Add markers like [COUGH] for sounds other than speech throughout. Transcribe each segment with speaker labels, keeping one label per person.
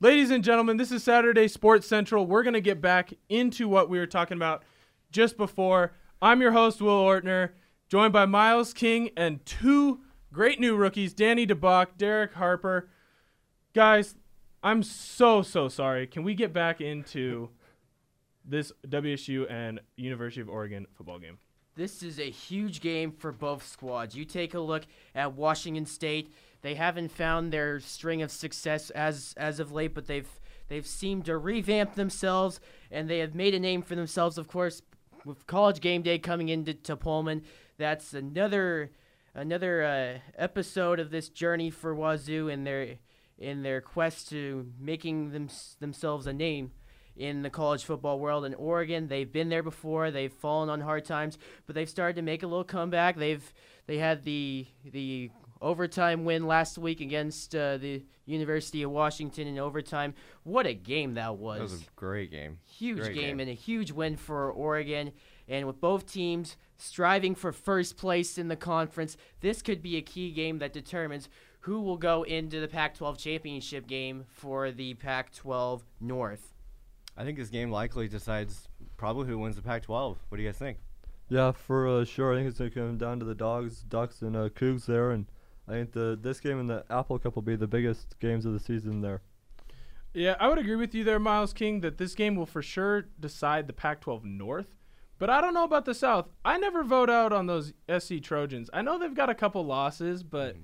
Speaker 1: Ladies and gentlemen, this is Saturday Sports Central. We're going to get back into what we were talking about just before. I'm your host, Will Ortner, joined by Miles King and two great new rookies, Danny DeBuck, Derek Harper. Guys, I'm so, so sorry. Can we get back into this WSU and University of Oregon football game?
Speaker 2: This is a huge game for both squads. You take a look at Washington State. They haven't found their string of success as as of late, but they've they've seemed to revamp themselves and they have made a name for themselves, of course, with college game day coming into to Pullman. That's another another uh, episode of this journey for Wazoo and their in their quest to making them, themselves a name in the college football world in Oregon. They've been there before. They've fallen on hard times, but they've started to make a little comeback. They've they had the the overtime win last week against uh, the University of Washington in overtime. What a game that was!
Speaker 3: That was a great game.
Speaker 2: huge
Speaker 3: great
Speaker 2: game,
Speaker 3: game.
Speaker 2: and a huge win for Oregon. And with both teams striving for first place in the conference, this could be a key game that determines who will go into the Pac 12 championship game for the Pac 12 North.
Speaker 3: I think this game likely decides probably who wins the Pac-12. What do you guys think?
Speaker 4: Yeah, for uh, sure. I think it's gonna come down to the dogs, ducks, and uh, cougs there, and I think the this game and the Apple Cup will be the biggest games of the season there.
Speaker 1: Yeah, I would agree with you there, Miles King, that this game will for sure decide the Pac 12 North. But I don't know about the South. I never vote out on those SC Trojans. I know they've got a couple losses, but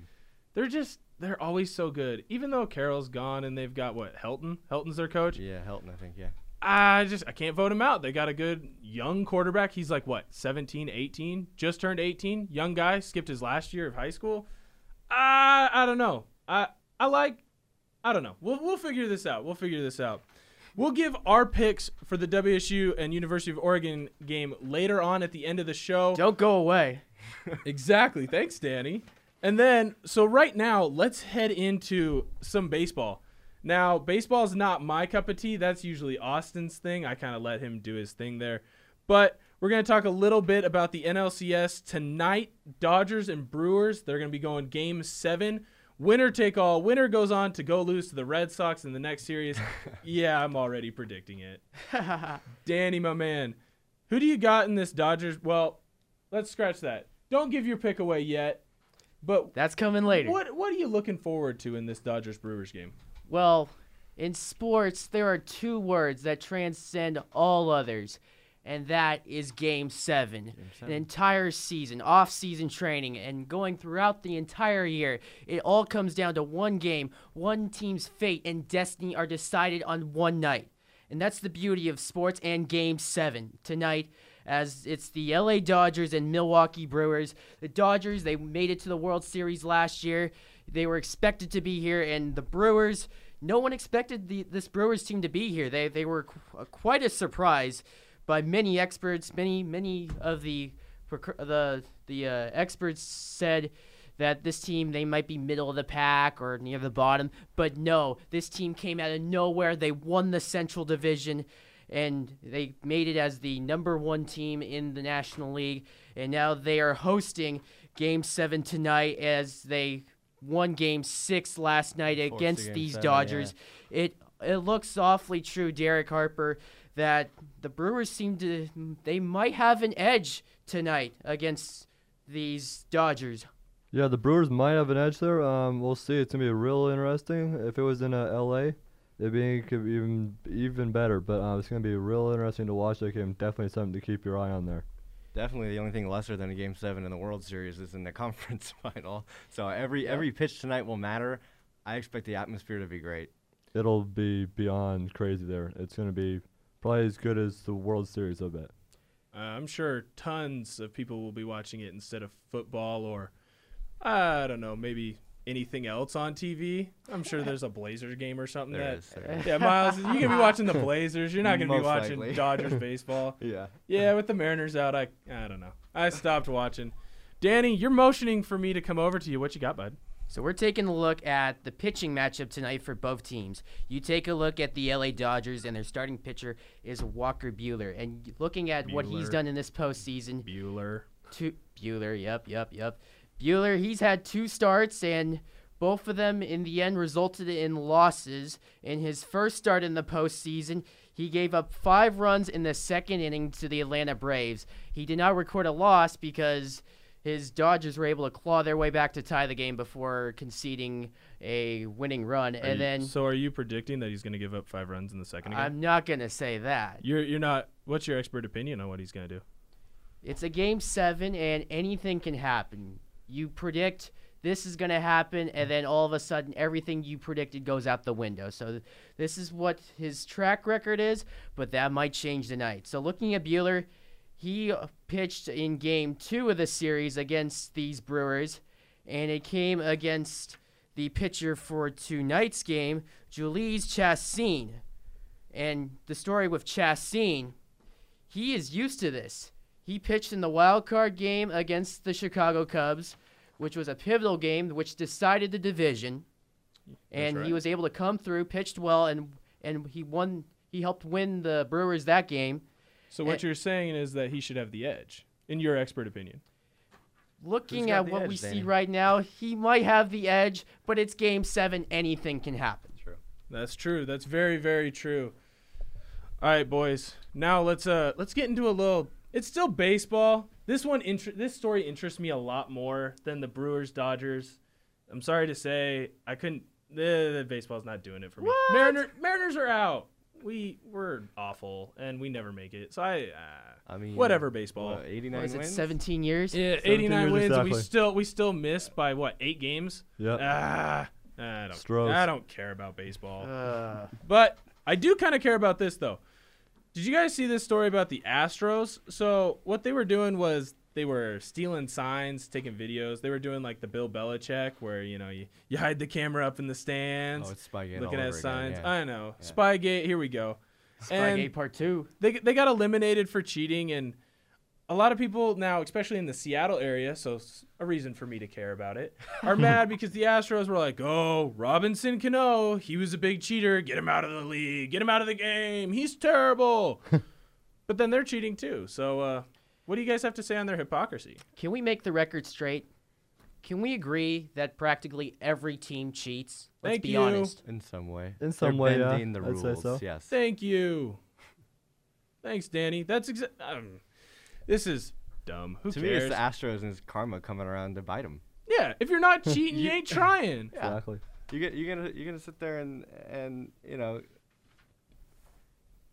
Speaker 1: they're just, they're always so good. Even though Carroll's gone and they've got, what, Helton? Helton's their coach?
Speaker 3: Yeah, Helton, I think. Yeah.
Speaker 1: I just, I can't vote him out. They got a good young quarterback. He's like, what, 17, 18? Just turned 18. Young guy, skipped his last year of high school. I, I don't know. I, I like I don't know. We'll, we'll figure this out. We'll figure this out. We'll give our picks for the WSU and University of Oregon game later on at the end of the show.
Speaker 2: Don't go away.
Speaker 1: Exactly. Thanks, Danny. And then, so right now, let's head into some baseball. Now, baseball's not my cup of tea. That's usually Austin's thing. I kind of let him do his thing there. But we're going to talk a little bit about the NLCS tonight. Dodgers and Brewers, they're going to be going game seven. Winner take all. Winner goes on to go lose to the Red Sox in the next series. yeah, I'm already predicting it. Danny, my man, who do you got in this Dodgers? Well, let's scratch that. Don't give your pick away yet. But
Speaker 2: That's coming later.
Speaker 1: what what are you looking forward to in this Dodgers Brewers game?
Speaker 2: Well, in sports, there are two words that transcend all others, and that is game seven. An entire season, off season training, and going throughout the entire year, it all comes down to one game. One team's fate and destiny are decided on one night. And that's the beauty of sports and game seven tonight. As it's the LA Dodgers and Milwaukee Brewers. The Dodgers, they made it to the World Series last year. They were expected to be here, and the Brewers, no one expected the, this Brewers team to be here. They, they were qu- uh, quite a surprise by many experts. Many, many of the, proc- the, the uh, experts said that this team they might be middle of the pack or near the bottom, but no, this team came out of nowhere. They won the Central Division and they made it as the number 1 team in the National League and now they are hosting game 7 tonight as they won game 6 last night against
Speaker 3: game
Speaker 2: these
Speaker 3: seven,
Speaker 2: Dodgers. It it looks awfully true Derek Harper that the Brewers seem to they might have an edge tonight against these Dodgers.
Speaker 4: Yeah, the Brewers might have an edge there. Um, we'll see. It's gonna be real interesting. If it was in uh, L.A., it'd be, could be even even better. But um, it's gonna be real interesting to watch that game. Definitely something to keep your eye on there.
Speaker 3: Definitely the only thing lesser than a game seven in the World Series is in the [LAUGHS] conference final. So every every pitch tonight will matter. I expect the atmosphere to be great.
Speaker 4: It'll be beyond crazy there. It's gonna be probably as good as the World Series. I bet.
Speaker 1: Uh, I'm sure tons of people will be watching it instead of football or I don't know, maybe anything else on TV. I'm sure there's a Blazers game or something
Speaker 3: There
Speaker 1: that
Speaker 3: is,
Speaker 1: [LAUGHS]
Speaker 3: there is.
Speaker 1: Yeah, Miles, you can be watching the Blazers. You're not going to be
Speaker 3: Most
Speaker 1: watching
Speaker 3: likely.
Speaker 1: Dodgers
Speaker 3: [LAUGHS]
Speaker 1: baseball.
Speaker 3: Yeah.
Speaker 1: Yeah, with the Mariners out, I I don't know. I stopped watching. Danny, you're motioning for me to come over to you. What you got, bud?
Speaker 2: So we're taking a look at the pitching matchup tonight for both teams. You take a look at the LA Dodgers, and their starting pitcher is Walker Bueller. And looking at what he's
Speaker 1: Bueller.
Speaker 2: done in this postseason,
Speaker 1: Bueller.
Speaker 2: two Bueller, yep, yep, yep. Bueller, he's had two starts, and Both of them in the end resulted in losses. In his first start in the postseason, he gave up five runs in the second inning to the Atlanta Braves. He did not record a loss because his Dodgers were able to claw their way back to tie the game before conceding a winning run.
Speaker 1: Are you-
Speaker 2: and then
Speaker 1: so are you predicting that he's going to give up five runs in the second game?
Speaker 2: I'm not going to say that.
Speaker 1: You're you're not. What's your expert opinion on what he's going to do?
Speaker 2: It's a game seven, and anything can happen. You predict this is going to happen, and then all of a sudden, everything you predicted goes out the window. So, th- this is what his track record is, but that might change tonight. So, looking at Bueller, he uh, pitched in game two of the series against these Brewers, and it came against the pitcher for tonight's game, Julies Chassin. And the story with Chassin he is used to this. He pitched in the wild card game against the Chicago Cubs, which was a pivotal game which decided the division. And
Speaker 1: right.
Speaker 2: he was able to come through, pitched well, and and he won. He helped win the Brewers that game.
Speaker 1: So what
Speaker 2: Eh.
Speaker 1: you're saying is that he should have the edge, in your expert opinion.
Speaker 2: Looking
Speaker 3: Who's got
Speaker 2: at
Speaker 3: the
Speaker 2: what
Speaker 3: edge,
Speaker 2: we see
Speaker 3: Danny?
Speaker 2: right now, he might have the edge, but it's Game Seven. Anything can happen.
Speaker 1: That's true. That's very very true. All right, boys. Now let's uh let's get into a little. It's still baseball. This one inter- this story interests me a lot more than the Brewers Dodgers. I'm sorry to say I couldn't. The, the baseball's not doing it for me.
Speaker 2: What?
Speaker 1: Mariner, Mariners are out. We we're awful and we never make it. So I uh,
Speaker 3: I mean,
Speaker 1: whatever baseball.
Speaker 3: what, 89
Speaker 2: What is it
Speaker 3: wins?
Speaker 2: 17 years?
Speaker 1: Yeah,
Speaker 4: 17
Speaker 1: 89
Speaker 4: years
Speaker 1: wins. We
Speaker 4: exactly.
Speaker 1: still we still miss by what eight games.
Speaker 4: Yep.
Speaker 3: Uh,
Speaker 1: Ah, I don't.
Speaker 4: Strokes.
Speaker 1: I don't care about baseball.
Speaker 2: Uh,
Speaker 1: But I do kind of care about this though. Did you guys see this story about the Astros? So what they were doing was they were stealing signs, taking videos. They were doing like the Bill Belichick, where you know you, you hide the camera up in the stands,
Speaker 3: Oh, it's Spygate
Speaker 1: looking
Speaker 3: all
Speaker 1: at
Speaker 3: over
Speaker 1: signs.
Speaker 3: Again, yeah.
Speaker 1: I know Spygate. Here we go. And-
Speaker 2: Spygate Part Two.
Speaker 1: they they got eliminated for cheating and a lot of people now especially in the Seattle area so s- a reason for me to care about it
Speaker 3: [LAUGHS]
Speaker 1: are mad because the Astros were like oh Robinson Cano he was a big cheater get him out of the league get him out of the game he's
Speaker 3: [LAUGHS]
Speaker 1: terrible but then they're cheating too so uh what do you guys have to say on their hypocrisy?
Speaker 2: Can we make the record straight? Can we agree that practically every team cheats? Let's
Speaker 1: Thank
Speaker 2: be
Speaker 1: you.
Speaker 2: honest.
Speaker 3: In some way.
Speaker 4: In some way,
Speaker 3: They're
Speaker 4: yeah,
Speaker 3: bending the
Speaker 4: I'd
Speaker 3: rules.
Speaker 4: say so.
Speaker 3: Yes.
Speaker 1: Thank you. Thanks, Danny. That's exa- um, this is dumb. Who
Speaker 3: to me,
Speaker 1: cares?
Speaker 3: it's the Astros and his karma coming around to bite him.
Speaker 1: yeah, if you're
Speaker 3: [LAUGHS]
Speaker 1: not cheating, you ain't trying.
Speaker 4: Exactly.
Speaker 3: You get, you're gonna you're gonna sit there and and you know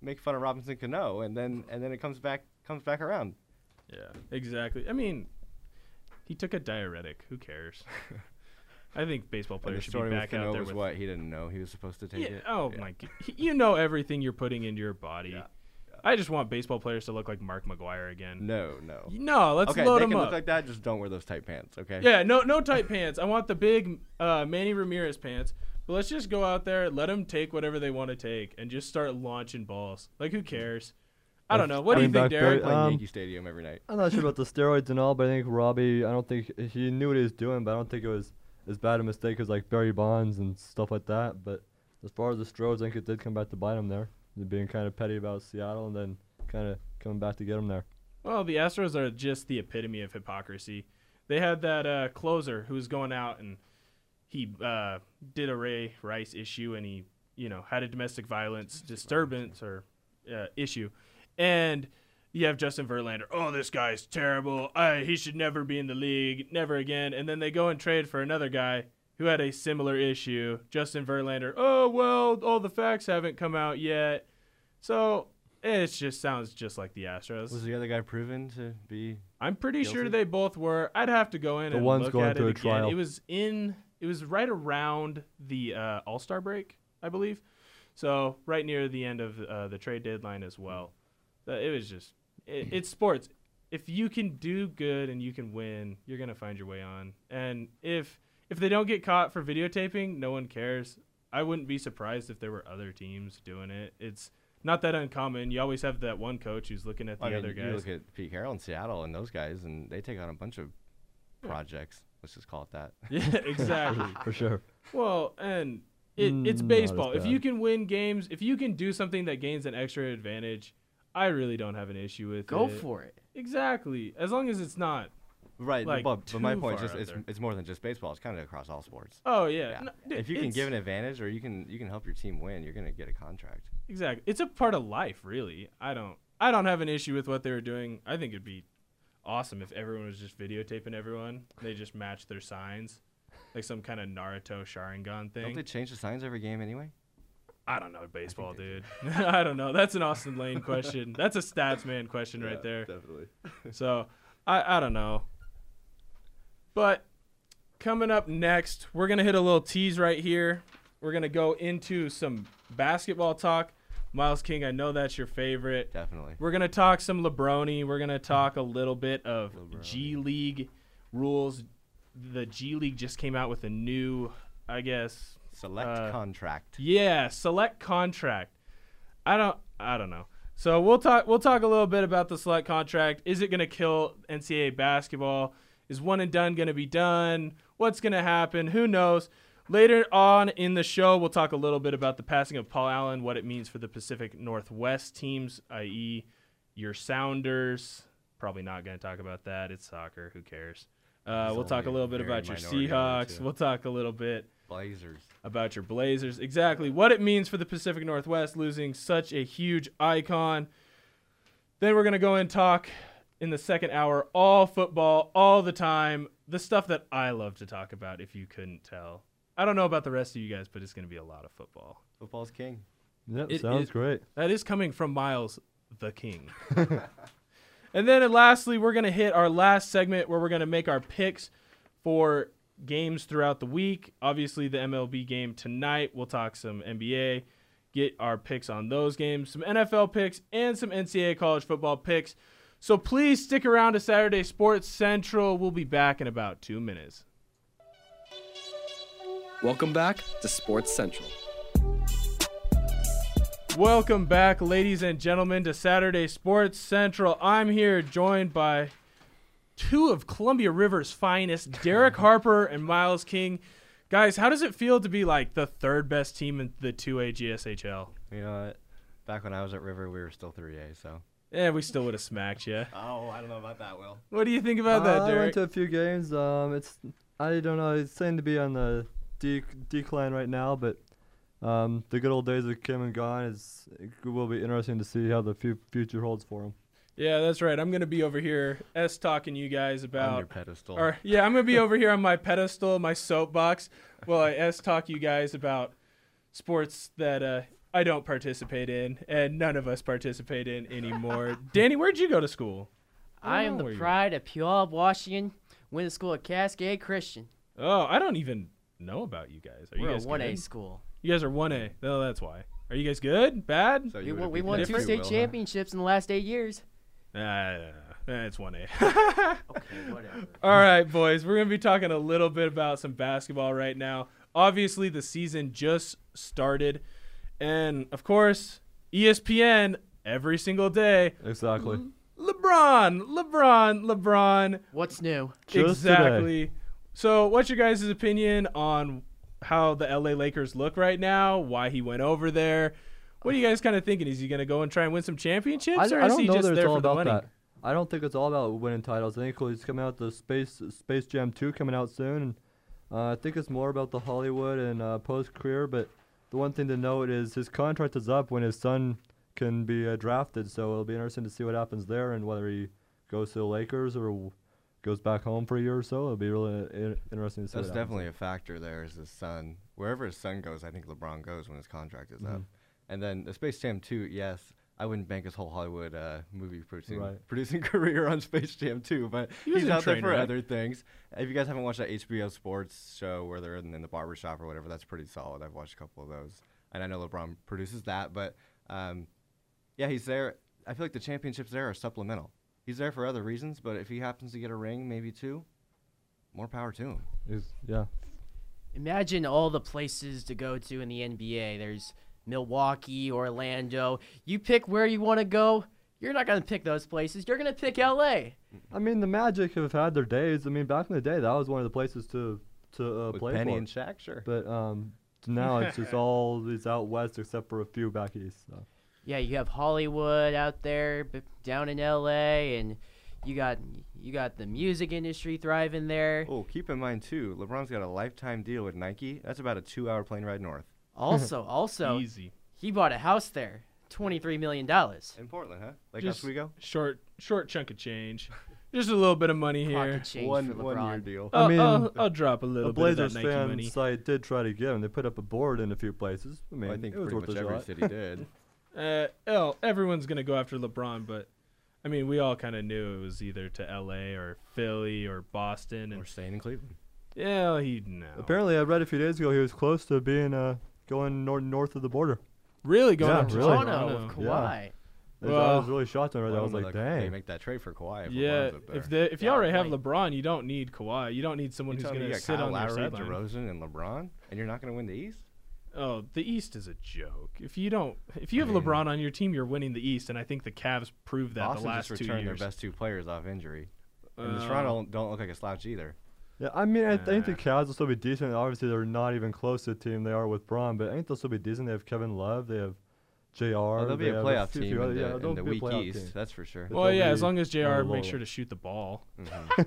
Speaker 3: make fun of Robinson Cano, and then and then it comes back comes back around.
Speaker 1: Yeah, exactly. I mean, he took a diuretic. Who
Speaker 3: [LAUGHS]
Speaker 1: cares? I think baseball
Speaker 3: And
Speaker 1: players
Speaker 3: the
Speaker 1: should be
Speaker 3: story with
Speaker 1: back out
Speaker 3: Cano
Speaker 1: there
Speaker 3: was
Speaker 1: with
Speaker 3: what he didn't know he was supposed to take
Speaker 1: Yeah.
Speaker 3: it.
Speaker 1: Oh
Speaker 3: Yeah.
Speaker 1: my god. You know everything you're putting into your body. I just want baseball players to look like Mark McGuire again.
Speaker 3: No, no.
Speaker 1: No, let's
Speaker 3: okay,
Speaker 1: load
Speaker 3: they
Speaker 1: him
Speaker 3: can
Speaker 1: up.
Speaker 3: look like that. Just don't wear those tight pants. Okay.
Speaker 1: yeah, no, no tight pants. I want the big uh, Manny Ramirez pants. But let's just go out there, let them take whatever they want to take, and just start launching balls. Like who cares? I don't know. What do you
Speaker 4: Bring
Speaker 1: think,
Speaker 4: back Barry-
Speaker 1: Derek?
Speaker 3: Playing
Speaker 4: Um,
Speaker 3: Yankee Stadium every night.
Speaker 4: I'm not sure about the steroids and all, but I think Robbie, I don't think he knew what he was doing, but I don't think it was as bad a mistake as like Barry Bonds and stuff like that. But as far as the steroids, I think it did come back to bite him there. Being kind of petty about Seattle and then kind of coming back to get him there.
Speaker 1: Well, the Astros are just the epitome of hypocrisy. They had that uh, closer who was going out and he uh, did a Ray Rice issue and he, you know, had a domestic violence disturbance or uh, issue. And you have Justin Verlander. Oh, this guy's terrible. I, he should never be in the league, never again. And then they go and trade for another guy who had a similar issue, Justin Verlander. Oh, well, all the facts haven't come out yet. So it just sounds just like the Astros.
Speaker 3: Was the other guy proven to be?
Speaker 1: I'm pretty sure
Speaker 3: Guilty?
Speaker 1: they both were. I'd have to go in
Speaker 4: The
Speaker 1: and
Speaker 4: one's
Speaker 1: look
Speaker 4: going
Speaker 1: at it
Speaker 4: through a
Speaker 1: again.
Speaker 4: trial.
Speaker 1: It was in. It was right around the uh, All Star break, I believe. So right near the end of uh, the trade deadline as well. Uh, It was just. It, it's sports. If you can do good and you can win, you're gonna find your way on. And if if they don't get caught for videotaping, no one cares. I wouldn't be surprised if there were other teams doing it. It's not that uncommon. You always have that one coach who's looking at the
Speaker 3: I mean,
Speaker 1: other
Speaker 3: you
Speaker 1: guys.
Speaker 3: look at Pete Carroll in Seattle and those guys, and they take on a bunch of projects. Let's just call it that.
Speaker 1: [LAUGHS] yeah,
Speaker 4: [LAUGHS]
Speaker 1: exactly.
Speaker 4: For sure.
Speaker 1: Well, and it, it's
Speaker 4: Mm, not as
Speaker 1: baseball. If you
Speaker 4: bad.
Speaker 1: can win games, if you can do something that gains an extra advantage, I really don't have an issue with
Speaker 2: Go
Speaker 1: it.
Speaker 2: for it.
Speaker 1: Exactly. As long as it's not
Speaker 3: Right,
Speaker 1: like,
Speaker 3: but, but my
Speaker 1: too
Speaker 3: point
Speaker 1: far
Speaker 3: just
Speaker 1: out
Speaker 3: it's,
Speaker 1: there.
Speaker 3: it's more than just baseball. It's kind of across all sports.
Speaker 1: Oh yeah.
Speaker 3: Yeah.
Speaker 1: No, dude,
Speaker 3: if you can
Speaker 1: it's-
Speaker 3: give an advantage or you can you can help your team win, you're gonna get a contract.
Speaker 1: Exactly. It's a part of life, really. I don't I don't have an issue with what they were doing. I think it'd be awesome if everyone was just videotaping everyone. They just matched their signs. Like some kind of Naruto Sharingan
Speaker 3: Don't
Speaker 1: thing.
Speaker 3: they change the signs every game anyway?
Speaker 1: I don't know baseball, dude. [LAUGHS] I don't know. That's an Austin Lane question. That's a stats man question right there.
Speaker 4: Definitely.
Speaker 1: So I, I don't know. But coming up next, we're going to hit a little tease right here. We're going to go into some basketball talk. Miles King, I know that's your favorite.
Speaker 3: Definitely.
Speaker 1: We're going to talk some LeBroni. We're going to talk a little bit of G League rules. The G League just came out with a new, I guess,
Speaker 3: Select
Speaker 1: Uh,
Speaker 3: contract.
Speaker 1: yeah, select contract. I don't I don't know. So we'll talk we'll talk a little bit about the select contract. Is it going to kill NCAA basketball? Is one and done going to be done? What's going to happen? Who knows? Later on in the show, we'll talk a little bit about the passing of Paul Allen, what it means for the Pacific Northwest teams, i.e., your Sounders. Probably not going to talk about that. It's soccer. Who cares? Uh,
Speaker 3: It's
Speaker 1: we'll talk a
Speaker 3: only a
Speaker 1: little bit
Speaker 3: very
Speaker 1: about your
Speaker 3: minority over
Speaker 1: Seahawks.
Speaker 3: two.
Speaker 1: We'll talk a little bit
Speaker 3: Blazers.
Speaker 1: about your Blazers. Exactly what it means for the Pacific Northwest losing such a huge icon. Then we're going to go and talk in the second hour all football, all the time. The stuff that I love to talk about, if you couldn't tell. I don't know about the rest of you guys, but it's going to be a lot of football.
Speaker 3: Football's king.
Speaker 4: Yep,
Speaker 1: It-
Speaker 4: sounds
Speaker 1: it-
Speaker 4: great.
Speaker 1: That is coming from Miles the King. and then and lastly, we're going to hit our last segment where we're going to make our picks for games throughout the week. Obviously, the MLB game tonight. We'll talk some NBA, get our picks on those games, some NFL picks, and some NCAA college football picks. So please stick around to Saturday Sports Central. We'll be back in about two minutes.
Speaker 5: Welcome back to Sports Central.
Speaker 1: Welcome back, ladies and gentlemen, to Saturday Sports Central. I'm here joined by two of Columbia River's finest, Derek Harper and Miles King. Guys, how does it feel to be like the third best team in the 2A GSHL?
Speaker 3: You know what? Back when I was at River, we were still 3A. So.
Speaker 1: Eh, we still would have smacked you.
Speaker 3: Oh, I don't know about that, Will.
Speaker 1: What do you think about
Speaker 4: Uh,
Speaker 1: that,
Speaker 4: I went
Speaker 1: Derek?
Speaker 4: to a few games. Um, it's I don't know. It's seemed to be on the de- decline right now, but um, the good old days have come and gone. It's, it will be interesting to see how the fu- future holds for him.
Speaker 1: yeah, that's right. I'm going to be over here S talking to you guys
Speaker 3: On your
Speaker 1: about
Speaker 3: pedestal.
Speaker 1: Or yeah, I'm gonna be over here on my pedestal, my soapbox, while I s talk you guys about sports that uh, I don't participate in, and none of us participate in
Speaker 2: [LAUGHS]
Speaker 1: anymore. Danny, where'd you go to school?
Speaker 2: I am
Speaker 1: Oh, where
Speaker 2: the
Speaker 1: you-
Speaker 2: pride of Puyallup, Washington. Went to school at Cascade Christian.
Speaker 1: Oh, I don't even know about you guys. Are you
Speaker 2: We're a
Speaker 1: guys
Speaker 2: one A
Speaker 1: good?
Speaker 2: school.
Speaker 1: You guys are one A. No, that's why. Are you guys good? Bad?
Speaker 3: So
Speaker 2: We
Speaker 3: you
Speaker 2: won,
Speaker 3: would've
Speaker 2: we
Speaker 3: beat
Speaker 2: won
Speaker 3: that
Speaker 2: two
Speaker 3: too,
Speaker 2: state
Speaker 3: Will, huh?
Speaker 2: championships in the last eight years.
Speaker 1: Uh, it's one A. [LAUGHS]
Speaker 2: Okay, whatever.
Speaker 1: All right, boys, we're going to be talking a little bit about some basketball right now. Obviously, the season just started. And of course, E ESPN every single day.
Speaker 4: Exactly.
Speaker 1: LeBron, LeBron, LeBron.
Speaker 2: What's new?
Speaker 4: Just today.
Speaker 1: exactly. So, what's your guys' opinion on how the LA Lakers look right now? Why he went over there? What are you guys kind of thinking? Is he going to go and try and win some championships?
Speaker 4: I,
Speaker 1: or
Speaker 4: I
Speaker 1: is
Speaker 4: don't
Speaker 1: he
Speaker 4: know
Speaker 1: just
Speaker 4: that it's
Speaker 1: there
Speaker 4: all
Speaker 1: for the
Speaker 4: about
Speaker 1: money?
Speaker 4: that. I don't think it's all about winning titles. I think it's coming out the Space Space Jam 2 coming out soon, and uh, I think it's more about the Hollywood and uh, post career. But the one thing to note is his contract is up when his son can be uh, drafted, so it'll be interesting to see what happens there and whether he goes to the Lakers or w- goes back home for a year or so. It'll be really uh, in- interesting to see.
Speaker 3: That's
Speaker 4: what happens.
Speaker 3: definitely a factor. There is his son. Wherever his son goes, I think LeBron goes when his contract is
Speaker 4: Mm-hmm.
Speaker 3: up. And then the Space Jam 2, yes, I wouldn't bank his whole Hollywood uh, movie producing
Speaker 4: Right.
Speaker 3: producing [LAUGHS] career on Space Jam 2, but
Speaker 1: He was
Speaker 3: he's
Speaker 1: in
Speaker 3: out there for
Speaker 1: Trainwreck.
Speaker 3: other things. If you guys haven't watched that HBO Sports show where they're in, in the barbershop or whatever, that's pretty solid. I've watched a couple of those, and I know LeBron produces that, but um, yeah, he's there. I feel like the championships there are supplemental. He's there for other reasons, but if he happens to get a ring, maybe two, more power to him.
Speaker 4: He's- yeah.
Speaker 2: Imagine all the places to go to in the NBA. There's Milwaukee, Orlando. You pick where you want to go. You're not going to pick those places. You're going to pick LA.
Speaker 4: I mean, the Magic have had their days. I mean, back in the day, that was one of the places to to uh,
Speaker 3: With
Speaker 4: play
Speaker 3: Penny
Speaker 4: for.
Speaker 3: and Shaq, sure.
Speaker 4: But um, now it's [LAUGHS] just all these out west except for a few back east. So.
Speaker 2: Yeah, you have Hollywood out there, b- down in LA, and You got you got the music industry thriving there.
Speaker 3: Oh, [LAUGHS] keep in mind too, LeBron's got a lifetime deal with Nike. That's about a two-hour plane ride north.
Speaker 2: Also, also
Speaker 1: Easy.
Speaker 2: he bought a house there, twenty three million dollars.
Speaker 3: In Portland, huh? Like
Speaker 1: Just
Speaker 3: Oswego.
Speaker 1: Short, short chunk of change. [LAUGHS] Just a little bit of money here.
Speaker 2: Pocket change for
Speaker 3: One
Speaker 2: LeBron.
Speaker 3: one-year deal.
Speaker 1: I'll,
Speaker 4: I mean,
Speaker 1: I'll, I'll drop a
Speaker 4: The
Speaker 1: little bit of that
Speaker 4: Blazers
Speaker 1: Nike
Speaker 4: fan
Speaker 1: money.
Speaker 4: site did try to get him. They put up a board in a few places. I mean,
Speaker 3: Well, I think
Speaker 4: it was
Speaker 3: pretty
Speaker 4: worth
Speaker 3: much
Speaker 4: a
Speaker 3: every
Speaker 4: shot.
Speaker 3: city did.
Speaker 1: Uh, oh, everyone's gonna go after LeBron, but I mean, we all kind of knew it was either to L.A. or Philly or Boston,
Speaker 3: We're
Speaker 1: and
Speaker 3: staying in Cleveland.
Speaker 1: yeah, he no.
Speaker 4: Apparently, I read a few days ago he was close to being uh, going north north of the border.
Speaker 1: really going
Speaker 4: Yeah,
Speaker 1: after
Speaker 4: really.
Speaker 2: Toronto
Speaker 1: Toronto.
Speaker 2: with Kawhi.
Speaker 4: That's- I
Speaker 1: Well,
Speaker 4: was really shocked when I read that. I was
Speaker 3: Well,
Speaker 4: like,
Speaker 3: they- They
Speaker 4: dang.
Speaker 3: make that trade for Kawhi. If
Speaker 1: Yeah,
Speaker 3: LeBron's up there.
Speaker 1: if they, if you
Speaker 2: Yeah,
Speaker 1: already have
Speaker 2: like-
Speaker 1: LeBron, you don't need Kawhi. You don't need someone
Speaker 3: You
Speaker 1: who's
Speaker 3: telling me
Speaker 1: gonna
Speaker 3: you got
Speaker 1: sit
Speaker 3: Kyle
Speaker 1: on
Speaker 3: Lowry,
Speaker 1: their sideline.
Speaker 3: DeRozan, and LeBron, and you're not going to win the East?
Speaker 1: Oh, the East is a joke. If you don't, if you
Speaker 3: I
Speaker 1: have
Speaker 3: mean-
Speaker 1: LeBron on your team, you're winning the East, and I think the Cavs proved that
Speaker 3: Boston
Speaker 1: the last
Speaker 3: just
Speaker 1: two
Speaker 3: returned
Speaker 1: years.
Speaker 3: their best two players off injury, and the
Speaker 1: Uh,
Speaker 3: Toronto don't look like a slouch either.
Speaker 4: Yeah, I mean, I, th- I think the
Speaker 1: Nah.
Speaker 4: Cavs will still be decent. Obviously, they're not even close to the team they are with Braun, but I think they'll still be decent. They have Kevin Love. They have JR.
Speaker 3: Well, they'll be
Speaker 4: they
Speaker 3: a
Speaker 4: have
Speaker 3: playoff
Speaker 4: few-
Speaker 3: team
Speaker 4: few other-
Speaker 3: in the,
Speaker 4: yeah,
Speaker 3: in
Speaker 4: they'll
Speaker 3: the
Speaker 4: be a
Speaker 3: weak
Speaker 4: playoff
Speaker 3: East, Oh,
Speaker 4: team.
Speaker 3: that's for sure.
Speaker 1: Well,
Speaker 4: they'll
Speaker 1: yeah, as
Speaker 4: be Oh,
Speaker 1: long as
Speaker 4: on
Speaker 1: Jr.
Speaker 4: the
Speaker 1: makes sure
Speaker 4: lower.
Speaker 1: to shoot the ball. [LAUGHS]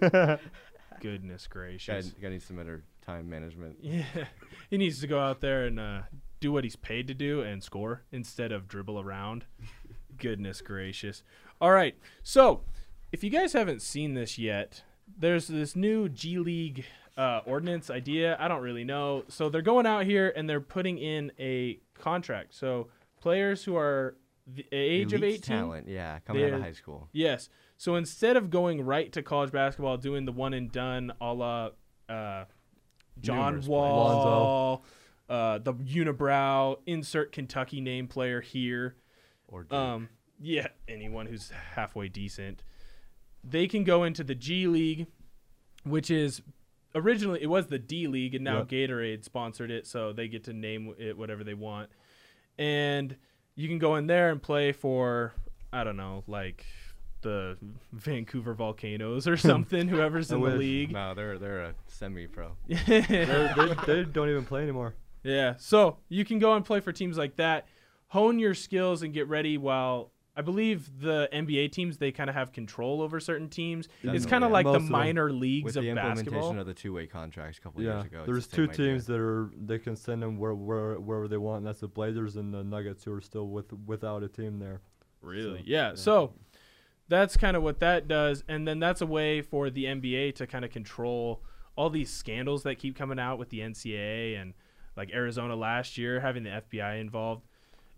Speaker 1: Goodness
Speaker 3: Guy,
Speaker 1: gracious.
Speaker 3: guy needs some better time management.
Speaker 1: Yeah, [LAUGHS] he needs to go out there and uh, do what he's paid to do and score instead of dribble around. Goodness gracious! All right, so if you guys haven't seen this yet, there's this new G League uh, ordinance idea. I don't really know. So they're going out here and they're putting in a contract. So players who are the age of 18,
Speaker 3: Elite talent, yeah, coming out of
Speaker 1: they're-
Speaker 3: high school.
Speaker 1: Yes. So instead of going right to college basketball, doing the one and done a la uh, John
Speaker 3: Numerous
Speaker 1: Wall, uh, the unibrow, insert Kentucky name player here.
Speaker 3: Or Duke.
Speaker 1: Um, yeah, anyone who's halfway decent. They can go into the G League, which is originally it was the D League, and now
Speaker 4: Yep.
Speaker 1: Gatorade sponsored it, so they get to name it whatever they want. And you can go in there and play for I don't know, like the Vancouver Volcanoes
Speaker 3: [LAUGHS]
Speaker 1: or something. Whoever's in the
Speaker 4: wish.
Speaker 1: league.
Speaker 3: no, they're they're a semi-pro.
Speaker 4: They're- they, they don't even play anymore.
Speaker 1: [LAUGHS] Yeah. So you can go and play for teams like that, hone your skills, and get ready while. I believe the NBA teams they kind of have control over certain teams. it's
Speaker 3: Definitely,
Speaker 1: kind of
Speaker 3: yeah.
Speaker 1: like
Speaker 4: Most
Speaker 1: the
Speaker 4: of them.
Speaker 1: minor
Speaker 3: With
Speaker 1: leagues
Speaker 3: the
Speaker 1: of
Speaker 3: implementation
Speaker 1: basketball.
Speaker 3: of the two-way contracts a couple
Speaker 4: Yeah,
Speaker 3: years ago,
Speaker 4: there's
Speaker 3: it's the
Speaker 4: two
Speaker 3: same idea.
Speaker 4: teams that are they can send them where, where wherever they want, and that's the Blazers and the Nuggets, who are still with without a team there.
Speaker 1: Really?
Speaker 4: So,
Speaker 1: yeah. So that's kind of what that does. And then that's a way for the NBA to kind of control all these scandals that keep coming out with the NCAA and like Arizona last year having the FBI involved.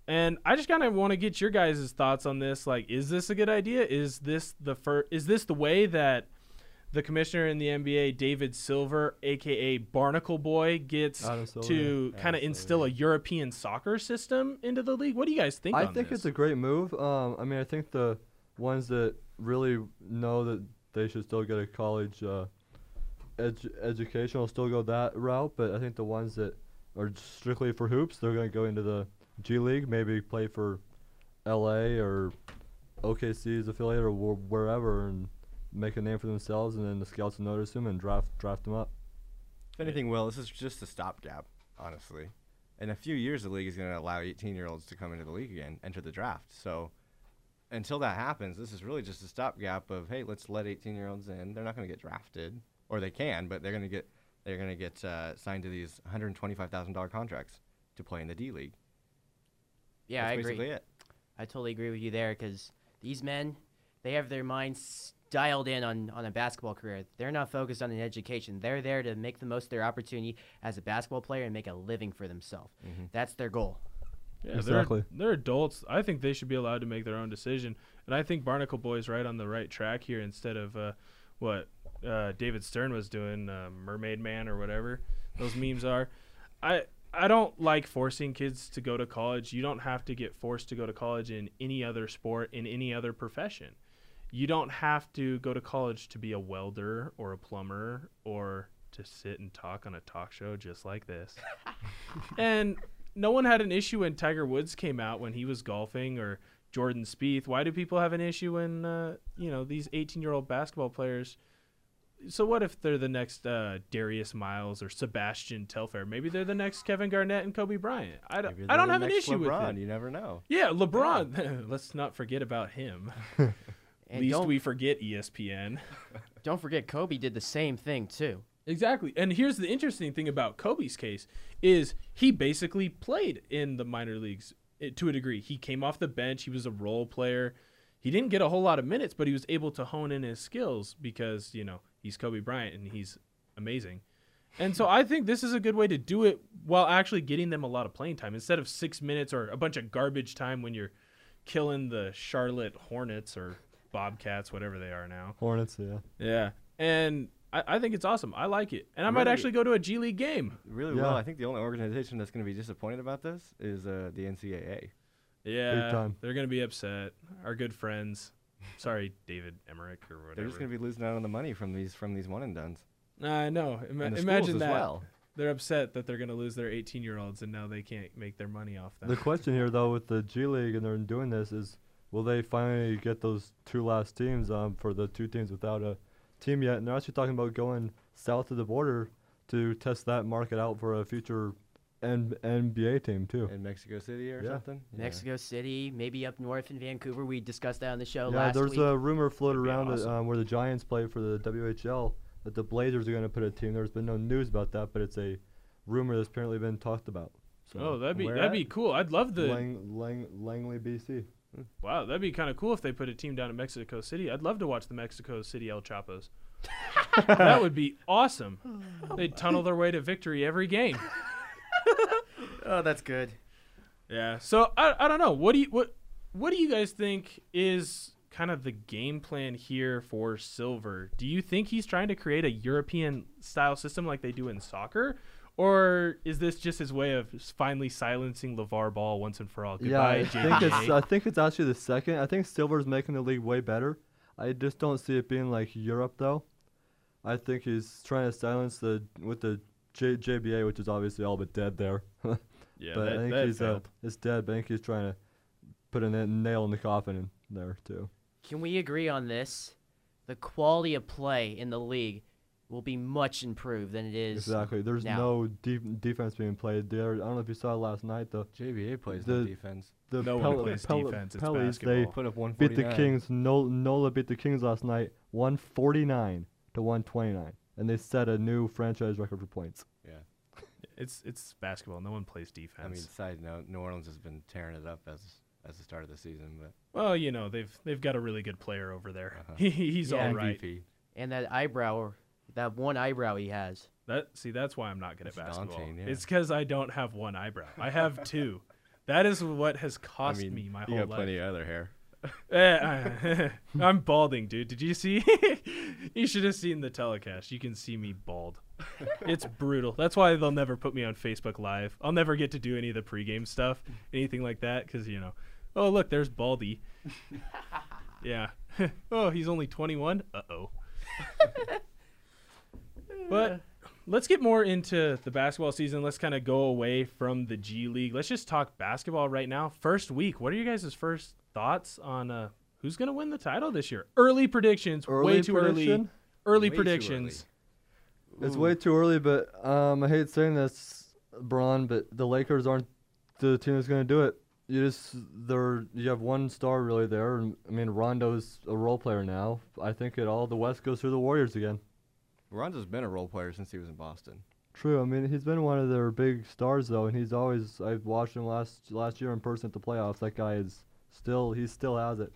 Speaker 1: And I just kind of want to get your guys' thoughts on this. Like, is this a good idea? Is this the fir- Is this the way that the commissioner in the NBA, David Silver, aka Barnacle Boy, gets
Speaker 4: Adam Silver.
Speaker 1: to
Speaker 4: Adam
Speaker 1: kind of
Speaker 4: Silver.
Speaker 1: instill a European soccer system into the league? What do you guys think?
Speaker 4: I
Speaker 1: on
Speaker 4: think
Speaker 1: this?
Speaker 4: it's a great move. Um, I mean, I think the ones that really know that they should still get a college uh, edu- education will still go that route, but I think the ones that are strictly for hoops, they're going to go into the G League, maybe play for LA or OKC's affiliate or wh- wherever and make a name for themselves, and then the scouts will notice them and draft draft them up.
Speaker 3: If anything, Will, this is just a stopgap, honestly. In a few years, the league is going to allow 18 year olds to come into the league again, enter the draft. So until that happens, this is really just a stopgap of, hey, let's let 18 year olds in. They're not going to get drafted, or they can, but they're going to get they're going to get uh, signed to these $125,000 contracts to play in the D League.
Speaker 2: Yeah,
Speaker 3: That's
Speaker 2: I agree.
Speaker 3: basically it.
Speaker 2: I totally agree with you there because these men, they have their minds dialed in on, on a basketball career. They're not focused on an education. They're there to make the most of their opportunity as a basketball player and make a living for themselves.
Speaker 3: Mm-hmm.
Speaker 2: That's their goal.
Speaker 1: Yeah,
Speaker 4: Exactly.
Speaker 1: They're, they're adults. I think they should be allowed to make their own decision. And I think Barnacle Boy's right on the right track here instead of uh, what uh, David Stern was doing, uh, Mermaid Man or whatever those memes are. I I don't like forcing kids to go to college. You don't have to get forced to go to college in any other sport, in any other profession. You don't have to go to college to be a welder or a plumber or to sit and talk on a talk show just like this and no one had an issue when Tiger Woods came out when he was golfing or Jordan Spieth. Why do people have an issue when uh, you know these 18-year-old basketball players? So what if they're the next uh, Darius Miles or Sebastian Telfair? Maybe they're the next Kevin Garnett and Kobe Bryant. I don't,
Speaker 3: Maybe
Speaker 1: I don't
Speaker 3: they're
Speaker 1: have
Speaker 3: the
Speaker 1: an
Speaker 3: next
Speaker 1: issue
Speaker 3: LeBron,
Speaker 1: with it. [LAUGHS]
Speaker 3: You never know.
Speaker 1: Yeah, LeBron. Let's not forget about him.
Speaker 2: And
Speaker 1: least
Speaker 2: don't
Speaker 1: we forget E ESPN.
Speaker 2: don't forget Kobe did the same thing too.
Speaker 1: Exactly. And here's the interesting thing about Kobe's case is he basically played in the minor leagues eh, to a degree. He came off the bench, he was a role player. He didn't get a whole lot of minutes, but he was able to hone in his skills because, you know, he's Kobe Bryant and he's amazing. And so I think this is a good way to do it while actually getting them a lot of playing time instead of 6 minutes or a bunch of garbage time when you're killing the Charlotte Hornets or Bobcats, whatever they are now.
Speaker 4: Hornets, yeah.
Speaker 1: Yeah. And I, I think it's awesome. I like it. And I might
Speaker 3: Really-
Speaker 1: actually go to a G League game.
Speaker 3: Really
Speaker 4: Yeah.
Speaker 3: well. I think the only organization that's going to be disappointed about this is uh, the NCAA.
Speaker 1: Yeah.
Speaker 4: time.
Speaker 1: They're going to be upset. Our good friends. Sorry, David Emmerich or whatever.
Speaker 3: They're just going to be losing out on the money from these from these one and duns.
Speaker 1: I know. Ima-
Speaker 3: And the schools
Speaker 1: imagine
Speaker 3: as
Speaker 1: that.
Speaker 3: well.
Speaker 1: They're upset that they're going to lose their 18 year olds and now they can't make their money off them.
Speaker 4: The question here, though, with the G League and they're doing this is, will they finally get those two last teams um, for the two teams without a team yet? And they're actually talking about going south of the border to test that market out for a future N- NBA team too.
Speaker 3: in Mexico City or
Speaker 4: Yeah.
Speaker 3: something.
Speaker 2: Mexico City, maybe up north in Vancouver. We discussed that on the show
Speaker 4: yeah,
Speaker 2: last
Speaker 4: there's
Speaker 2: week.
Speaker 4: a rumor floated
Speaker 1: That'd be
Speaker 4: around
Speaker 1: awesome.
Speaker 4: that, um, where the Giants play for the WHL that the Blazers are going to put a team. There's been no news about that, but it's a rumor that's apparently been talked about. So
Speaker 1: Oh, that'd be
Speaker 3: Where
Speaker 1: that'd
Speaker 3: at?
Speaker 1: be cool. I'd love the
Speaker 4: Lang, Lang, Langley, BC.
Speaker 1: wow. That'd be kind of cool if they put a team down in Mexico City. I'd love to watch the Mexico City El
Speaker 3: [LAUGHS]
Speaker 1: Chapos. that would be awesome. They tunnel their way to victory every game.
Speaker 2: oh, that's good.
Speaker 1: Yeah. So I, I don't know. What do you what what do you guys think is kind of the game plan here for Silver? Do you think he's trying to create a European style system like they do in soccer? Or is this just his way of s- finally silencing LeVar Ball once and for all? Goodbye,
Speaker 4: yeah, I think it's
Speaker 1: JBA.
Speaker 4: I think it's actually the second. I think Silver's making the league way better. I just don't see it being like Europe though. I think he's trying to silence the with the J, JBA, which is obviously all but dead there. [LAUGHS] but
Speaker 1: yeah,
Speaker 4: I think he's uh, it's dead. But I think he's trying to put a na- nail in the coffin in there too.
Speaker 2: Can we agree on this? The quality of play in the league will be much improved than it is.
Speaker 4: Exactly. There's
Speaker 2: now.
Speaker 4: no deep defense being played there. I don't know if you saw last night though.
Speaker 3: JBA plays
Speaker 4: The-
Speaker 3: the defense.
Speaker 4: The
Speaker 1: No one plays defense, it's
Speaker 4: Pellies, they
Speaker 1: basketball.
Speaker 3: Put up one.
Speaker 4: beat the Kings. Nol- Nola beat the Kings last night, 149 to 129, and they set a new franchise record for points.
Speaker 3: Yeah.
Speaker 1: it's it's basketball. No one plays defense.
Speaker 3: I mean, side note, New Orleans has been tearing it up as as the start of the season, but
Speaker 1: well, you know they've they've got a really good player over there.
Speaker 4: Uh-huh.
Speaker 1: [LAUGHS] He he's
Speaker 2: Yeah.
Speaker 1: all right.
Speaker 3: MVP.
Speaker 2: And that eyebrow, that one eyebrow he has.
Speaker 1: That see, that's why I'm not good at
Speaker 3: That's
Speaker 1: basketball.
Speaker 3: daunting, yeah.
Speaker 1: It's because I don't have one eyebrow. I
Speaker 3: [LAUGHS]
Speaker 1: have two. that is what has
Speaker 3: I
Speaker 1: cost
Speaker 3: mean,
Speaker 1: me my
Speaker 3: you
Speaker 1: whole
Speaker 3: got
Speaker 1: life.
Speaker 3: plenty of other hair.
Speaker 1: Eh, I- [LAUGHS] I'm balding, dude. Did you see? [LAUGHS] you should have seen the telecast. You can see me bald.
Speaker 3: [LAUGHS]
Speaker 1: It's brutal. That's why they'll never put me on Facebook Live. I'll never get to do any of the pregame stuff, anything like that, because you know, oh look, there's Baldy. yeah. [LAUGHS] oh, he's only 21. Uh
Speaker 3: [LAUGHS]
Speaker 1: oh. but let's get more into the basketball season. Let's kind of go away from the G League. Let's just talk basketball right now. First week. What are you guys' first thoughts on uh, who's going to win the title this year? Early predictions. way
Speaker 4: Early
Speaker 1: too early.
Speaker 4: prediction?
Speaker 1: Early
Speaker 3: Way too
Speaker 1: predictions.
Speaker 3: early.
Speaker 4: It's way too early, but um, I hate saying this, Braun, but the Lakers aren't the team that's going to do it. You just they're you have one star really there. and I mean, Rondo's a role player now. I think it all the West goes through the Warriors again.
Speaker 3: Ronzo's been a role player since he was in Boston.
Speaker 4: True. I mean, he's been one of their big stars though, and he's always I've watched him last last year in person at the playoffs. That guy is still he still has it.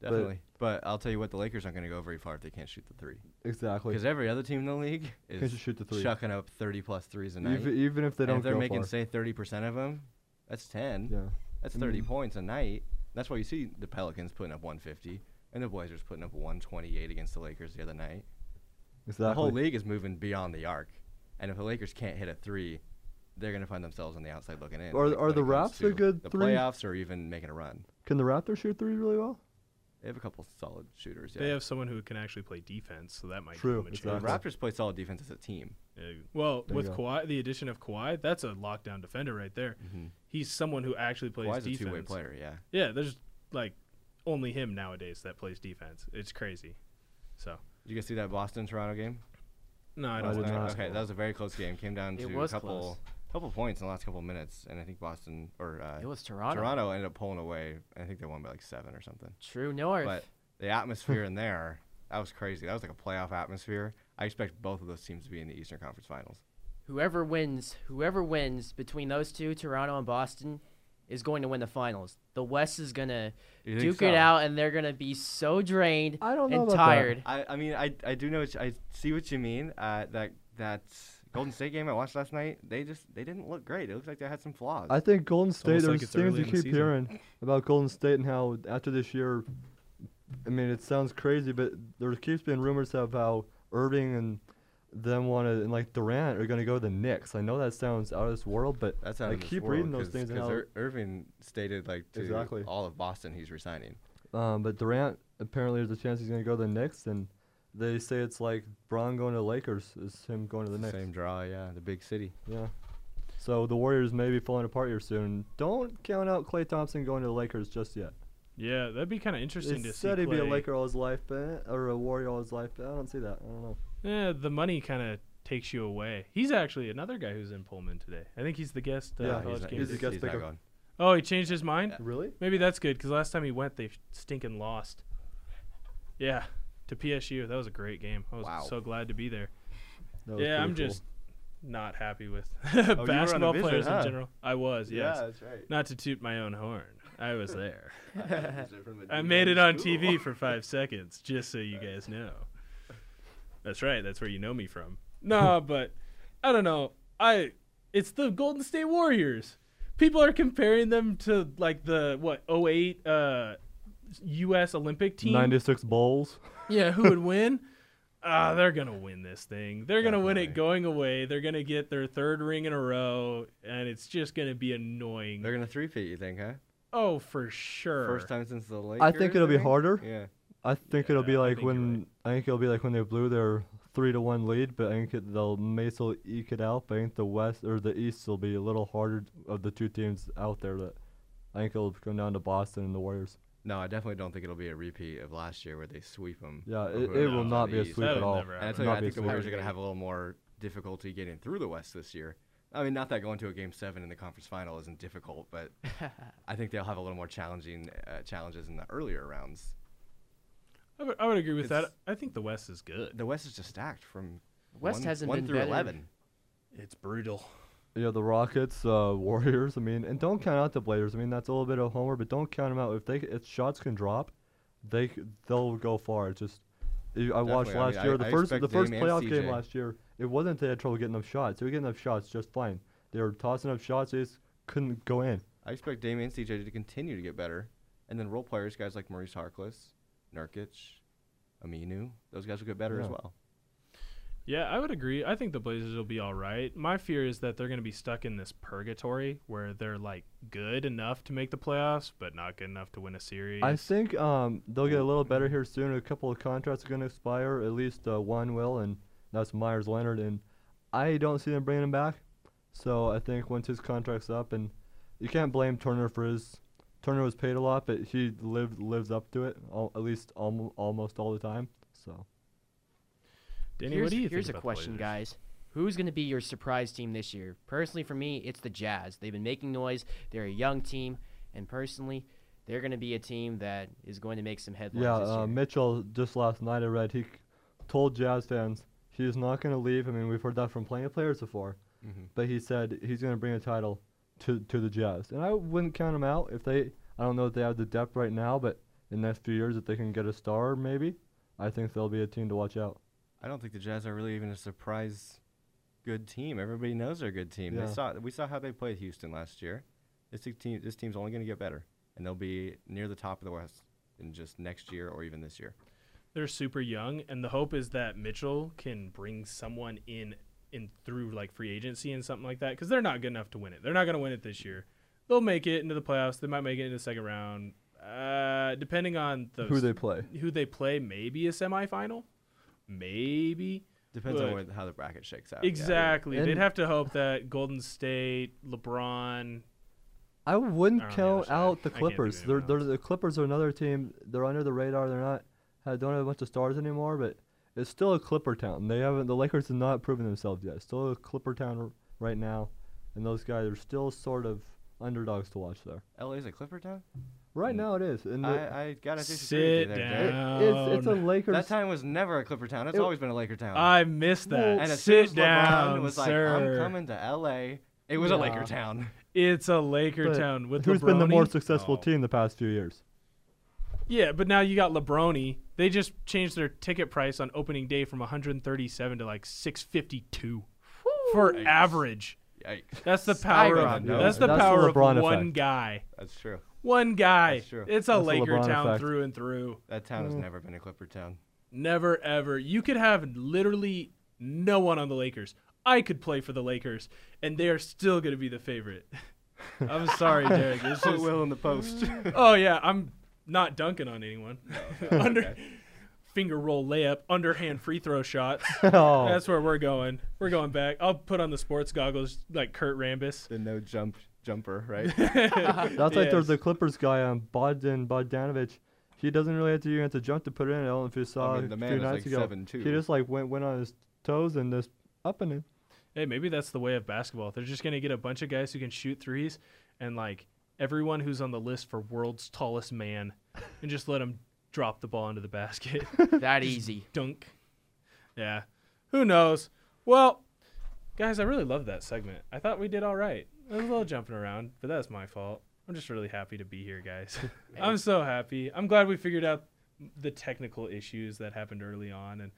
Speaker 3: Definitely. But, I'll tell you what, the Lakers aren't going to go very far if they can't shoot the three.
Speaker 4: Exactly.
Speaker 3: Because every other team in the league
Speaker 4: [LAUGHS] Can't
Speaker 3: is
Speaker 4: you shoot the three?
Speaker 3: chucking up 30 plus threes a night.
Speaker 4: Even, even if they
Speaker 3: And
Speaker 4: don't
Speaker 3: if they're
Speaker 4: go
Speaker 3: making
Speaker 4: far.
Speaker 3: say 30% of them, that's 10.
Speaker 4: yeah. Mm.
Speaker 3: That's 30 points a night. That's why you see the Pelicans putting up 150 and the Blazers putting up 128 against the Lakers the other night.
Speaker 4: Exactly.
Speaker 3: The whole league is moving beyond the arc. And if the Lakers can't hit a three, they're going to find themselves on the outside looking in.
Speaker 4: Are-
Speaker 3: like,
Speaker 4: are
Speaker 3: when it
Speaker 4: the
Speaker 3: comes
Speaker 4: Raps a
Speaker 3: to
Speaker 4: good
Speaker 3: the
Speaker 4: three?
Speaker 3: playoffs or even making a run?
Speaker 4: Can the Raptors shoot three really well?
Speaker 3: They have a couple solid shooters. Yeah.
Speaker 1: They have someone who can actually play defense, so that might
Speaker 4: True,
Speaker 1: give
Speaker 4: exactly.
Speaker 1: them a
Speaker 3: the
Speaker 1: chance.
Speaker 3: Raptors play solid defense as a team.
Speaker 1: Uh, Well,
Speaker 4: There you
Speaker 1: with
Speaker 4: go.
Speaker 1: Kawhi, the addition of Kawhi, that's a lockdown defender right there.
Speaker 4: Mm-hmm.
Speaker 1: He's someone who actually plays
Speaker 3: Kawhi's a
Speaker 1: defense.
Speaker 3: two-way player, yeah.
Speaker 1: Yeah, there's like only him nowadays that plays defense. It's crazy. So
Speaker 3: Did you guys see that Boston-Toronto game?
Speaker 1: no, I
Speaker 4: I
Speaker 1: don't.
Speaker 4: did
Speaker 1: want
Speaker 4: not.
Speaker 1: to.
Speaker 3: Okay, that was a very close game. Came down
Speaker 2: It
Speaker 3: to a
Speaker 2: was
Speaker 3: couple
Speaker 2: close.
Speaker 3: couple points in the last couple minutes, and I think Boston or uh,
Speaker 2: It was Toronto.
Speaker 3: Toronto ended up pulling away. and I think they won by like seven or something.
Speaker 2: True North.
Speaker 3: But the atmosphere in there, that was crazy. That was like a playoff atmosphere. I expect both of those teams to be in the Eastern Conference Finals.
Speaker 2: Whoever wins, whoever wins between those two, Toronto and Boston, is going to win the finals. The West is gonna
Speaker 3: You think
Speaker 2: duke
Speaker 3: so?
Speaker 2: it out, and they're gonna be so drained
Speaker 4: I don't know
Speaker 2: and
Speaker 4: about that.
Speaker 2: tired.
Speaker 3: I, I mean, I, I do know what you, I see what you mean. Uh, that that Golden State game I watched last night, they just they didn't look great. It looked like they had some flaws.
Speaker 4: I think Golden State.
Speaker 6: almost
Speaker 4: There's
Speaker 6: like it's
Speaker 4: things
Speaker 6: early
Speaker 4: you
Speaker 6: in the
Speaker 4: keep
Speaker 6: season.
Speaker 4: hearing about Golden State and how after this year, I mean, it sounds crazy, but there keeps being rumors of how Irving and them want to, and like Durant are going to go to the Knicks. I know that sounds out of this world, but
Speaker 3: That's out
Speaker 4: I
Speaker 3: of this
Speaker 4: keep
Speaker 3: world,
Speaker 4: reading those
Speaker 3: 'cause-
Speaker 4: things and
Speaker 3: 'cause
Speaker 4: how
Speaker 3: Ir- Irving stated like to
Speaker 4: Exactly.
Speaker 3: all of Boston he's resigning.
Speaker 4: Um, but Durant apparently there's a chance he's going to go to the Knicks, and they say it's like Bron going to the Lakers is him going to the Knicks.
Speaker 3: Same draw, yeah, the big city.
Speaker 4: Yeah. So the Warriors may be falling apart here soon. Don't count out Clay Thompson going to the Lakers just yet.
Speaker 1: Yeah, that'd be kind of interesting
Speaker 4: He
Speaker 1: to see.
Speaker 4: said he'd be a
Speaker 1: Klay.
Speaker 4: Laker all his life, but or a Warrior all his life. But I don't see that. I don't know.
Speaker 1: Eh, the money kind of takes you away. He's actually another guy who's in Pullman today. I think he's the guest. Uh,
Speaker 4: Yeah,
Speaker 1: college
Speaker 4: not-
Speaker 1: game
Speaker 4: he's
Speaker 1: day.
Speaker 4: a guest
Speaker 3: not
Speaker 4: picker.
Speaker 3: going.
Speaker 1: Oh, he changed his mind.
Speaker 4: Really?
Speaker 1: Maybe that's good because last time he went, they stinking lost. Yeah, to PSU. That was a great game. I was
Speaker 3: Wow.
Speaker 1: so glad to be there.
Speaker 4: That was
Speaker 1: Yeah,
Speaker 4: pretty
Speaker 1: I'm
Speaker 4: cool.
Speaker 1: just not happy with
Speaker 3: on a
Speaker 1: basketball
Speaker 3: visit,
Speaker 1: players
Speaker 3: huh?
Speaker 1: in general. I was, yes.
Speaker 3: that's right.
Speaker 1: Not to toot my own horn. I
Speaker 3: [LAUGHS]
Speaker 1: was there.
Speaker 4: [LAUGHS]
Speaker 1: I made it on TV for five seconds, just so you guys know. That's right. That's where you know me from.
Speaker 3: [LAUGHS]
Speaker 1: No, but I don't know. I it's the Golden State Warriors. People are comparing them to like the what 08 uh, U.S. Olympic team.
Speaker 4: 96 bowls.
Speaker 1: [LAUGHS] Yeah, who would win? Ah, they're gonna win this thing. They're gonna win it
Speaker 3: Definitely.
Speaker 1: going away. They're gonna get their third ring in a row, and it's just gonna be annoying.
Speaker 3: They're gonna three feet, you think, huh?
Speaker 1: oh, for sure.
Speaker 3: First time since the Lakers.
Speaker 4: I think it'll be
Speaker 3: think?
Speaker 4: harder.
Speaker 3: Yeah.
Speaker 4: I think it'll be
Speaker 1: Yeah, I
Speaker 4: like
Speaker 1: think you're
Speaker 4: when I think it'll be like when they blew their three to one lead, but I think it, they'll may still eke it out. But I think the West or the East will be a little harder of the two teams out there. That I think it'll come down to Boston and the Warriors.
Speaker 3: No, I definitely don't think it'll be a repeat of last year where they sweep them.
Speaker 4: Yeah, it, it will not be a sweep
Speaker 1: That
Speaker 4: at
Speaker 1: would
Speaker 4: all.
Speaker 1: never
Speaker 3: And I
Speaker 1: happen.
Speaker 3: tell you,
Speaker 4: Not
Speaker 3: I
Speaker 4: be a
Speaker 3: think the
Speaker 4: sweep.
Speaker 3: Warriors are gonna have a little more difficulty getting through the West this year. I mean, not that going to a game seven in the conference final isn't difficult, but
Speaker 4: [LAUGHS]
Speaker 3: I think they'll have a little more challenging uh, challenges in the earlier rounds.
Speaker 1: I would, I would agree with that.
Speaker 3: It's-
Speaker 1: I think the West is good.
Speaker 3: The West is just stacked from
Speaker 2: West
Speaker 3: one,
Speaker 2: hasn't
Speaker 3: one
Speaker 2: been
Speaker 3: through
Speaker 2: better.
Speaker 3: eleven.
Speaker 1: It's brutal.
Speaker 4: Yeah, the Rockets, uh, [LAUGHS] Warriors. I mean, and don't count out the Blazers. I mean, that's a little bit of homework, but don't count them out. If they if shots can drop, they c- they'll go far. It's just I- I watched
Speaker 3: Definitely. I
Speaker 4: last
Speaker 3: mean, I-
Speaker 4: year the
Speaker 3: I
Speaker 4: first the
Speaker 3: expect
Speaker 4: first
Speaker 3: Dame and
Speaker 4: playoff game
Speaker 3: CJ.
Speaker 4: last year. It wasn't they had trouble getting up shots. They were getting up shots just fine. They were tossing up shots. They just couldn't go in.
Speaker 3: I expect Damian CJ to continue to get better, and then role players, guys like Maurice Harkless, Nurkic, Aminu, those guys will get better as
Speaker 4: Yeah.
Speaker 3: well.
Speaker 1: Yeah, I would agree. I think the Blazers will be all right. My fear is that they're going to be stuck in this purgatory where they're like good enough to make the playoffs, but not good enough to win a series.
Speaker 4: I think um, they'll get a little better here soon. A couple of contracts are going to expire. At least uh, one will, and that's Myers Leonard. And I don't see them bringing him back. So I think once his contract's up, and you can't blame Turner for his. Turner was paid a lot, but he lived lives up to it al- at least almo almost all the time. So
Speaker 1: Danny,
Speaker 2: here's
Speaker 1: what do you
Speaker 2: here's
Speaker 1: think
Speaker 2: a
Speaker 1: about the
Speaker 2: question,
Speaker 1: Blazers?
Speaker 2: guys. Who's going to be your surprise team this year? Personally, for me, it's the Jazz. They've been making noise. They're a young team, and personally, they're going to be a team that is going to make some headlines.
Speaker 4: yeah,
Speaker 2: this year.
Speaker 4: uh, Mitchell just last night I read he c- told Jazz fans he's not going to leave. I mean we've heard that from plenty of players before.
Speaker 2: Mm-hmm.
Speaker 4: but he said he's going to bring a title to to the Jazz, and I wouldn't count him out if they. I don't know if they have the depth right now, but in the next few years, if they can get a star, maybe I think they'll be a team to watch out.
Speaker 3: I don't think the Jazz are really even a surprise good team. Everybody knows they're a good team.
Speaker 4: Yeah.
Speaker 3: They saw we saw how they played Houston last year. This te- team this team's only going to get better, and they'll be near the top of the West in just next year or even this year.
Speaker 1: They're super young, and the hope is that Mitchell can bring someone in in through like free agency and something like that because they're not good enough to win it. They're not going to win it this year. They'll make it into the playoffs. They might make it into the second round, uh, depending on the
Speaker 4: Who they play?
Speaker 1: who they play. Maybe a semifinal, maybe.
Speaker 3: Depends on
Speaker 1: But-
Speaker 3: what, how the bracket shakes out. Yeah,
Speaker 1: Exactly.
Speaker 4: And-
Speaker 1: They'd have to hope that Golden State, LeBron.
Speaker 4: I wouldn't
Speaker 1: I don't know,
Speaker 4: count
Speaker 1: so I-
Speaker 4: out the
Speaker 1: I can't think of
Speaker 4: Clippers. They're,
Speaker 1: anyone
Speaker 4: they're the Clippers are another team. They're under the radar. They're not ha- don't have a bunch of stars anymore, but it's still a Clipper town. They haven't the Lakers have not proven themselves yet. It's still a Clipper town r- right now, and those guys are still sort of underdogs to watch there.
Speaker 3: LA's a Clipper town.
Speaker 1: Hmm.
Speaker 4: Right now it is. And the-
Speaker 3: I, I gotta disagree
Speaker 1: Sit
Speaker 3: with you
Speaker 4: it-
Speaker 3: there. Jake.
Speaker 1: down.
Speaker 4: it's, it's a
Speaker 1: Down.
Speaker 4: Lakers.
Speaker 3: That time was never a Clipper town. It's
Speaker 4: It-
Speaker 3: always been a Laker town.
Speaker 1: I missed that.
Speaker 4: Well-
Speaker 3: Uh, and as soon
Speaker 1: Sit
Speaker 3: as LeBron
Speaker 1: down,
Speaker 3: was like,
Speaker 1: sir.
Speaker 3: I'm coming to L.A., it was a Laker
Speaker 4: Yeah.
Speaker 3: town. [LAUGHS]
Speaker 1: It's a Laker
Speaker 4: but
Speaker 1: town with
Speaker 4: who's been the more
Speaker 1: Lebroni?
Speaker 4: successful
Speaker 1: Oh.
Speaker 4: team the past
Speaker 1: [LAUGHS]
Speaker 4: few years?
Speaker 1: Yeah, but now you got LeBroni. They just changed their ticket price on opening day from 137 to like 652 for
Speaker 3: Yikes.
Speaker 1: average.
Speaker 3: Yikes.
Speaker 1: That's the power. Of,
Speaker 2: Skyrocketed.
Speaker 4: Yeah,
Speaker 1: that's the
Speaker 4: that's the
Speaker 1: power of
Speaker 4: LeBron
Speaker 1: one
Speaker 4: effect.
Speaker 1: guy.
Speaker 3: That's true.
Speaker 1: One guy.
Speaker 3: That's true.
Speaker 1: It's a
Speaker 4: That's the
Speaker 1: Laker
Speaker 4: LeBron
Speaker 1: town
Speaker 4: effect.
Speaker 1: through and through.
Speaker 3: That town
Speaker 1: Mm.
Speaker 3: has never been a Clipper town.
Speaker 1: Never ever. You could have literally no one on the Lakers. I could play for the Lakers, and they are still going to be the favorite. [LAUGHS] I'm sorry, Derek. It's
Speaker 3: Put
Speaker 1: just,
Speaker 3: Will in
Speaker 1: [LAUGHS]
Speaker 3: the post.
Speaker 1: oh yeah, I'm not dunking on anyone. [LAUGHS] Under finger roll layup, underhand free throw shots.
Speaker 4: oh,
Speaker 1: That's where we're going. We're going back. I'll put on the sports goggles like Kurt Rambis.
Speaker 3: [LAUGHS] the no jump jumper, right?
Speaker 4: That's like there's
Speaker 1: Yes.
Speaker 4: the Clippers guy, um, Bogdan Bogdanovic. He doesn't really have to even have to jump to put it in. I don't know if you saw
Speaker 3: mean, the
Speaker 4: a
Speaker 3: man
Speaker 4: few
Speaker 3: is like
Speaker 4: nights ago.
Speaker 3: 7'2".
Speaker 4: He just like went went on his toes and just up and in.
Speaker 1: Hey, maybe that's the way of basketball. They're just gonna get a bunch of guys who can shoot threes, and like everyone who's on the list for world's tallest man, and just let them drop the ball into the basket.
Speaker 2: That easy.
Speaker 1: Dunk. Yeah. Who knows? Well, guys, I really love that segment. I thought we did all right. I was a little jumping around, but that's my fault. I'm just really happy to be here, guys. [LAUGHS] I'm so happy. I'm glad we figured out the technical issues that happened early on, and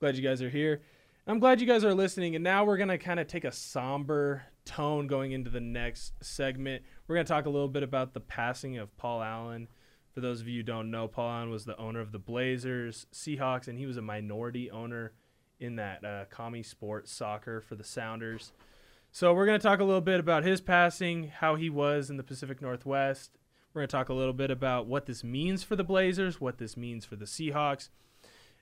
Speaker 1: glad you guys are here. I'm glad you guys are listening. And now we're going to kind of take a somber tone going into the next segment. We're going to talk a little bit about the passing of Paul Allen. For those of you who don't know, Paul Allen was the owner of the Blazers, Seahawks, and he was a minority owner in that uh, commie sport soccer for the Sounders. So we're going to talk a little bit about his passing, how he was in the Pacific Northwest. We're going to talk a little bit about what this means for the Blazers, what this means for the Seahawks,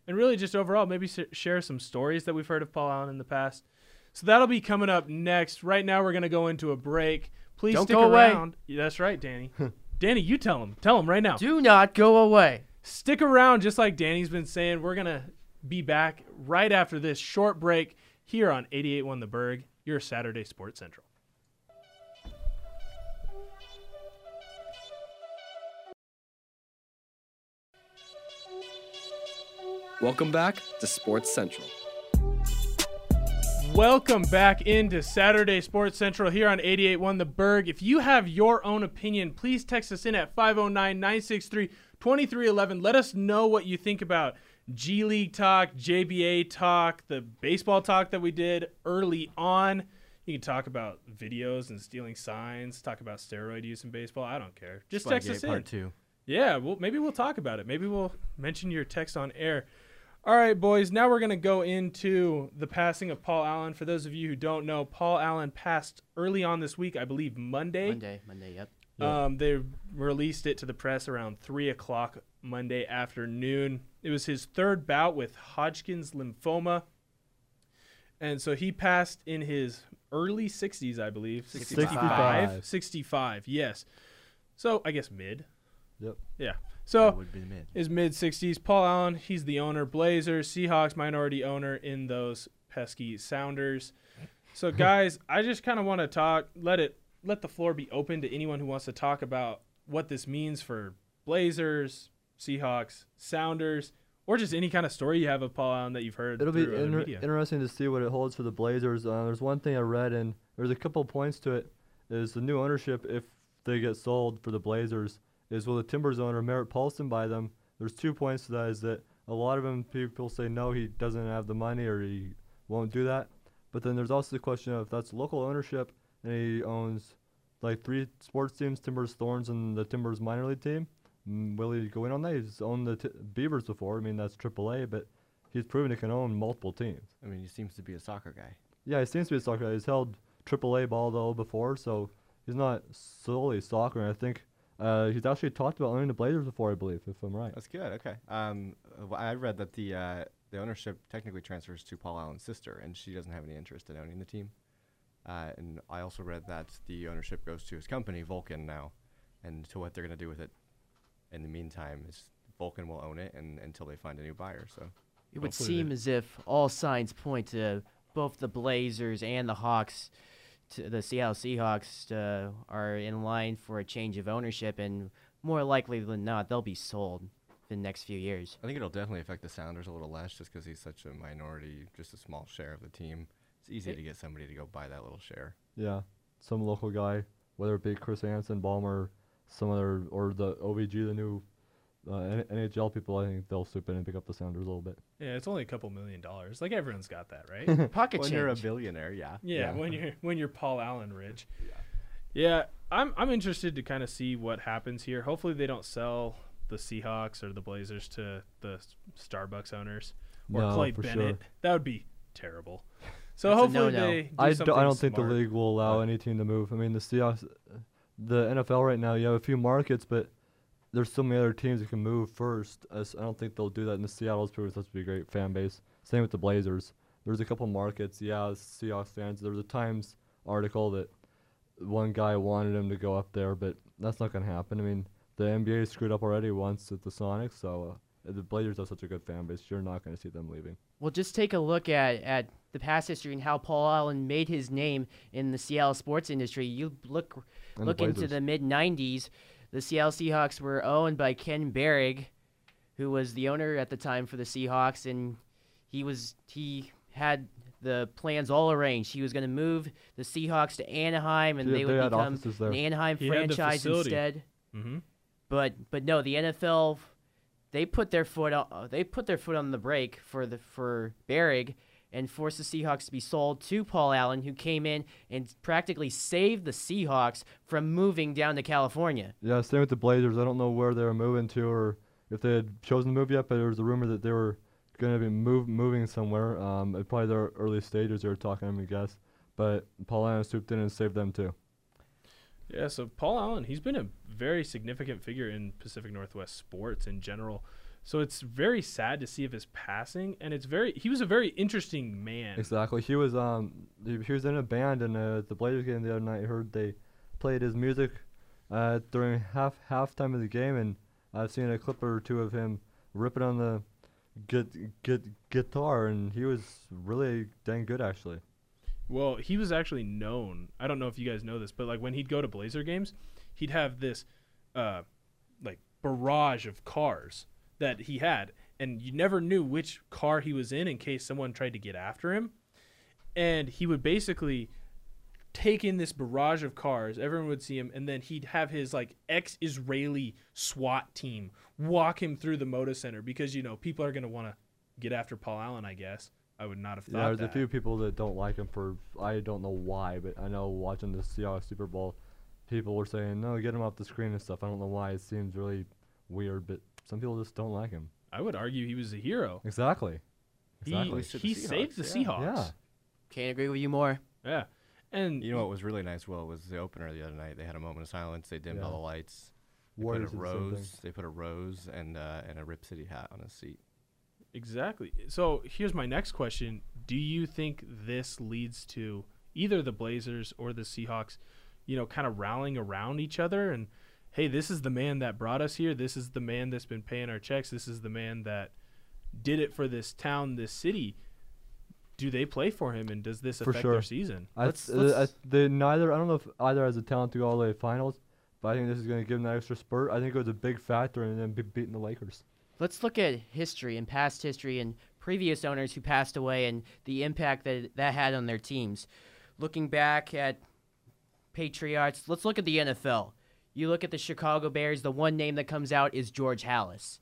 Speaker 1: and really just overall maybe s- share some stories that we've heard of Paul Allen in the past. So that'll be coming up next. Right now we're going to go into a break. Please
Speaker 2: Don't
Speaker 1: stick
Speaker 2: go away.
Speaker 1: around. Yeah, That's right,
Speaker 2: [LAUGHS]
Speaker 1: Danny. Danny, you tell him. Tell him right now.
Speaker 2: Do not go away.
Speaker 1: Stick around just like Danny's been saying. We're going to be back right after this short break here on 881 The Berg, your Saturday Sports Central.
Speaker 5: Welcome back to Sports Central.
Speaker 1: Welcome back into Saturday Sports Central here on 881 The Berg. If you have your own opinion, please text us in at 509 963 2311. Let us know what you think about G League talk, JBA talk, the baseball talk that we did early on. You can talk about videos and stealing signs, talk about steroid use in baseball. I don't care. Just text us in.
Speaker 3: part two.
Speaker 1: Yeah, well, maybe we'll talk about it. Maybe we'll mention your text on air. All right, boys. Now we're gonna go into the passing of Paul Allen. For those of you who don't know, Paul Allen passed early on this week, I believe Monday.
Speaker 2: Monday, Monday, yep.
Speaker 1: Um, they released it to the press around three o'clock Monday afternoon. It was his third bout with Hodgkin's lymphoma, and so he passed in his early 60s, I believe.
Speaker 3: 65.
Speaker 1: 65.
Speaker 4: 65.
Speaker 1: 65. Yes. So I guess mid.
Speaker 4: Yep.
Speaker 1: Yeah. So
Speaker 3: would be mid.
Speaker 1: is mid 60s. Paul Allen, he's the owner. Blazers, Seahawks, minority owner in those pesky Sounders.
Speaker 4: [LAUGHS]
Speaker 1: So guys, I just kind of want to talk. Let it let the floor be open to anyone who wants to talk about what this means for Blazers, Seahawks, Sounders, or just any kind of story you have of Paul Allen that you've heard.
Speaker 4: It'll be
Speaker 1: through other
Speaker 4: inter-
Speaker 1: media.
Speaker 4: interesting to see what it holds for the Blazers. Uh, there's one thing I read, and there's a couple points to it. Is the new ownership, if they get sold for the Blazers, is will the Timbers owner Merritt Paulson buy them? There's two points to that. Is that a lot of them people say no, he doesn't have the money or he won't do that. But then there's also the question of that's local ownership, and he owns like three sports teams: Timbers, Thorns, and the Timbers minor league team. Mm, Will he go in on that? He's owned the t- Beavers before. I mean, that's AAA, but he's proven he can own multiple teams.
Speaker 3: I mean, he seems to be a soccer guy.
Speaker 4: Yeah, he seems to be a soccer guy. He's held AAA ball though before, so he's not solely soccer. And I think uh, he's actually talked about owning the Blazers before, I believe, if I'm right.
Speaker 3: That's good. Okay. Um, uh, well, I read that the uh, the ownership technically transfers to Paul Allen's sister, and she doesn't have any interest in owning the team. Uh, and I also read that the ownership goes to his company, Vulcan, now, and to what they're going to do with it. In the meantime, is Vulcan will own it, and until they find a new buyer. So
Speaker 2: It would
Speaker 1: Hopefully
Speaker 2: seem as if all signs point to both the Blazers and the Hawks, to the Seattle Seahawks, uh, are in line for a change of ownership. And more likely than not, they'll be sold in the next few
Speaker 1: [LAUGHS]
Speaker 2: years.
Speaker 3: I think it'll definitely affect the Sounders a little less just because he's such a minority, just a small share of the team. It's easy to get somebody to go buy that little share.
Speaker 4: Yeah, some local guy, whether it be Chris Anson, Balmer, some other, or the OVG, the new uh, N- NHL people. I think they'll swoop in and pick up the Sounders a little bit.
Speaker 1: Yeah, it's only a couple million dollars. Like everyone's got that, right?
Speaker 2: Pocket
Speaker 3: When
Speaker 2: change.
Speaker 3: you're a billionaire, yeah.
Speaker 1: yeah, when you're when you're Paul Allen rich. Yeah. I'm I'm interested to kind of see what happens here. Hopefully they don't sell the Seahawks or the Blazers to the s- Starbucks owners or
Speaker 4: No,
Speaker 1: Clay
Speaker 4: for
Speaker 1: Bennett.
Speaker 4: sure.
Speaker 1: That would be terrible. So
Speaker 2: That's a
Speaker 1: hopefully
Speaker 2: no-no.
Speaker 1: they do
Speaker 4: I, d-
Speaker 1: something
Speaker 4: I don't think the
Speaker 1: smart.
Speaker 4: league will allow any team to move. I mean, the Seahawks, the NFL right now, you have a few markets, but there's so many other teams that can move first. I s- I don't think they'll do that. And the Seattle's proven such a great fan base. Same with the Blazers. There's a couple markets, yeah, Seahawks fans. There was a Times article that one guy wanted him to go up there, but that's not going to happen. I mean, the NBA screwed up already once at the Sonics, so uh, the Blazers have such a good fan base. You're not going to see them leaving.
Speaker 2: Well, just take a look at, at the past history and how Paul Allen made his name in the Seattle sports industry. You look
Speaker 4: the
Speaker 2: look into
Speaker 4: Blazers.
Speaker 2: the mid '90s. The Seattle Seahawks were owned by Ken Berrig, who was the owner at the time for the Seahawks, and he was he had the plans all arranged. He was going to move the Seahawks to Anaheim, and
Speaker 4: Yeah,
Speaker 2: they
Speaker 4: they
Speaker 2: would
Speaker 4: had
Speaker 2: become
Speaker 4: offices there.
Speaker 2: an Anaheim
Speaker 1: He had the
Speaker 2: franchise
Speaker 1: facility.
Speaker 2: instead.
Speaker 1: Mhm.
Speaker 2: But but no, the NFL they put their foot on uh, they put their foot on the brake for the for Berrig and forced the Seahawks to be sold to Paul Allen, who came in and practically saved the Seahawks from moving down to California.
Speaker 4: Yeah, same with the Blazers. I don't know where they were moving to or if they had chosen to move yet, but there was a rumor that they were going to be move, moving somewhere. Um, at probably their early stages, they were talking, I guess. But Paul Allen swooped in and saved them too.
Speaker 1: Yeah, so Paul Allen, he's been a very significant figure in Pacific Northwest sports in general. So it's very sad to see of his passing, and it's very he was a very interesting man.
Speaker 4: Exactly. He was um he, he was in a band and uh, the Blazers game the other night. I heard they played his music uh, during half halftime of the game, and I've seen a clip or two of him ripping on the get, get, guitar, and he was really dang good actually.
Speaker 1: Well, he was actually known. I don't know if you guys know this, but like when he'd go to Blazer games, he'd have this uh like barrage of cars that he had, and you never knew which car he was in in case someone tried to get after him. And he would basically take in this barrage of cars. Everyone would see him, and then he'd have his like ex-Israeli SWAT team walk him through the Moda Center because you know people are gonna want to get after Paul Allen. I guess I would not have thought.
Speaker 4: Yeah, there's
Speaker 1: that.
Speaker 4: a few people that don't like him for I don't know why, but I know watching the Seahawks Super Bowl, people were saying no, get him off the screen and stuff. I don't know why it seems really weird, but some people just don't like him.
Speaker 1: I would argue he was a hero.
Speaker 4: Exactly.
Speaker 1: He-
Speaker 4: Exactly.
Speaker 1: He,
Speaker 3: He saved
Speaker 1: saved
Speaker 3: the
Speaker 1: the Seahawks.
Speaker 2: Can't agree with you more.
Speaker 1: Yeah. And
Speaker 3: You know what was really nice, Will, was the opener the other night. They had a moment of silence. They dimmed all the
Speaker 4: Yeah.
Speaker 3: lights. They
Speaker 4: Warriors
Speaker 3: put a
Speaker 4: did the same thing.
Speaker 3: rose. They put a rose and uh, and a Rip City hat on his seat.
Speaker 1: exactly. So here's my next question. Do you think this leads to either the Blazers or the Seahawks, you know, kind of rallying around each other and hey, this is the man that brought us here. This is the man that's been paying our checks. This is the man that did it for this town, this city. Do they play for him and does this
Speaker 4: For
Speaker 1: affect their
Speaker 4: sure.
Speaker 1: season?
Speaker 4: I,
Speaker 2: Let's-
Speaker 4: th- I,
Speaker 2: let's-
Speaker 4: they neither. I don't know if either has the talent to go all the way to finals, but I think this is going to give them that extra spurt. I think it was a big factor in them be- beating the Lakers.
Speaker 2: Let's look at history and past history and previous owners who passed away and the impact that that had on their teams. Looking back at Patriots, let's look at the NFL. You look at the Chicago Bears, the one name that comes out is George Hallis.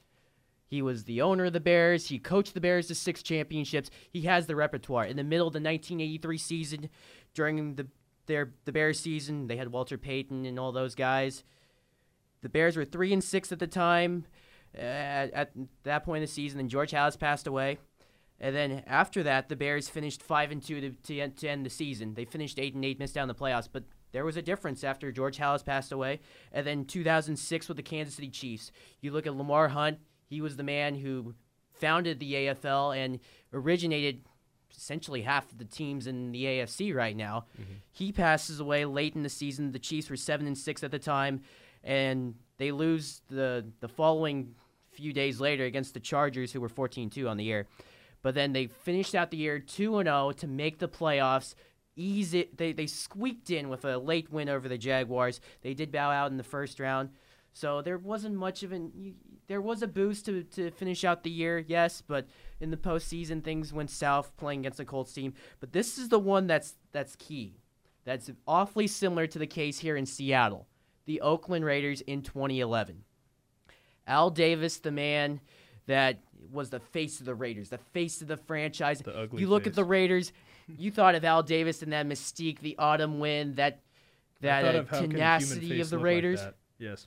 Speaker 2: He was the owner of the Bears. He coached the Bears to six championships. He has the repertoire. In the middle of the 1983 season, during the their the Bears season, they had Walter Payton and all those guys. The Bears were three and six at the time, uh, at, at that point in the season. Then George Hallis passed away, and then after that, the Bears finished five and two to, to, end, to end the season. They finished eight and eight, missed out on the playoffs, but there was a difference after George Hallis passed away. And then 2006 with the Kansas City Chiefs. You look at Lamar Hunt; he was the man who founded the AFL and originated essentially half of the teams in the AFC right now. He passes away late in the season. The Chiefs were seven and six at the time, and they lose the the following few days later against the Chargers, who were 14-2 on the year. But then they finished out the year two and zero to make the playoffs. Easy, they they squeaked in with a late win over the Jaguars. They did bow out in the first round. So there wasn't much of an. You, there was a boost to, to finish out the year, yes, but in the postseason things went south playing against the Colts team. But this is the one that's that's key. That's awfully similar to the case here in Seattle, the Oakland Raiders in 2011. Al Davis, the man that was the face of the Raiders, the face of the franchise.
Speaker 1: The ugly
Speaker 2: you look
Speaker 1: face.
Speaker 2: at the Raiders, you thought of Al Davis and that mystique, the autumn win, that
Speaker 1: I
Speaker 2: that
Speaker 1: thought
Speaker 2: uh,
Speaker 1: of how can a human
Speaker 2: tenacity
Speaker 1: face
Speaker 2: of the
Speaker 1: look like
Speaker 2: Raiders.
Speaker 1: that? yes.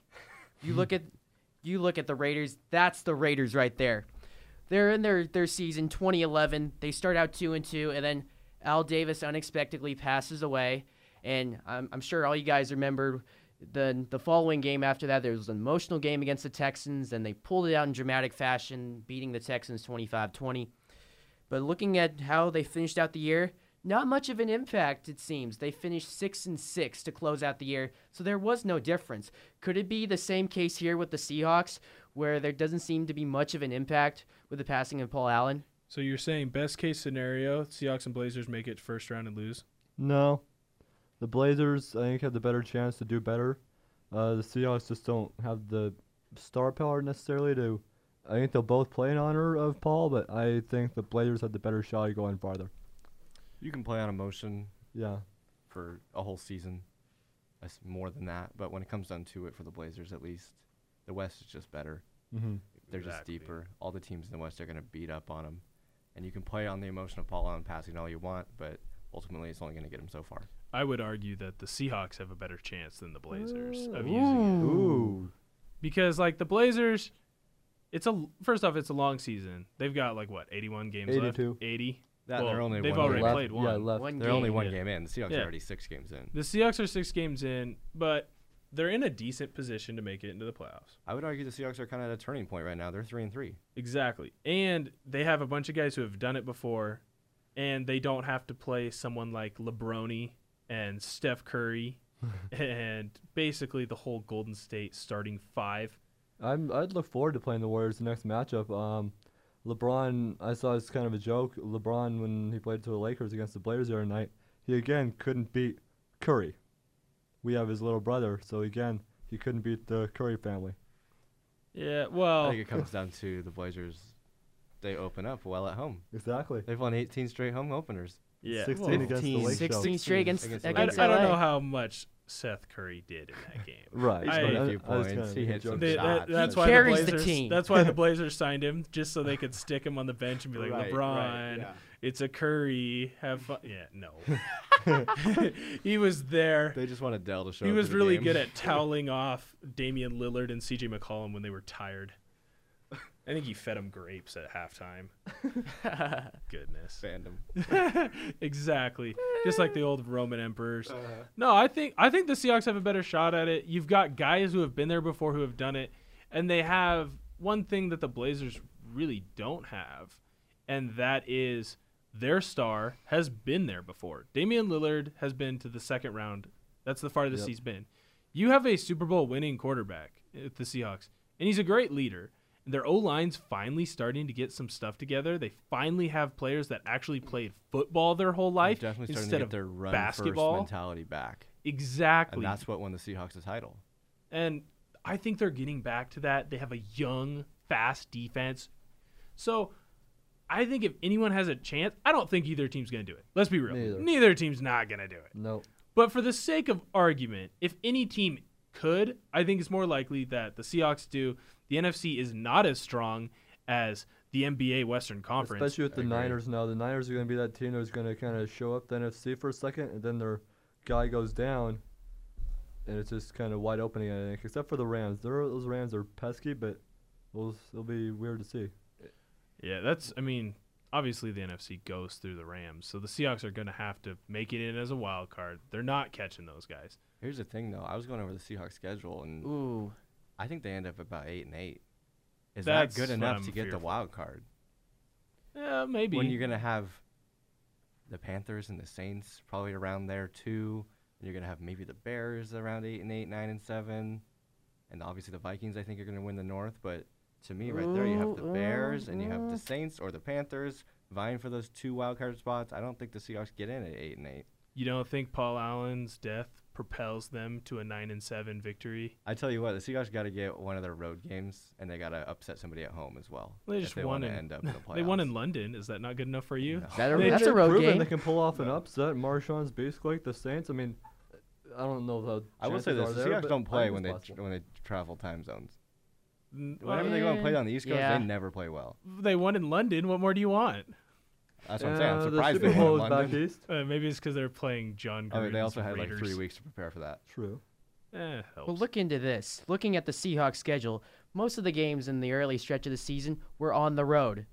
Speaker 2: You look at you look at the Raiders. That's the Raiders right there. They're in their their season 2011. They start out two and two, and then Al Davis unexpectedly passes away. And I'm, I'm sure all you guys remember the the following game after that. There was an emotional game against the Texans, and they pulled it out in dramatic fashion, beating the Texans 25-20. But looking at how they finished out the year, not much of an impact it seems. They finished 6 and 6 to close out the year, so there was no difference. Could it be the same case here with the Seahawks where there doesn't seem to be much of an impact with the passing of Paul Allen?
Speaker 1: So you're saying best case scenario, Seahawks and Blazers make it first round and lose.
Speaker 4: No. The Blazers, I think, have the better chance to do better. Uh, the Seahawks just don't have the star power necessarily to. I think they'll both play in honor of Paul, but I think the Blazers have the better shot at going farther.
Speaker 3: You can play on emotion
Speaker 4: Yeah.
Speaker 3: for a whole season. That's more than that. But when it comes down to it, for the Blazers at least, the West is just better.
Speaker 4: Mm-hmm.
Speaker 3: They're
Speaker 1: Exactly.
Speaker 3: just deeper. All the teams in the West are going to beat up on them. And you can play on the emotion of Paul Allen passing all you want, but ultimately it's only going to get him so far.
Speaker 1: I would argue that the Seahawks have a better chance than the Blazers of using it.
Speaker 4: Ooh.
Speaker 1: Because like the Blazers, it's a first off, it's a long season. They've got like what, 81 games left?
Speaker 4: 82.
Speaker 1: 80.
Speaker 3: That and
Speaker 1: Well,
Speaker 3: they're only
Speaker 1: they've
Speaker 3: one
Speaker 1: already
Speaker 3: game.
Speaker 1: played one.
Speaker 4: Yeah, left.
Speaker 2: One
Speaker 3: They're only
Speaker 2: game.
Speaker 3: one
Speaker 1: Yeah.
Speaker 3: game in. The Seahawks
Speaker 1: Yeah.
Speaker 3: are already six games in.
Speaker 1: The Seahawks are 6 games in, but they're in a decent position to make it into the playoffs.
Speaker 3: I would argue the Seahawks are kind of at a turning point right now. They're three and three.
Speaker 1: Exactly. And they have a bunch of guys who have done it before and they don't have to play someone like LeBroni and Steph
Speaker 3: [LAUGHS]
Speaker 1: Curry and basically the whole Golden State starting five.
Speaker 4: I'm, I'd look forward to playing the Warriors the next matchup. Um, LeBron, I saw it's kind of a joke. LeBron, when he played to the Lakers against the Blazers the other night, he again couldn't beat Curry. We have his little brother, so again, he couldn't beat the Curry family.
Speaker 1: Yeah, well,
Speaker 3: I think it comes down to the Blazers. They open up well at home.
Speaker 4: Exactly.
Speaker 3: They've won 18 straight home openers.
Speaker 1: yeah.
Speaker 4: 16
Speaker 1: well,
Speaker 4: against the
Speaker 3: 15.
Speaker 4: Lake
Speaker 2: 16
Speaker 4: Show.
Speaker 2: straight against
Speaker 3: Against
Speaker 2: against,
Speaker 3: the
Speaker 1: I, I
Speaker 3: Lakers.
Speaker 1: don't
Speaker 2: LA.
Speaker 1: know how much Seth Curry did in that
Speaker 3: [LAUGHS]
Speaker 1: game.
Speaker 4: Right.
Speaker 1: He's
Speaker 4: I-
Speaker 1: got a
Speaker 4: I-
Speaker 3: few
Speaker 4: I was
Speaker 3: points.
Speaker 4: kinda
Speaker 3: He hit
Speaker 4: joking.
Speaker 3: some
Speaker 1: They- that-
Speaker 3: shots.
Speaker 1: that's
Speaker 3: He
Speaker 1: why
Speaker 2: carries
Speaker 1: the
Speaker 2: the
Speaker 1: Blazers.
Speaker 2: team.
Speaker 1: That's
Speaker 3: [LAUGHS]
Speaker 1: why the Blazers signed him, just so they could stick him on the bench and be like,
Speaker 3: Right, right,
Speaker 1: LeBron,
Speaker 3: yeah.
Speaker 1: it's a Curry, have fun. Yeah, no,
Speaker 3: [LAUGHS]
Speaker 1: [LAUGHS] he was there.
Speaker 3: They just want Adele to show
Speaker 1: He
Speaker 3: up
Speaker 1: was
Speaker 3: to the
Speaker 1: really
Speaker 3: game.
Speaker 1: good
Speaker 3: [LAUGHS]
Speaker 1: at toweling off Damian Lillard and C.J. McCollum when they were
Speaker 3: [LAUGHS]
Speaker 1: tired. I think he fed him grapes at halftime. Goodness.
Speaker 3: fandom.
Speaker 1: [LAUGHS] exactly. Just like the old Roman emperors. No, I think I think the Seahawks have a better shot at it. You've got guys who have been there before who have done it, and they have one thing that the Blazers really don't have, and that is their star has been there before. Damian Lillard has been to the second round. That's the farthest
Speaker 4: Yep.
Speaker 1: he's been. You have a Super Bowl winning quarterback at the Seahawks, and he's a great leader. And their O line's finally starting to get some stuff together. They finally have players that actually played football their whole life
Speaker 3: They're definitely starting
Speaker 1: instead
Speaker 3: to get
Speaker 1: of
Speaker 3: their run
Speaker 1: basketball.
Speaker 3: first mentality back,
Speaker 1: Exactly.
Speaker 3: and that's what won the Seahawks the title.
Speaker 1: And I think they're getting back to that. They have a young, fast defense. So I think if anyone has a chance, I don't think either team's going to do it. Let's be real.
Speaker 4: Neither.
Speaker 1: Neither team's not going to do it.
Speaker 4: No.
Speaker 1: But for the sake of argument, if any team could, I think it's more likely that the Seahawks do. The NFC is not as strong as the NBA Western Conference.
Speaker 4: Especially with the
Speaker 3: agree.
Speaker 4: Niners now. The Niners are going to be that team that's going to kind of show up the NFC for a second, and then their guy goes down, and it's just kind of wide open again, I think, except for the Rams. They're, those Rams are pesky, but it'll, it'll be weird to see.
Speaker 1: yeah, that's, I mean, obviously the NFC goes through the Rams. So the Seahawks are going to have to make it in as a wild card. They're not catching those guys.
Speaker 3: Here's the thing, though. I was going over the Seahawks schedule, and
Speaker 2: Ooh.
Speaker 3: I think they end up about eight and eight. Is
Speaker 1: That's
Speaker 3: that good
Speaker 1: what
Speaker 3: enough
Speaker 1: I'm
Speaker 3: to get the
Speaker 1: fearful.
Speaker 3: wild card?
Speaker 1: Yeah, maybe.
Speaker 3: When you're gonna have the Panthers and the Saints probably around there too, and you're gonna have maybe the Bears around eight and eight, nine and seven, and obviously the Vikings. I think are gonna win the North, but to me, right there, you have the
Speaker 2: Ooh, ooh,
Speaker 3: Bears and you have the
Speaker 2: ooh.
Speaker 3: Saints or the Panthers vying for those two wild card spots. I don't think the Seahawks get in at eight and eight.
Speaker 1: you don't think Paul Allen's death propels them to a nine and seven victory.
Speaker 3: I tell you what, the Seahawks got to get one of their road games, and they got to upset somebody at home as well.
Speaker 1: They
Speaker 3: if
Speaker 1: just
Speaker 3: they
Speaker 1: won
Speaker 3: wanna
Speaker 1: in-
Speaker 3: end up in the
Speaker 1: [LAUGHS]
Speaker 3: playoffs.
Speaker 1: They won in London. Is that not good enough for you?
Speaker 3: No.
Speaker 2: That a,
Speaker 1: They
Speaker 2: that's a
Speaker 4: They've
Speaker 2: road
Speaker 4: proven
Speaker 2: game.
Speaker 4: They can pull off an upset. Marshawn's basically like the Saints. I mean, I don't know how.
Speaker 3: I will say
Speaker 4: chances
Speaker 3: this: the
Speaker 4: are there,
Speaker 3: Seahawks
Speaker 4: but
Speaker 3: don't
Speaker 4: I
Speaker 3: play
Speaker 4: think
Speaker 3: when they
Speaker 4: it's
Speaker 3: tr-
Speaker 4: possible.
Speaker 3: when they travel time zones.
Speaker 1: N- well,
Speaker 3: Whenever they go and play
Speaker 2: Yeah.
Speaker 3: on the East Coast,
Speaker 2: Yeah.
Speaker 3: they never play well.
Speaker 1: they won in London. What more do you want?
Speaker 3: That's what I'm saying. I'm
Speaker 4: Yeah,
Speaker 3: surprised
Speaker 4: Uh, the
Speaker 3: they
Speaker 4: Super
Speaker 3: won
Speaker 4: Bowl
Speaker 3: in
Speaker 4: is back
Speaker 3: London.
Speaker 4: east.
Speaker 1: Uh, maybe it's because they're playing John.
Speaker 3: I mean, Oh, they
Speaker 1: Gruden's
Speaker 3: also had like
Speaker 1: Raiders.
Speaker 3: three weeks to prepare for that.
Speaker 4: True.
Speaker 1: Eh, helps.
Speaker 2: Well, look into this. Looking at the Seahawks schedule, most of the games in the early stretch of the season were on the road,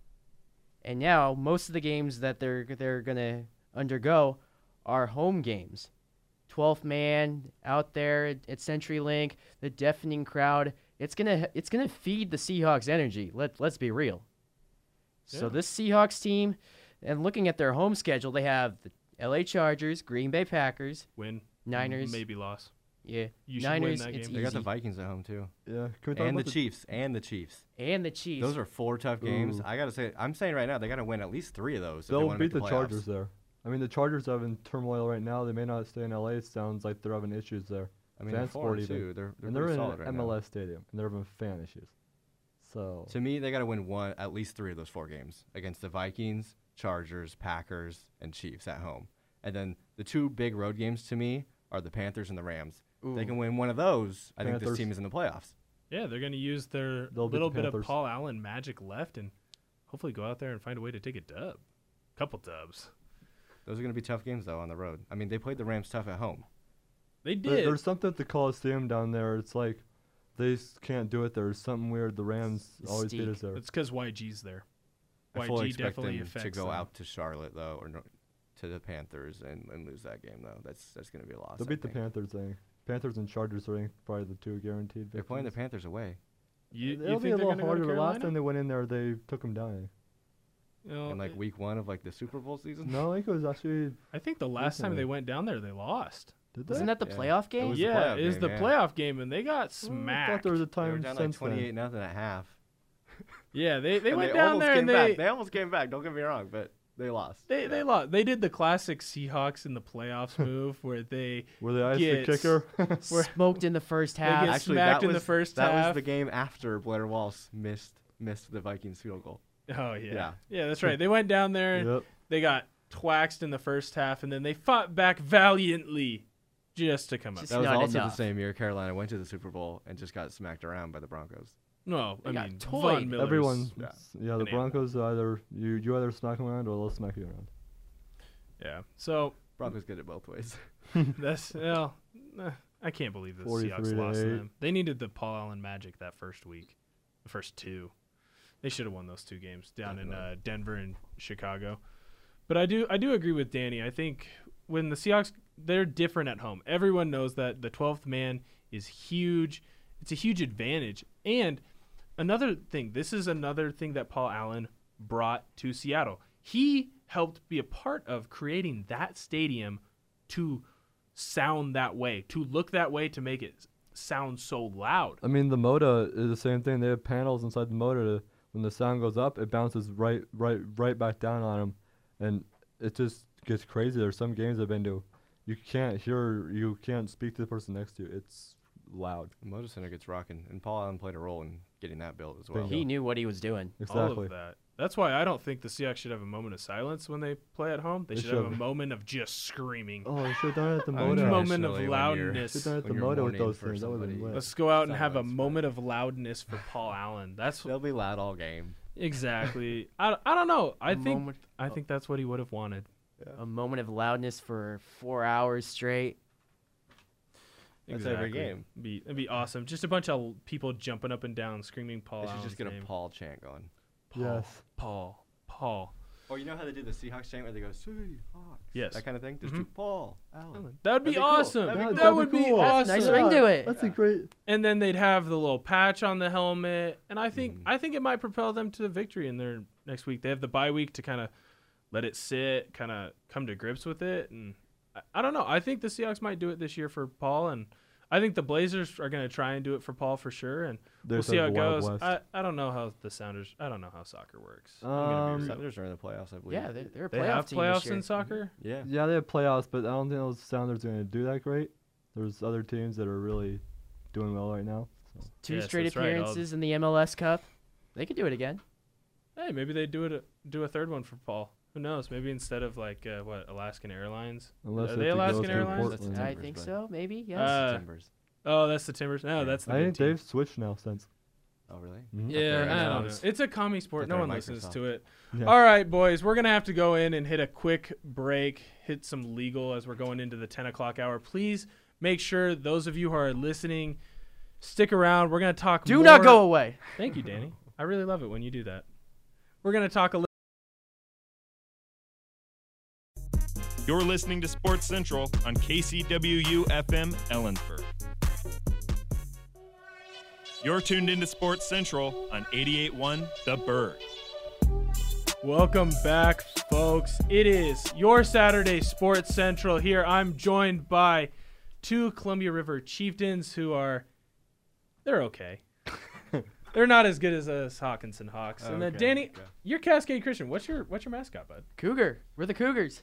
Speaker 2: and now most of the games that they're they're gonna undergo are home games. 12th man out there at, at CenturyLink, the deafening crowd. It's gonna it's gonna feed the Seahawks energy. Let let's be real. So
Speaker 1: Yeah.
Speaker 2: this Seahawks team, and looking at their home schedule, they have the L.A. Chargers, Green Bay Packers,
Speaker 1: win.
Speaker 2: Niners.
Speaker 1: Maybe loss.
Speaker 2: yeah,
Speaker 1: You should win
Speaker 2: Niners.
Speaker 1: that
Speaker 2: it's
Speaker 1: game.
Speaker 3: They got the
Speaker 2: easy.
Speaker 3: Vikings at home too,
Speaker 4: Yeah. Can we talk
Speaker 3: and the
Speaker 4: about
Speaker 3: Chiefs, and the Chiefs.
Speaker 2: and the Chiefs.
Speaker 3: Those are four tough games.
Speaker 4: Ooh.
Speaker 3: I gotta say, I'm saying right now they gotta win at least three of those. if they
Speaker 4: They'll
Speaker 3: wanna make
Speaker 4: beat the
Speaker 3: playoffs.
Speaker 4: Chargers there. I mean, the Chargers have in turmoil right now. They may not stay in LA. It sounds like they're having issues there.
Speaker 3: I mean, they're
Speaker 4: Fans
Speaker 3: four
Speaker 4: support
Speaker 3: and
Speaker 4: even.
Speaker 3: two. They're they're
Speaker 4: and they're
Speaker 3: pretty
Speaker 4: in
Speaker 3: solid right
Speaker 4: an
Speaker 3: now.
Speaker 4: MLS stadium, and they're having fan issues. So
Speaker 3: To me, they gotta win one, at least three of those four games against the Vikings, Chargers, Packers, and Chiefs at home. And then the two big road games to me are the Panthers and the Rams. If They
Speaker 2: Ooh.
Speaker 3: can win one of those. I think this
Speaker 4: Panthers.
Speaker 3: team is in the playoffs.
Speaker 1: Yeah, they're going to use their
Speaker 4: They'll beat the
Speaker 1: little bit of
Speaker 4: Panthers.
Speaker 1: Paul Allen magic left and hopefully go out there and find a way to take a dub. Couple dubs.
Speaker 3: Those are gonna be tough games though on the road. I mean, they played the Rams tough at home.
Speaker 1: They
Speaker 4: there-
Speaker 1: did.
Speaker 4: there's something at the Coliseum down there. It's like they s- can't do it. There's something weird. The Rams
Speaker 2: It's
Speaker 4: always beat
Speaker 2: steep.
Speaker 4: us there.
Speaker 1: It's because YG's there.
Speaker 3: I fully
Speaker 1: YG
Speaker 3: expect
Speaker 1: definitely
Speaker 3: them
Speaker 1: affects
Speaker 3: to go
Speaker 1: them.
Speaker 3: out to Charlotte though, or no, to the Panthers and, and lose that game though. That's that's gonna be a loss.
Speaker 4: They'll
Speaker 3: I
Speaker 4: beat the
Speaker 3: think.
Speaker 4: Panthers. I think. Panthers and Chargers are I think, probably the two guaranteed.
Speaker 3: They're playing the
Speaker 4: victims.
Speaker 3: Panthers away.
Speaker 1: You, you
Speaker 4: It'll
Speaker 1: think
Speaker 4: be a
Speaker 1: they're
Speaker 4: little
Speaker 1: gonna go to
Speaker 4: harder. The last
Speaker 1: Carolina?
Speaker 4: time they went in there, they took them down.
Speaker 1: No,
Speaker 3: in like week one of like the Super Bowl season.
Speaker 4: No, I think it was actually.
Speaker 1: I think the last time
Speaker 4: recently.
Speaker 1: they went down there, they lost.
Speaker 4: Did they?
Speaker 2: Isn't that the
Speaker 3: Yeah.
Speaker 2: playoff
Speaker 3: It
Speaker 2: game?
Speaker 3: was the
Speaker 1: yeah,
Speaker 3: playoff
Speaker 1: it was
Speaker 3: game,
Speaker 1: the
Speaker 3: yeah.
Speaker 1: playoff game, and they got
Speaker 4: Oh,
Speaker 1: smacked.
Speaker 4: I thought there was
Speaker 3: [LAUGHS]
Speaker 4: a
Speaker 3: they were
Speaker 4: time
Speaker 3: down like
Speaker 4: since
Speaker 3: twenty eight
Speaker 4: then.
Speaker 3: nothing at half.
Speaker 1: Yeah, they, they
Speaker 3: And
Speaker 1: went down
Speaker 3: almost
Speaker 1: there
Speaker 3: came
Speaker 1: and
Speaker 3: back.
Speaker 1: they
Speaker 3: they almost came back. Don't get me wrong, but they lost.
Speaker 1: they,
Speaker 3: Yeah.
Speaker 1: they lost. They did the classic Seahawks in the
Speaker 4: [LAUGHS]
Speaker 1: playoffs move where they
Speaker 4: Were they ice the
Speaker 1: Yes. [LAUGHS]
Speaker 4: kicker?
Speaker 1: were-
Speaker 2: Smoked in the first half.
Speaker 1: get-
Speaker 3: Actually,
Speaker 1: smacked
Speaker 3: that
Speaker 1: in the
Speaker 3: was-
Speaker 1: first
Speaker 3: that
Speaker 1: half.
Speaker 3: was the game after Blair Walsh missed missed the Vikings field goal.
Speaker 1: Oh yeah. yeah.
Speaker 3: Yeah.
Speaker 1: that's right. They went down there and
Speaker 4: yep.
Speaker 1: they got twaxed in the first half and then they fought back valiantly just to come up.
Speaker 2: Just-
Speaker 3: that was
Speaker 2: not
Speaker 3: also
Speaker 2: enough.
Speaker 3: the same year Carolina went to the Super Bowl and just got smacked around by the Broncos.
Speaker 1: no, I
Speaker 2: They got
Speaker 1: mean
Speaker 2: toyed.
Speaker 1: Von Miller's-
Speaker 4: Everyone.
Speaker 3: yeah,
Speaker 4: Yeah, yeah
Speaker 1: an
Speaker 4: the
Speaker 1: animal.
Speaker 4: Broncos either you you either smack them around or they'll smack you around.
Speaker 1: Yeah. So
Speaker 3: Broncos good at both ways. [LAUGHS]
Speaker 1: that's well, eh, I can't believe the
Speaker 4: 43
Speaker 1: Seahawks
Speaker 4: to
Speaker 1: lost to
Speaker 4: eight.
Speaker 1: them. They needed the Paul Allen magic that first week, the first two. They should have won those two games down in
Speaker 3: Definitely.
Speaker 1: uh, Denver and Chicago. But I do I do agree with Danny. I think when the Seahawks they're different at home. Everyone knows that the 12th man is huge. It's a huge advantage. And another thing, this is another thing that Paul Allen brought to Seattle. He helped be a part of creating that stadium to sound that way, to look that way, to make it sound so loud.
Speaker 4: I mean, the Moda is the same thing. They have panels inside the Moda. To, when the sound goes up, it bounces right, right, right back down on them, and it just gets crazy. There's some games I've been to, you can't hear, you can't speak to the person next to you. It's loud.
Speaker 3: The Motor Center gets rocking, and Paul Allen played a role in getting that built as well.
Speaker 4: Bingo.
Speaker 2: he knew what he was doing.
Speaker 1: All
Speaker 4: Exactly.
Speaker 1: of that. That's why I don't think the Seahawks should have a moment of silence when they play at home. They,
Speaker 4: They
Speaker 1: should, have a
Speaker 4: should.
Speaker 1: moment of just screaming.
Speaker 4: Oh, I should have done it at the
Speaker 3: I mean,
Speaker 4: Moda.
Speaker 1: moment of
Speaker 3: traditionally, when you're-
Speaker 1: loudness.
Speaker 4: Should have done it at the
Speaker 3: when you're
Speaker 4: Moda with
Speaker 3: mourning
Speaker 4: those
Speaker 3: for
Speaker 4: things. That would have
Speaker 3: somebody.
Speaker 4: been lit.
Speaker 1: Let's go out and have a
Speaker 3: Silence, but-
Speaker 1: moment of loudness for
Speaker 3: [LAUGHS]
Speaker 1: Paul Allen. That's
Speaker 3: They'll be loud all game.
Speaker 1: exactly. I, I don't know. I
Speaker 2: A
Speaker 1: think
Speaker 2: moment-
Speaker 1: I think that's what he would have wanted.
Speaker 2: A moment of loudness for four hours straight.
Speaker 3: That's every game.
Speaker 1: Be, it'd be awesome. Just a bunch of l- people jumping up and down, screaming Paul.
Speaker 3: They should
Speaker 1: Allen's
Speaker 3: just get a
Speaker 1: name.
Speaker 3: Paul chant going.
Speaker 1: Paul,
Speaker 4: Yes.
Speaker 1: Paul. Paul.
Speaker 3: Or Oh, you know how they do the Seahawks chant where they go Seahawks,
Speaker 1: Yes.
Speaker 3: that kind of thing. Just do Paul Allen.
Speaker 1: That would be,
Speaker 3: That'd be cool.
Speaker 1: awesome.
Speaker 3: That'd
Speaker 1: That
Speaker 3: be
Speaker 1: would
Speaker 3: cool.
Speaker 1: be,
Speaker 4: That'd be cool.
Speaker 1: awesome.
Speaker 2: That's a nice ring to it.
Speaker 4: That's a great.
Speaker 1: and then they'd have the little patch on the helmet and i
Speaker 4: Mm.
Speaker 1: think i think it might propel them to victory in their next week they have the bye week to kind of let it sit kind of come to grips with it and I, I don't know i think the seahawks might do it this year for paul and i think the blazers are going to try and do it for paul for sure and
Speaker 4: They
Speaker 1: we'll
Speaker 4: just
Speaker 1: see how
Speaker 4: have
Speaker 1: it
Speaker 4: the Wild
Speaker 1: goes
Speaker 4: West.
Speaker 1: I, I don't know how the sounders i don't know how soccer works I'm
Speaker 4: Um,
Speaker 1: gonna be real.
Speaker 3: Senators are in the playoffs, I believe.
Speaker 2: Yeah, they're, they're a playoff
Speaker 1: they have
Speaker 2: team
Speaker 1: playoffs
Speaker 2: this year. Mm-hmm.
Speaker 1: in soccer
Speaker 3: yeah.
Speaker 4: Yeah, they have playoffs, but I don't think those Sounders are going to do that great. There's other teams that are really doing well right now. So.
Speaker 2: Two
Speaker 1: Yes,
Speaker 2: straight
Speaker 1: that's right. I'll-
Speaker 2: appearances in the MLS Cup. They could do it again.
Speaker 1: Hey, maybe they do it. Do a third one for Paul. Who knows? Maybe instead of like uh, what Alaskan Airlines.
Speaker 4: Unless
Speaker 1: Are
Speaker 4: if
Speaker 1: they
Speaker 4: it goes
Speaker 1: Alaskan
Speaker 4: to
Speaker 1: Airlines?
Speaker 4: Portland.
Speaker 2: I
Speaker 3: Timbers,
Speaker 2: think
Speaker 3: but-
Speaker 2: so. Maybe yes.
Speaker 1: Uh,
Speaker 3: Timbers.
Speaker 1: Oh, that's the Timbers. No,
Speaker 3: Yeah.
Speaker 1: that's the.
Speaker 4: I
Speaker 1: good
Speaker 4: think
Speaker 1: team.
Speaker 4: they've switched now since.
Speaker 3: Oh, really?
Speaker 1: Yeah,
Speaker 3: They're
Speaker 1: I don't know.
Speaker 3: announced.
Speaker 1: It's a commie sport.
Speaker 3: That
Speaker 1: No
Speaker 3: they're
Speaker 1: one listens
Speaker 3: Microsoft.
Speaker 1: to it.
Speaker 4: Yeah.
Speaker 1: All right, boys, we're gonna have to go in and hit a quick break, hit some legal as we're going into the 10 o'clock hour. Please make sure those of you who are listening stick around. We're gonna talk.
Speaker 2: do not
Speaker 1: more-
Speaker 2: go away.
Speaker 1: Thank you, Danny. I really love it when you do that. We're gonna talk a little.
Speaker 6: You're listening to Sports Central on KCWU FM Ellensburg. You're tuned into Sports Central on 88.1 The Bird.
Speaker 1: Welcome back, folks. It is your Saturday Sports Central here. I'm joined by two Columbia River Chieftains who are they're [LAUGHS] okay. they're not as good as us Hawkinson Hawks. and then
Speaker 3: Okay,
Speaker 1: Danny,
Speaker 3: okay.
Speaker 1: you're Cascade Christian. What's your what's your mascot, bud?
Speaker 2: Cougar. We're the Cougars.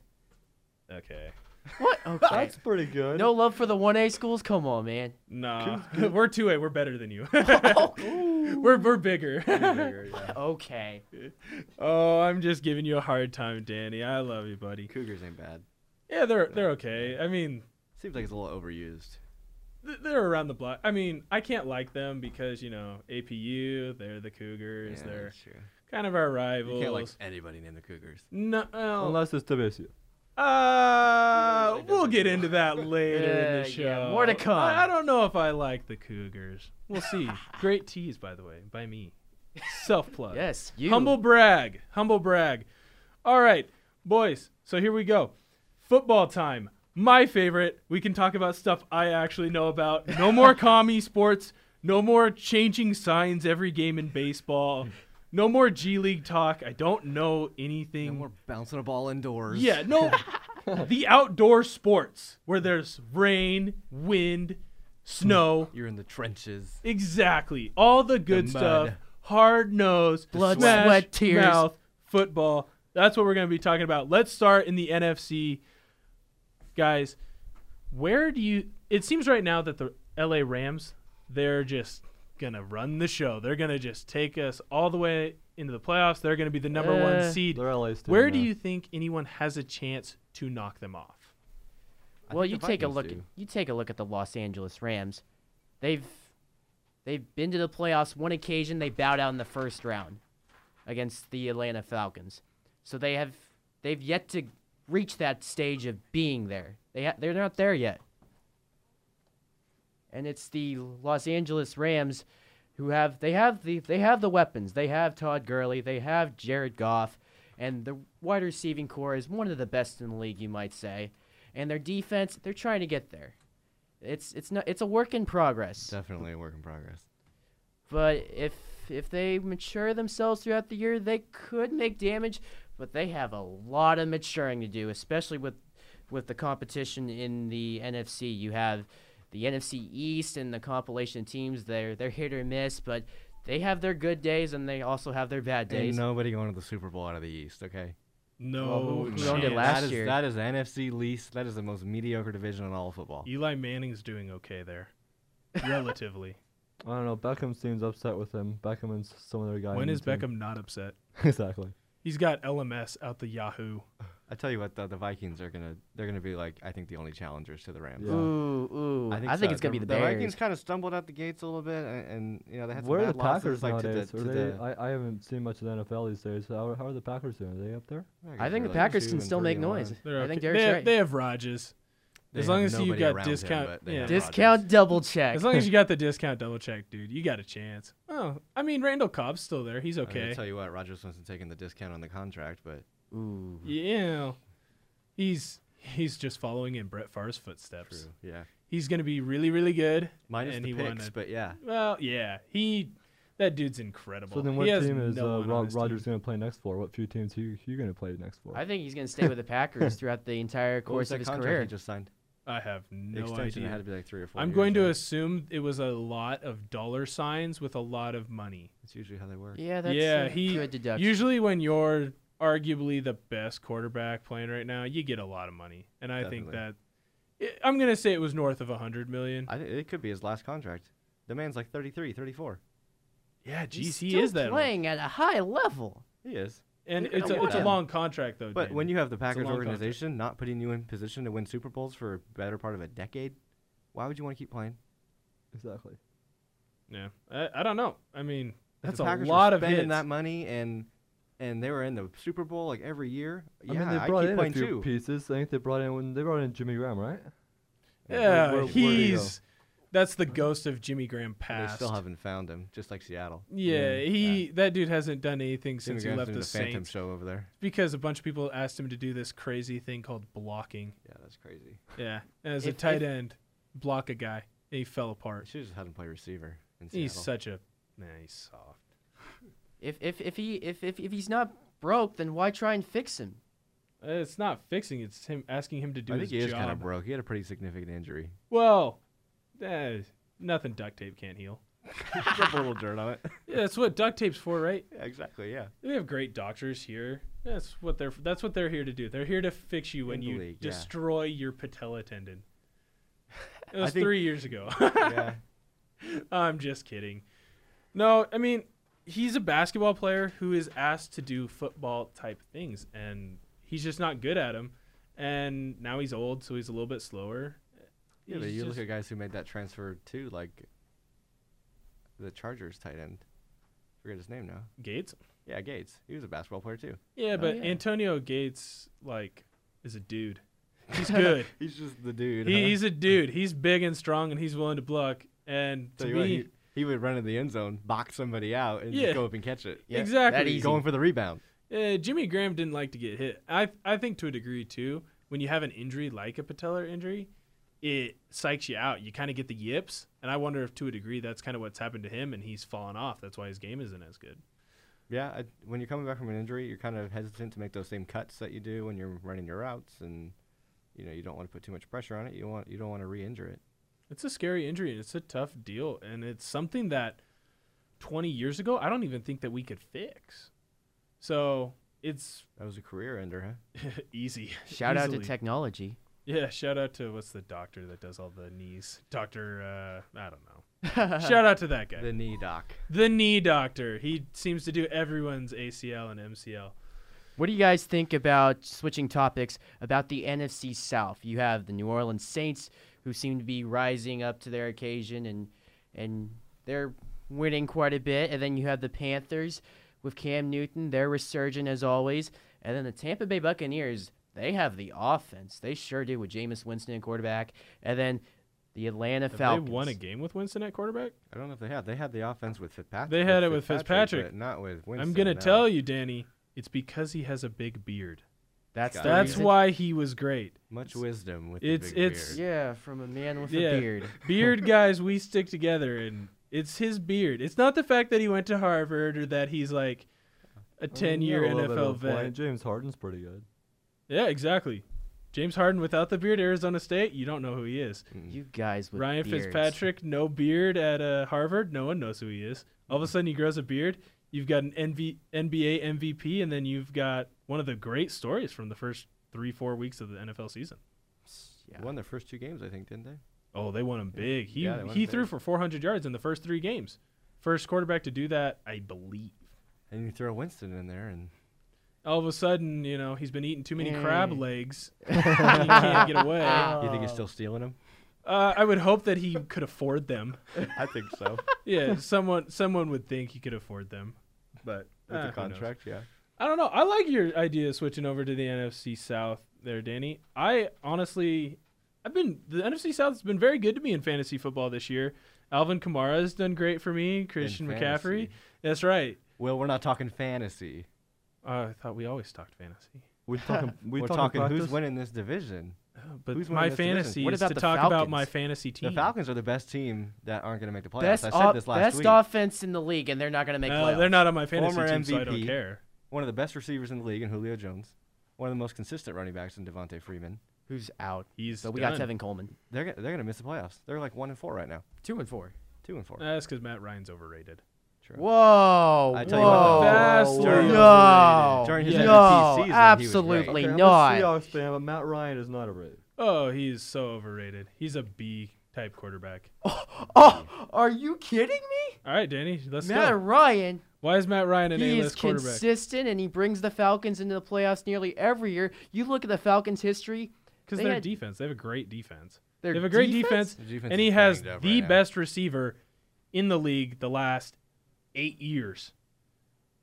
Speaker 1: Okay.
Speaker 2: What? Okay.
Speaker 4: That's pretty good.
Speaker 2: no love for the 1A schools. Come on, man.
Speaker 1: Nah. [LAUGHS] we're two A, we're better than [LAUGHS] you. we're we're bigger.
Speaker 3: Bigger, yeah.
Speaker 2: Okay.
Speaker 1: [LAUGHS] oh, I'm just giving you a hard time, Danny. I love you, buddy.
Speaker 3: Cougars ain't bad.
Speaker 1: Yeah, they're they're okay. I mean,
Speaker 3: Seems like it's a little overused.
Speaker 1: th- they're around the block. I mean, I can't like them because you know APU. They're the Cougars.
Speaker 3: Yeah,
Speaker 1: they're
Speaker 3: that's true.
Speaker 1: kind of our
Speaker 3: You
Speaker 1: rivals.
Speaker 3: can't like anybody named the Cougars.
Speaker 1: no, well,
Speaker 4: Unless it's WSU.
Speaker 1: uh, we'll get into that later in
Speaker 2: Uh,
Speaker 1: the show.
Speaker 2: yeah, more to come.
Speaker 1: I, I don't know if I like the Cougars. We'll see. Great tease, by the way, by me. Self plug.
Speaker 2: Yes, you.
Speaker 1: Humble brag. Humble brag. All right, boys. So here we go. Football time. My favorite. We can talk about stuff I actually know about. No more commie sports. No more changing signs every game in baseball. No more G League talk. I don't know anything.
Speaker 3: And we're bouncing a ball indoors.
Speaker 1: Yeah, no. the outdoor sports where there's rain, wind, snow.
Speaker 3: You're in the trenches.
Speaker 1: Exactly. All the good
Speaker 3: The
Speaker 1: stuff.
Speaker 3: mud.
Speaker 1: Hard nose,
Speaker 2: Blood,
Speaker 1: smash,
Speaker 2: sweat, tears.
Speaker 1: mouth, football. That's what we're going to be talking about. Let's start in the NFC. Guys, where do you It seems right now that the LA Rams, they're just going to run the show. They're going to just take us all the way into the playoffs. They're going to be the number 1
Speaker 2: Uh,
Speaker 1: seed.
Speaker 4: They're LA's team
Speaker 1: Where do
Speaker 4: now.
Speaker 1: you think anyone has a chance to knock them off?
Speaker 3: I
Speaker 2: Well, you
Speaker 3: think the
Speaker 2: take a
Speaker 3: Vikings
Speaker 2: look. At,
Speaker 3: do.
Speaker 2: you take a look at the Los Angeles Rams. They've they've been to the playoffs one occasion. They bowed out in the first round against the Atlanta Falcons. So they have they've yet to reach that stage of being there. They ha- they're not there yet. And it's the Los Angeles Rams who have they have the they have the weapons. They have Todd Gurley, they have Jared Goff, and the wide receiving core is one of the best in the league, you might say. And their defense, they're trying to get there. It's it's not it's a work in progress.
Speaker 3: Definitely a work in progress.
Speaker 2: But if if they mature themselves throughout the year, they could make damage. But they have a lot of maturing to do, especially with with the competition in the NFC. You have the NFC East and the compilation teams. They're they're hit or miss, but they have their good days and they also have their bad
Speaker 3: Ain't
Speaker 2: days.
Speaker 3: nobody going to the Super Bowl out of the East, okay?
Speaker 1: No,
Speaker 2: who- who owned it
Speaker 1: chance.
Speaker 2: last
Speaker 3: that is,
Speaker 2: year.
Speaker 3: That is NFC least. That is the most mediocre division in all of football.
Speaker 1: Eli Manning's doing okay
Speaker 2: [LAUGHS]
Speaker 1: there, relatively.
Speaker 4: I don't know. Beckham's team's upset with him. Beckham and s- some other guy.
Speaker 1: when
Speaker 4: on the
Speaker 1: is
Speaker 4: team.
Speaker 1: Beckham not upset?
Speaker 4: [LAUGHS] exactly.
Speaker 1: He's got LMS out the Yahoo.
Speaker 3: I tell you what, though, the Vikings are gonna they're gonna be like I think the only challengers to the Rams.
Speaker 4: Yeah.
Speaker 2: Ooh, ooh! I think,
Speaker 3: so.
Speaker 2: it's gonna be the,
Speaker 3: the
Speaker 2: Bears.
Speaker 3: Vikings kind of stumbled out the gates a little bit, and, and you know they had some
Speaker 4: Where are the
Speaker 3: bad losses,
Speaker 4: Packers
Speaker 3: like, to the-
Speaker 4: nowadays?
Speaker 3: to
Speaker 4: Are
Speaker 3: the-
Speaker 4: they- I, I haven't seen much of the NFL these days. How, how are the Packers doing? Are they up there?
Speaker 2: I think
Speaker 3: they're
Speaker 2: the
Speaker 3: like
Speaker 2: Packers
Speaker 3: two
Speaker 2: can
Speaker 3: and
Speaker 2: still make
Speaker 3: 31.
Speaker 2: noise.
Speaker 1: They're
Speaker 2: I
Speaker 1: okay.
Speaker 2: think
Speaker 1: they,
Speaker 2: Derek's right.
Speaker 1: they have Rogers.
Speaker 3: They
Speaker 1: as
Speaker 3: have
Speaker 1: long as you
Speaker 3: nobody
Speaker 1: got
Speaker 3: around him,
Speaker 1: discount-
Speaker 3: but they
Speaker 1: yeah.
Speaker 3: have Rodgers.
Speaker 2: Discount double check.
Speaker 1: As long as you
Speaker 3: [LAUGHS]
Speaker 1: got the discount double check, dude, you got a chance. Oh, I mean Randall Cobb's still there. He's
Speaker 3: I mean, I
Speaker 1: okay.
Speaker 3: tell you what, Rogers wasn't taking the discount on the contract, but
Speaker 2: Ooh.
Speaker 1: Yeah, he's he's just following in Brett Favre's footsteps.
Speaker 3: true, yeah,
Speaker 1: He's gonna be really really good.
Speaker 3: minus
Speaker 1: and
Speaker 3: the
Speaker 1: he
Speaker 3: picks,
Speaker 1: wanted-
Speaker 3: but yeah,
Speaker 1: Well, yeah, he that dude's incredible.
Speaker 4: So then,
Speaker 1: He
Speaker 4: what
Speaker 1: has
Speaker 4: team is
Speaker 1: no
Speaker 4: uh,
Speaker 1: one on
Speaker 4: Ro-
Speaker 1: his team.
Speaker 4: Rogers going to play next for? What few teams you you going to play next for?
Speaker 2: I think he's gonna stay with the Packers throughout the entire
Speaker 3: What was
Speaker 2: course
Speaker 3: that
Speaker 2: of his
Speaker 3: contract
Speaker 2: career.
Speaker 3: He just signed
Speaker 1: I have
Speaker 3: the
Speaker 1: no
Speaker 3: extension. It had
Speaker 1: idea.
Speaker 3: to be like three or four.
Speaker 1: I'm
Speaker 3: years,
Speaker 1: going to
Speaker 3: right?
Speaker 1: assume it was a lot of dollar signs with a lot of money.
Speaker 3: It's usually how they work.
Speaker 2: Yeah, that's uh,
Speaker 1: yeah,
Speaker 2: a
Speaker 1: he
Speaker 2: good deduction.
Speaker 1: usually when you're arguably the best quarterback playing right now, you get a lot of money, and I think
Speaker 3: Definitely.
Speaker 1: that I- I'm gonna say it was north of 100 million.
Speaker 3: I, it could be his last contract. The man's like 33, 34.
Speaker 1: Yeah,
Speaker 2: He's
Speaker 1: geez, he
Speaker 2: still
Speaker 1: is that. old.
Speaker 2: playing at a high level.
Speaker 3: He is.
Speaker 1: And
Speaker 2: You're gonna
Speaker 1: it's a, it's a
Speaker 2: want him.
Speaker 1: long contract though.
Speaker 3: But
Speaker 1: Danny.
Speaker 3: when you have the Packers
Speaker 1: long contract.
Speaker 3: organization not putting you in position to win Super Bowls for a better part of a decade, why would you want to keep playing?
Speaker 4: Exactly.
Speaker 1: yeah, I, I don't know. I mean, that's
Speaker 3: the
Speaker 1: a
Speaker 3: Packers
Speaker 1: lot
Speaker 3: were
Speaker 1: of
Speaker 3: spending
Speaker 1: hits.
Speaker 3: that money and and they were in the Super Bowl like every year.
Speaker 4: I
Speaker 3: yeah,
Speaker 4: mean, they
Speaker 3: I
Speaker 4: brought
Speaker 3: keep
Speaker 4: in a
Speaker 3: playing
Speaker 4: few
Speaker 3: too.
Speaker 4: pieces. I think they brought in when they brought in Jimmy Graham, right?
Speaker 1: yeah,
Speaker 4: where- where- where do you
Speaker 1: he's that's the ghost of Jimmy Graham
Speaker 3: And They
Speaker 1: past.
Speaker 3: still haven't found him, just like Seattle.
Speaker 1: yeah, he that dude hasn't done anything since he
Speaker 3: Immigrants
Speaker 1: left
Speaker 3: doing
Speaker 1: the
Speaker 3: Phantom
Speaker 1: Saints
Speaker 3: Show over there.
Speaker 1: because a bunch of people asked him to do this crazy thing called blocking.
Speaker 3: Yeah, that's crazy.
Speaker 1: Yeah, as a
Speaker 2: If-
Speaker 1: tight
Speaker 2: if-
Speaker 1: end, block a guy. And he fell apart.
Speaker 3: Should have just had him play receiver. In
Speaker 1: He's
Speaker 3: Seattle.
Speaker 1: such a nah, he's soft.
Speaker 2: If if if he if if, if he's not broke, then why try and fix him?
Speaker 1: Uh, It's not fixing. It's him asking him to do
Speaker 3: I
Speaker 1: his
Speaker 3: think he is
Speaker 1: job.
Speaker 3: kind of broke. He had a pretty significant [LAUGHS] injury.
Speaker 1: Well, eh, nothing duct tape can't heal.
Speaker 3: Rub a little dirt on it.
Speaker 1: Yeah, that's what duct tape's for, right?
Speaker 3: Yeah, [LAUGHS] exactly. Yeah.
Speaker 1: We have great doctors here. That's what they're that's what they're here to do. They're here to fix you when
Speaker 3: In the
Speaker 1: you
Speaker 3: league, yeah.
Speaker 1: destroy your patella
Speaker 3: [LAUGHS]
Speaker 1: tendon. It
Speaker 3: I
Speaker 1: was
Speaker 3: think-
Speaker 1: three years ago. [LAUGHS]
Speaker 3: yeah.
Speaker 1: I'm just kidding. No, I mean he's a basketball player who is asked to do football type things, and he's just not good at them. And now he's old, so he's a little bit slower.
Speaker 3: Yeah, but
Speaker 1: He's
Speaker 3: you look
Speaker 1: just-
Speaker 3: at guys who made that transfer too, like the Chargers tight end. Forget his name now.
Speaker 1: Gates.
Speaker 3: Yeah, Gates. He was a basketball player too.
Speaker 1: Yeah, but
Speaker 2: yeah.
Speaker 1: Antonio Gates like is a dude.
Speaker 3: [LAUGHS]
Speaker 1: He's good.
Speaker 3: He's just the dude.
Speaker 1: he,
Speaker 3: [LAUGHS]
Speaker 1: he's a dude. He's big and strong, and he's willing to block. And to me,
Speaker 3: he, he would run in the end zone, box somebody out, and
Speaker 1: Yeah.
Speaker 3: just go up and catch it.
Speaker 2: Yeah,
Speaker 1: exactly.
Speaker 2: that easy.
Speaker 3: Going for the rebound.
Speaker 1: Uh, Jimmy Graham didn't like to get hit. I I think to a degree too. When you have an injury like a patellar injury, it psychs you out. You kind of get the yips, and I wonder if to a degree that's kind of what's happened to him, and he's fallen off. That's why his game isn't as good.
Speaker 3: Yeah, I, when you're coming back from an injury, you're kind of hesitant to make those same cuts that you do when you're running your routes, and you know you don't want to put too much pressure on it. You want you don't want to re-injure it.
Speaker 1: It's a scary injury, and it's a tough deal, and it's something that 20 years ago I don't even think that we could fix. So it's [LAUGHS]
Speaker 3: That was a career ender, huh?
Speaker 1: easy.
Speaker 2: Shout out to
Speaker 1: Easily.
Speaker 2: technology.
Speaker 1: Yeah, shout out to what's the doctor that does all the knees? Doctor, uh, I don't know.
Speaker 2: [LAUGHS]
Speaker 1: shout out to that guy.
Speaker 3: The knee doc.
Speaker 1: The knee doctor. He seems to do everyone's ACL and MCL.
Speaker 2: What do you guys think about switching topics about the NFC South? You have the New Orleans Saints who seem to be rising up to their occasion and and they're winning quite a bit and then you have the Panthers with Cam Newton, they're resurgent as always, and then the Tampa Bay Buccaneers, they have the offense. They sure do with Jameis Winston at quarterback and then the Atlanta
Speaker 1: Have
Speaker 2: Falcons.
Speaker 1: They won a game with Winston at quarterback.
Speaker 3: I don't know if they had. They had the offense with Fitzpatrick.
Speaker 1: They had it with Fitzpatrick.
Speaker 3: but not with Winston.
Speaker 1: I'm gonna
Speaker 3: no.
Speaker 1: tell you, Danny. It's because he has a big beard.
Speaker 2: That's
Speaker 3: Got
Speaker 2: the
Speaker 3: it.
Speaker 1: That's
Speaker 2: reason-
Speaker 1: why he was great.
Speaker 3: Much wisdom with
Speaker 1: It's-
Speaker 3: the big
Speaker 1: it's-
Speaker 3: beard.
Speaker 2: Yeah, from a man with
Speaker 1: Yeah. [LAUGHS]
Speaker 2: a beard.
Speaker 4: [LAUGHS]
Speaker 1: Beard guys, we stick together, and it's his beard. It's not the fact that he went to Harvard or that he's like a
Speaker 4: I mean, yeah,
Speaker 1: 10 year
Speaker 4: a little bit
Speaker 1: NFL
Speaker 4: of a point.
Speaker 1: vet.
Speaker 4: James Harden's pretty good.
Speaker 1: Yeah, exactly. James Harden without the beard, Arizona State. You don't know who he is.
Speaker 2: You guys with
Speaker 1: Ryan
Speaker 2: beards.
Speaker 1: Fitzpatrick, no beard at uh, Harvard. No one knows who he is. All of a sudden, he grows a beard. You've got an NV- NBA MVP, and then you've got one of the great stories from the first three, four weeks of the NFL season.
Speaker 3: They Won their first two games, I think, didn't they?
Speaker 1: Oh, they won him big. He
Speaker 3: Yeah, they won
Speaker 1: he
Speaker 3: him
Speaker 1: threw
Speaker 3: big.
Speaker 1: for 400 yards in the first three games. First quarterback to do that, I believe.
Speaker 3: And you throw Winston in there, and
Speaker 1: All of a sudden, you know, he's been eating too many crab
Speaker 2: Mm.
Speaker 1: legs. and he can't get away.
Speaker 3: you think you're still stealing him?
Speaker 1: Uh, I would hope that he could afford them.
Speaker 3: I think [LAUGHS] so.
Speaker 1: Yeah, someone someone would think he could afford them, but uh,
Speaker 3: With the
Speaker 1: who knows?
Speaker 3: contract, yeah.
Speaker 1: I don't know. I like your idea of switching over to the NFC South there, Danny. I honestly, I've been the NFC South has been very good to me in fantasy football this year. Alvin Kamara has done great for me. Christian McCaffrey.
Speaker 3: fantasy.
Speaker 1: That's right.
Speaker 3: Well, we're not talking fantasy.
Speaker 1: Uh, I thought we always talked fantasy,
Speaker 4: [LAUGHS] We're talking.
Speaker 3: We
Speaker 4: we
Speaker 3: are
Speaker 4: talking,
Speaker 3: talking who's
Speaker 4: practice?
Speaker 3: winning this division.
Speaker 1: Uh, but
Speaker 3: Who's winning
Speaker 1: my
Speaker 3: this division?
Speaker 1: fantasy
Speaker 2: What
Speaker 1: is
Speaker 2: about
Speaker 1: to
Speaker 2: the
Speaker 1: talk about
Speaker 2: Falcons?
Speaker 1: my fantasy team.
Speaker 3: The Falcons are the best team that aren't going to make the playoffs.
Speaker 2: Best,
Speaker 3: I said
Speaker 2: off-
Speaker 3: this last
Speaker 2: best
Speaker 3: week.
Speaker 2: offense in the league, and they're not going to make
Speaker 1: No,
Speaker 2: playoffs.
Speaker 1: Uh, they're not on my fantasy
Speaker 3: Former
Speaker 1: team, so I don't
Speaker 3: MVP.
Speaker 1: care.
Speaker 3: One of the best receivers in the league in Julio Jones. One of the most consistent running backs in Devontae Freeman.
Speaker 2: Who's out?
Speaker 1: He's
Speaker 2: So we
Speaker 1: done.
Speaker 2: got Tevin Coleman.
Speaker 3: They're go- they're going to miss the playoffs. They're like one and four right now.
Speaker 2: Two and four.
Speaker 3: Two and four.
Speaker 1: Uh, That's because Matt Ryan's overrated.
Speaker 3: True.
Speaker 2: Whoa!
Speaker 3: I tell you what,
Speaker 2: whoa!
Speaker 3: though,
Speaker 1: Vastly
Speaker 3: during-
Speaker 2: no!
Speaker 3: During his
Speaker 2: no!
Speaker 3: MVP season, he was great.
Speaker 2: absolutely
Speaker 4: Okay, I'm a
Speaker 2: not.
Speaker 4: Seahawks fan, but Matt Ryan is not a Raid.
Speaker 1: Oh, he's so overrated. He's a B type quarterback.
Speaker 2: Oh, are you kidding me?
Speaker 1: All right, Danny, let's
Speaker 2: Matt
Speaker 1: go.
Speaker 2: Ryan,
Speaker 1: Why is Matt Ryan an
Speaker 2: he
Speaker 1: A
Speaker 2: is
Speaker 1: list quarterback?
Speaker 2: consistent and he brings the Falcons into the playoffs nearly every year. You look at the Falcons' history.
Speaker 1: Because
Speaker 2: they
Speaker 1: their
Speaker 2: had-
Speaker 1: defense, they have a great defense.
Speaker 2: Their
Speaker 1: they have a great defense,
Speaker 2: defense?
Speaker 3: Their defense
Speaker 1: and he
Speaker 3: is
Speaker 1: has
Speaker 3: banged up
Speaker 1: the
Speaker 3: right now.
Speaker 1: best receiver in the league the last eight years.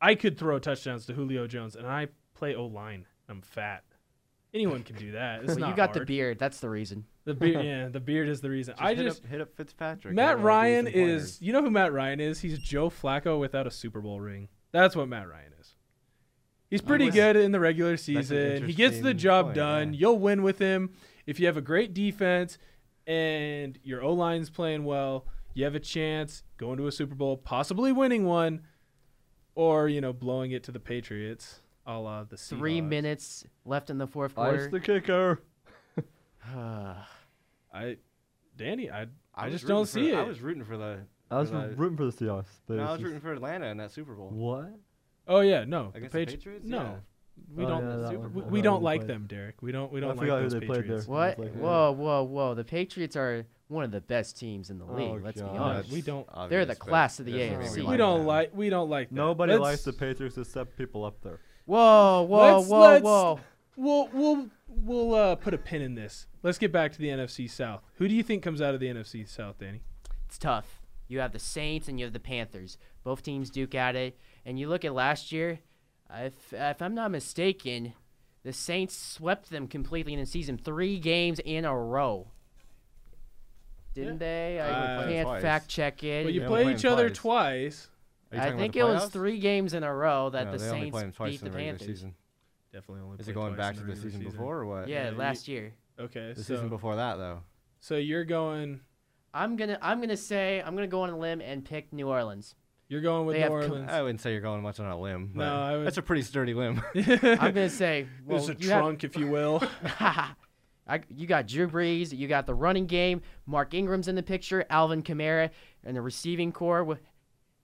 Speaker 1: I could throw touchdowns to Julio Jones, and I play O line. I'm fat. Anyone can do that. It's
Speaker 2: [LAUGHS] Well,
Speaker 1: not
Speaker 2: you got the
Speaker 1: hard.
Speaker 2: beard. That's the reason.
Speaker 1: The beard, yeah, the beard is the reason. I
Speaker 3: hit
Speaker 1: just
Speaker 3: up, hit up Fitzpatrick.
Speaker 1: Matt
Speaker 3: He'll give you
Speaker 1: Ryan
Speaker 3: some pointers.
Speaker 1: is. You know who Matt Ryan is? He's Joe Flacco without a Super Bowl ring. That's what Matt Ryan is. He's pretty
Speaker 3: wow.
Speaker 1: good in the regular
Speaker 3: an
Speaker 1: season. He gets the
Speaker 3: interesting
Speaker 1: job
Speaker 3: point,
Speaker 1: done.
Speaker 3: yeah.
Speaker 1: You'll win with him if you have a great defense and your O line's playing well. You have a chance going to a Super Bowl, possibly winning one, or you know blowing it to the Patriots, a la the Seahawks.
Speaker 2: Three minutes left in the fourth quarter.
Speaker 4: Ice the kicker.
Speaker 1: I, Danny, I I,
Speaker 3: was
Speaker 1: just don't
Speaker 3: rooting
Speaker 1: see
Speaker 3: for-
Speaker 1: it.
Speaker 3: I was rooting for the.
Speaker 4: I was
Speaker 3: for the-
Speaker 4: rooting for the Seahawks. But
Speaker 3: no, I
Speaker 4: it's
Speaker 3: was
Speaker 4: just-
Speaker 3: rooting for Atlanta in that Super Bowl.
Speaker 4: What?
Speaker 1: Oh yeah, no.
Speaker 3: Against the
Speaker 1: Patri-
Speaker 3: Patriots?
Speaker 1: No,
Speaker 3: Yeah.
Speaker 1: we
Speaker 4: Oh,
Speaker 1: don't.
Speaker 4: yeah, that
Speaker 1: Super-
Speaker 4: one.
Speaker 1: we,
Speaker 4: I
Speaker 1: we
Speaker 4: forgot
Speaker 1: don't
Speaker 4: who they
Speaker 1: like
Speaker 4: played.
Speaker 1: them, Derek. We don't. We
Speaker 4: I
Speaker 1: don't like
Speaker 4: forgot who
Speaker 1: those
Speaker 4: they played
Speaker 1: Patriots.
Speaker 4: there.
Speaker 2: What?
Speaker 4: Like, yeah.
Speaker 2: whoa, whoa, whoa. The Patriots are one of the best teams in the
Speaker 4: Oh,
Speaker 2: league. let's
Speaker 4: God.
Speaker 2: be
Speaker 4: No,
Speaker 2: honest.
Speaker 1: we don't-
Speaker 2: They're the
Speaker 3: obvious, but
Speaker 2: class of the
Speaker 3: doesn't mean we
Speaker 2: AFC.
Speaker 3: like
Speaker 1: We don't
Speaker 3: them.
Speaker 1: like. We don't like. That.
Speaker 4: Nobody
Speaker 1: Let's-
Speaker 4: likes the Patriots except people up there.
Speaker 2: Whoa, whoa,
Speaker 1: let's-
Speaker 2: whoa,
Speaker 1: let's-
Speaker 2: whoa.
Speaker 1: We'll we'll we'll uh, put a pin in this. Let's get back to the NFC South. Who do you think comes out of the NFC South, Danny?
Speaker 2: It's tough. You have the Saints and you have the Panthers. Both teams duke at it. And you look at last year, if, if I'm not mistaken, the Saints swept them completely in the season three games in a row. Didn't they? I
Speaker 1: Uh,
Speaker 2: can't
Speaker 3: Twice.
Speaker 2: fact check it.
Speaker 1: Well, you
Speaker 3: they only
Speaker 1: play
Speaker 3: play
Speaker 1: each
Speaker 3: them
Speaker 1: other
Speaker 3: twice.
Speaker 1: twice.
Speaker 3: Are you
Speaker 2: I
Speaker 3: talking about
Speaker 2: think
Speaker 3: the
Speaker 2: it was
Speaker 3: playoffs?
Speaker 2: three games in a row that
Speaker 3: No,
Speaker 2: the
Speaker 3: they only play them
Speaker 2: Saints
Speaker 3: twice
Speaker 2: beat
Speaker 3: in
Speaker 2: the,
Speaker 3: regular
Speaker 2: Panthers.
Speaker 3: season.
Speaker 1: Definitely only.
Speaker 3: Is
Speaker 1: play
Speaker 3: it going
Speaker 1: twice
Speaker 3: back
Speaker 1: in
Speaker 3: to the
Speaker 1: regular
Speaker 3: season, before or what?
Speaker 2: Yeah,
Speaker 1: you-
Speaker 2: last year.
Speaker 1: Okay,
Speaker 3: The season
Speaker 1: so
Speaker 3: before that though.
Speaker 1: so you're going
Speaker 2: I'm gonna I'm gonna say I'm gonna go on a limb and pick New
Speaker 3: [LAUGHS]
Speaker 2: Orleans.
Speaker 1: you're going with
Speaker 2: They
Speaker 1: New
Speaker 2: have com-
Speaker 1: Orleans.
Speaker 3: I wouldn't say you're going much on a limb. but
Speaker 1: No, I would-
Speaker 3: That's a pretty sturdy limb.
Speaker 2: I'm gonna say well,
Speaker 1: There's a
Speaker 2: you have-
Speaker 1: trunk, [LAUGHS] if you
Speaker 3: [LAUGHS]
Speaker 1: will.
Speaker 2: [LAUGHS] I, you got Drew Brees, you got the running game, Mark Ingram's in the picture, Alvin Kamara, and the receiving core with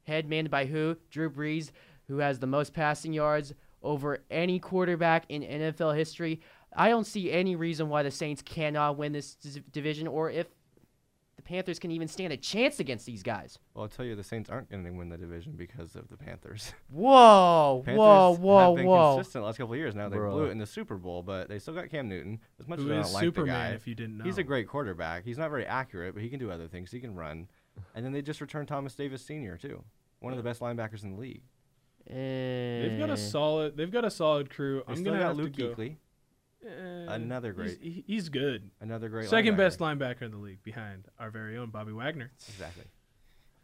Speaker 2: head manned by who? Drew Brees, who has the most passing yards over any quarterback in NFL history. I don't see any reason why the Saints cannot win this dis- division, or if the Panthers can even stand a chance against these guys.
Speaker 3: well, I'll tell you, the Saints aren't going to win the division because of the Panthers.
Speaker 2: Whoa,
Speaker 3: Panthers
Speaker 2: whoa,
Speaker 3: have
Speaker 2: whoa,
Speaker 3: been
Speaker 2: whoa!
Speaker 3: consistent the last couple of years. Now they
Speaker 4: Bruh.
Speaker 3: blew it in the Super Bowl, but they still got Cam Newton. As much
Speaker 1: Who
Speaker 3: as I
Speaker 1: is
Speaker 3: don't like
Speaker 1: Superman,
Speaker 3: the guy,
Speaker 1: if you didn't
Speaker 3: he's a
Speaker 1: know?
Speaker 3: great quarterback. He's not very accurate, but he can do other things. He can run. And then they just returned Thomas Davis Sr. too, one of the best linebackers in the league.
Speaker 1: they've got
Speaker 2: Eh.
Speaker 1: a solid. They've got a solid crew.
Speaker 3: They
Speaker 1: I'm
Speaker 3: still
Speaker 1: gonna
Speaker 3: got
Speaker 1: have
Speaker 3: Luke
Speaker 1: to go.
Speaker 3: Kuechly,
Speaker 1: Eh,
Speaker 3: Another great-
Speaker 1: He's, he- he's good.
Speaker 3: another great
Speaker 1: Second
Speaker 3: linebacker.
Speaker 1: best linebacker in the league behind our very own Bobby Wagner.
Speaker 3: Exactly.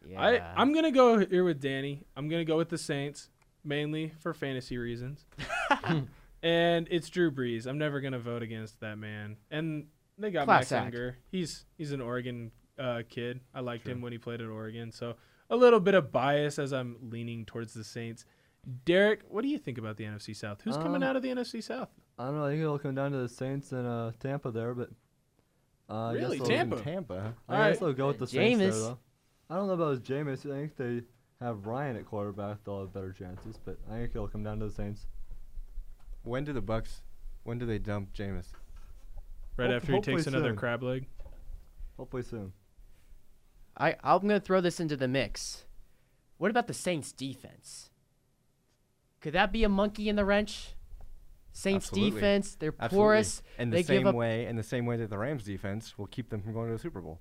Speaker 2: Yeah.
Speaker 1: I I'm gonna go here with Danny. I'm gonna go with the Saints mainly for fantasy
Speaker 3: [LAUGHS]
Speaker 1: reasons, and it's Drew Brees. I'm never gonna vote against that man. And they got
Speaker 2: Class
Speaker 1: Max
Speaker 2: act.
Speaker 1: Unger. He's he's an Oregon uh, kid. I liked him when he played at Oregon. So a little bit of bias as I'm leaning towards the Saints. Derek, what do you think about the NFC South? Who's coming
Speaker 4: Um,
Speaker 1: out of the NFC South?
Speaker 4: I don't know. I think it'll come down to the Saints and uh, Tampa there, but uh, I
Speaker 1: Really?
Speaker 4: guess I'll-
Speaker 1: Tampa?
Speaker 3: Tampa.
Speaker 4: I
Speaker 1: All
Speaker 4: guess
Speaker 1: right.
Speaker 4: I'll go with the Saints
Speaker 2: Jameis.
Speaker 4: there, though. I don't know about Jameis. I think they have Ryan at quarterback. They'll have better chances, but I think it'll come down to the Saints.
Speaker 3: When do the Bucks? When do they dump Jameis?
Speaker 1: Right
Speaker 4: hope-
Speaker 1: after he
Speaker 4: hopefully
Speaker 1: takes another
Speaker 4: soon.
Speaker 1: crab leg.
Speaker 4: Hopefully soon.
Speaker 2: I, I'm going to throw this into the mix. What about the Saints defense? Could that be a monkey in the wrench? Saints
Speaker 3: Absolutely.
Speaker 2: defense, they're
Speaker 3: Absolutely.
Speaker 2: porous.
Speaker 3: And the
Speaker 2: they
Speaker 3: same
Speaker 2: give up.
Speaker 3: way, and the same way that the Rams defense will keep them from going to the Super Bowl.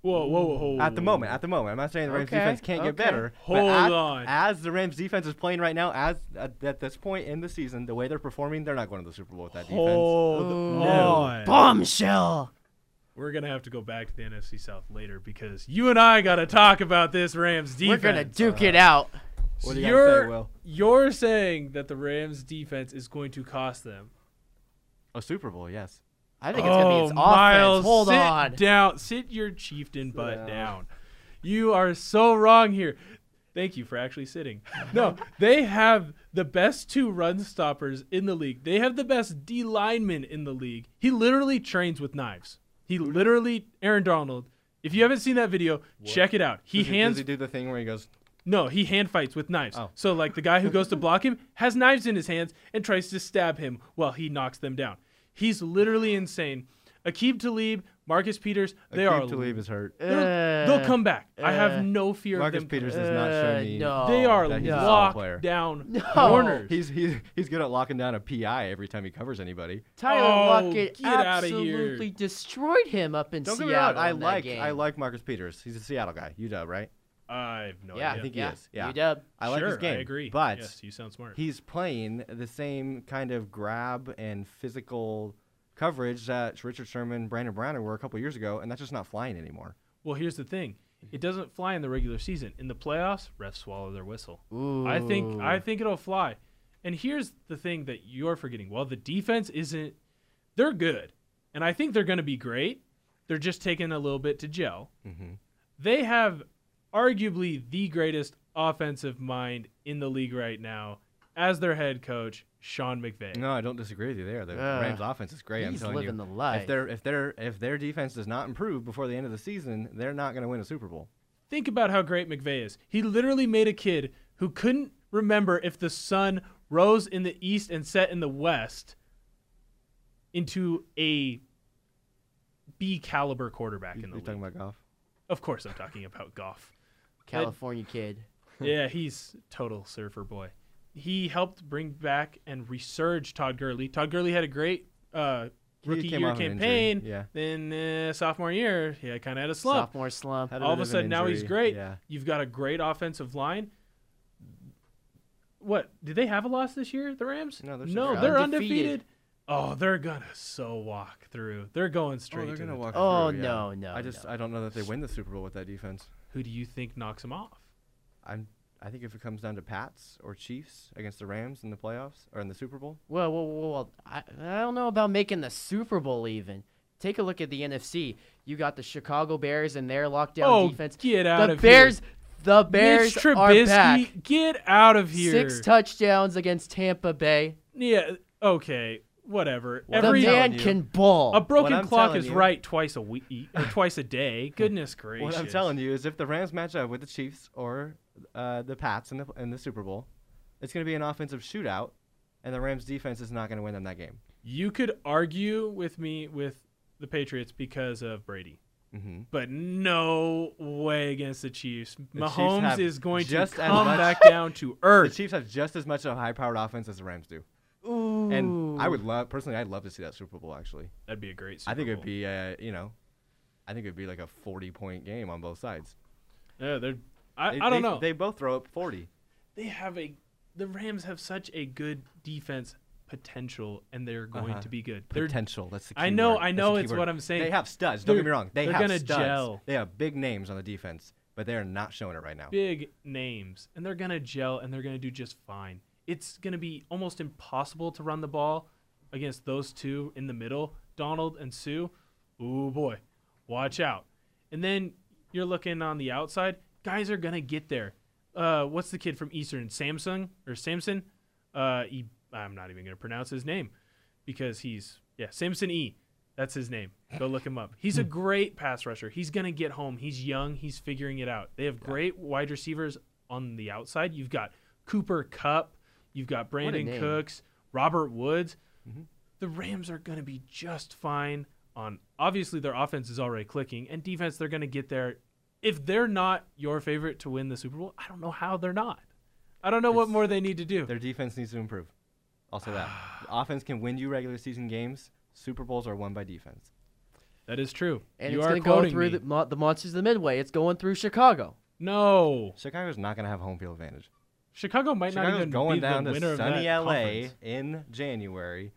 Speaker 1: Whoa, whoa, whoa, whoa!
Speaker 3: At the moment, at the moment, I'm not saying the Rams
Speaker 2: Okay,
Speaker 3: defense can't
Speaker 2: okay.
Speaker 3: get better. but
Speaker 1: Hold
Speaker 3: as,
Speaker 1: on.
Speaker 3: As the Rams defense is playing right now, as at, at this point in the season, the way they're performing, they're not going to the Super Bowl with that defense.
Speaker 1: Hold
Speaker 2: Ooh.
Speaker 3: Oh,
Speaker 1: on.
Speaker 2: Bombshell!
Speaker 1: We're gonna have to go back to the NFC South later because you and I gotta talk about this Rams defense.
Speaker 2: We're going to duke
Speaker 3: Uh-huh.
Speaker 2: it out.
Speaker 1: So
Speaker 3: What do you gotta
Speaker 1: you're
Speaker 3: say, Will?
Speaker 1: you're saying that the Rams defense is going to cost them.
Speaker 3: A Super Bowl, yes.
Speaker 2: I think it's going
Speaker 3: Oh,
Speaker 2: to be its offense. Hold
Speaker 1: Oh, sit
Speaker 2: on.
Speaker 1: down, sit your chieftain butt down. You are so wrong here. Thank you for actually
Speaker 3: [LAUGHS]
Speaker 1: sitting. No, they have the best two run stoppers in the league. They have the best D lineman in the league. He literally trains with knives. He literally Aaron Donald. If you haven't seen that video, check it out. He
Speaker 3: Does he,
Speaker 1: hands
Speaker 3: does he do the thing where he goes?
Speaker 1: No, he hand fights with knives.
Speaker 3: Oh.
Speaker 1: So like the guy who goes to block him has knives in his hands and tries to stab him while he knocks them down. He's literally insane. Akib Talib, Marcus Peters, they
Speaker 3: Akeem
Speaker 1: are
Speaker 3: Talib is hurt.
Speaker 1: they'll, they'll come back. I
Speaker 2: uh,
Speaker 1: have no fear
Speaker 3: Marcus
Speaker 1: of them.
Speaker 3: Peters has not shown
Speaker 2: Uh,
Speaker 3: me.
Speaker 2: no.
Speaker 1: They are
Speaker 3: that he's a solid player.
Speaker 1: locked down
Speaker 2: No.
Speaker 1: corners.
Speaker 3: [LAUGHS] He's, he's he's good at locking down a PI every time he covers anybody.
Speaker 2: Tyler
Speaker 1: Oh,
Speaker 2: Lockett
Speaker 1: get outta here.
Speaker 2: absolutely destroyed him up in
Speaker 3: Don't get
Speaker 2: Seattle.
Speaker 3: me wrong. I
Speaker 2: in that
Speaker 3: like
Speaker 2: game.
Speaker 3: I like Marcus Peters. He's a Seattle guy. UW, right?
Speaker 1: I have no
Speaker 2: Yeah,
Speaker 1: idea.
Speaker 3: I think he
Speaker 2: yeah,
Speaker 3: is, yeah.
Speaker 2: UW.
Speaker 3: I like his
Speaker 1: Sure,
Speaker 3: game.
Speaker 1: I agree.
Speaker 3: But
Speaker 1: yes, you sound smart.
Speaker 3: he's playing the same kind of grab and physical coverage that Richard Sherman, Brandon Browner were a couple years ago, and that's just not flying anymore.
Speaker 1: Well, here's the thing. It doesn't fly in the regular season. In the playoffs, refs swallow their whistle. I think I think it'll fly. And here's the thing that you're forgetting. Well, the defense isn't they're good. And I think they're going to be great. They're just taking a little bit to gel. They have arguably the greatest offensive mind in the league right now as their head coach, Sean McVay.
Speaker 3: No, I don't disagree with you there. The
Speaker 2: Ugh.
Speaker 3: Rams offense is great. I'm
Speaker 2: He's
Speaker 3: telling you.
Speaker 2: living the life.
Speaker 3: If their if their if their defense does not improve before the end of the season, they're not going to win a Super Bowl.
Speaker 1: Think about how great McVay is. He literally made a kid who couldn't remember if the sun rose in the east and set in the west into a B caliber quarterback in the
Speaker 3: You
Speaker 1: league.
Speaker 3: talking about golf?
Speaker 1: of course, I'm talking about Goff.
Speaker 2: California kid.
Speaker 3: [LAUGHS]
Speaker 1: yeah, he's total surfer boy. He helped bring back and resurge Todd Gurley. Todd Gurley had a great uh,
Speaker 3: He
Speaker 1: rookie
Speaker 3: came
Speaker 1: year
Speaker 3: off an injury,
Speaker 1: campaign.
Speaker 3: yeah.
Speaker 1: Then uh, sophomore year, yeah, kind of had a slump
Speaker 2: Sophomore slump.
Speaker 3: Had
Speaker 1: all of a
Speaker 3: bit
Speaker 1: sudden
Speaker 3: an
Speaker 1: now he's
Speaker 3: injury,
Speaker 1: great.
Speaker 3: yeah.
Speaker 1: You've got a great offensive line. What did they have a loss this year? The Rams?
Speaker 3: No, they're
Speaker 1: no,
Speaker 3: still
Speaker 1: they're
Speaker 2: undefeated.
Speaker 1: undefeated. Oh, they're gonna so walk through. They're going straight.
Speaker 3: Oh, they're
Speaker 1: to
Speaker 3: going to
Speaker 1: the-
Speaker 3: walk
Speaker 2: Oh,
Speaker 3: through, yeah.
Speaker 2: no, no,
Speaker 3: I just
Speaker 2: no.
Speaker 3: I don't know that they win the Super Bowl with that defense.
Speaker 1: Who do you think knocks them off?
Speaker 3: I'm I think if it comes down to Pats or Chiefs against the Rams in the playoffs or in the Super Bowl,
Speaker 2: Well, well, well, well I, I don't know about making the Super Bowl even. Take a look at the NFC. You got the Chicago Bears and their lockdown
Speaker 1: Oh,
Speaker 2: defense.
Speaker 1: get out
Speaker 2: the
Speaker 1: of here.
Speaker 2: Bears, The Bears
Speaker 1: Mitch
Speaker 2: are back.
Speaker 1: Trubisky, get out of here.
Speaker 2: Six touchdowns against Tampa Bay.
Speaker 1: yeah. Okay. Whatever.
Speaker 2: the
Speaker 1: Every
Speaker 2: man
Speaker 3: you-
Speaker 2: can ball.
Speaker 1: a
Speaker 3: What
Speaker 1: broken
Speaker 3: I'm
Speaker 1: clock
Speaker 3: telling
Speaker 1: is
Speaker 3: you-
Speaker 1: right twice a week or twice a
Speaker 3: [LAUGHS]
Speaker 1: day. Goodness gracious.
Speaker 3: what I'm telling you is if the Rams match up with the Chiefs or uh, the Pats in the in the Super Bowl, it's going to be an offensive shootout, and the Rams defense is not going to win them that game.
Speaker 1: You could argue with me with the Patriots because of Brady.
Speaker 3: Mm-hmm.
Speaker 1: But no way against the Chiefs.
Speaker 3: Chiefs
Speaker 1: Mahomes
Speaker 3: have
Speaker 1: is going to
Speaker 3: just as
Speaker 1: come
Speaker 3: much-
Speaker 1: back down to
Speaker 3: [LAUGHS] The
Speaker 1: earth.
Speaker 3: Chiefs have just as much of a high-powered offense as the Rams do. Ooh. And I would love personally, I'd love to see that Super Bowl. Actually,
Speaker 1: That'd be a great. Super
Speaker 3: I think it'd
Speaker 1: Bowl.
Speaker 3: be uh, you know, I think it'd be like a 40-point game on both sides.
Speaker 1: Yeah, they're. I,
Speaker 3: They-
Speaker 1: I don't
Speaker 3: they-
Speaker 1: know. They,
Speaker 3: They both throw up 40.
Speaker 1: have a. The Rams have such a good defense potential, and they're going
Speaker 3: Uh-huh.
Speaker 1: to be good. They're
Speaker 3: potential. That's the key
Speaker 1: I know-
Speaker 3: word.
Speaker 1: I
Speaker 3: That's
Speaker 1: know
Speaker 3: the key
Speaker 1: it's
Speaker 3: word.
Speaker 1: what I'm saying.
Speaker 3: They have studs. Don't get me
Speaker 1: They're-
Speaker 3: wrong. They
Speaker 1: they're
Speaker 3: have
Speaker 1: gonna
Speaker 3: studs.
Speaker 1: gel.
Speaker 3: They have big names on the defense, but they are not showing it right now.
Speaker 1: big names, and they're gonna gel, and they're gonna do just fine. It's gonna be almost impossible to run the ball against those two in the middle, Donald and Sue. Ooh boy, watch out. And then you're looking on the outside. Guys are gonna get there. Uh, what's the kid from Eastern? Samsung or Samson? Uh, e- I'm not even gonna pronounce his name because he's yeah Samson E. That's his name. Go look him up. He's a
Speaker 2: Hmm.
Speaker 1: great pass rusher. He's gonna get home. He's young. He's figuring it out. They have great wide receivers on the outside. You've got Cooper Cup. You've got Brandon
Speaker 2: name. Mm-hmm.
Speaker 1: Cooks. Robert Woods. The Rams are gonna be just fine. On obviously their offense is already clicking, and defense they're gonna get there. If they're not your favorite to win the Super Bowl, I don't know how they're not. I don't know what
Speaker 3: It's-
Speaker 1: more they need to do.
Speaker 3: Their defense needs to improve. Also,
Speaker 1: [SIGHS]
Speaker 3: that The offense can win you regular season games. Super Bowls are won by defense.
Speaker 1: That is true.
Speaker 2: and
Speaker 1: you
Speaker 2: it's
Speaker 1: are
Speaker 2: going to go
Speaker 1: quoting
Speaker 2: through
Speaker 1: me.
Speaker 2: the, mon- the Monsters of the Midway. It's going through Chicago.
Speaker 1: No,
Speaker 3: Chicago's not going to have home field advantage.
Speaker 1: Chicago might not
Speaker 3: Chicago's
Speaker 1: even be
Speaker 3: going down
Speaker 1: the winner
Speaker 3: to
Speaker 1: of
Speaker 3: sunny
Speaker 1: that
Speaker 3: LA
Speaker 1: conference.
Speaker 3: in January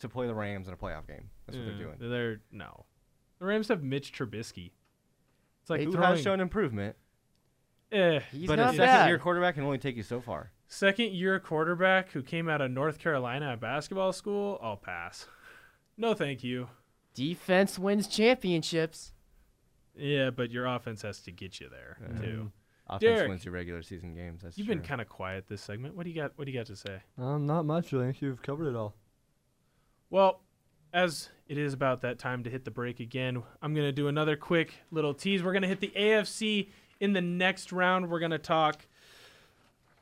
Speaker 3: to play the Rams in a playoff game. That's what
Speaker 1: Yeah,
Speaker 3: they're doing.
Speaker 1: They're no. The Rams have Mitch Trubisky. It's like
Speaker 3: Who
Speaker 1: throwing,
Speaker 3: has shown improvement?
Speaker 1: eh,
Speaker 2: He's
Speaker 3: but a
Speaker 2: not bad.
Speaker 3: second-year quarterback can only take you so far.
Speaker 1: second year quarterback who came out of North Carolina basketball school. I'll pass. No, thank you.
Speaker 2: Defense wins championships.
Speaker 1: Yeah, but your offense has to get you there too.
Speaker 3: Offense
Speaker 1: Derek,
Speaker 3: wins your regular season games. That's
Speaker 1: You've
Speaker 3: true.
Speaker 1: been kind of quiet this segment. What do you got? What do you got to say?
Speaker 4: Um, not much. I think you've covered it all.
Speaker 1: Well, as it is about that time to hit the break again, I'm going to do another quick little tease. We're going to hit the AFC in the next round. We're going to talk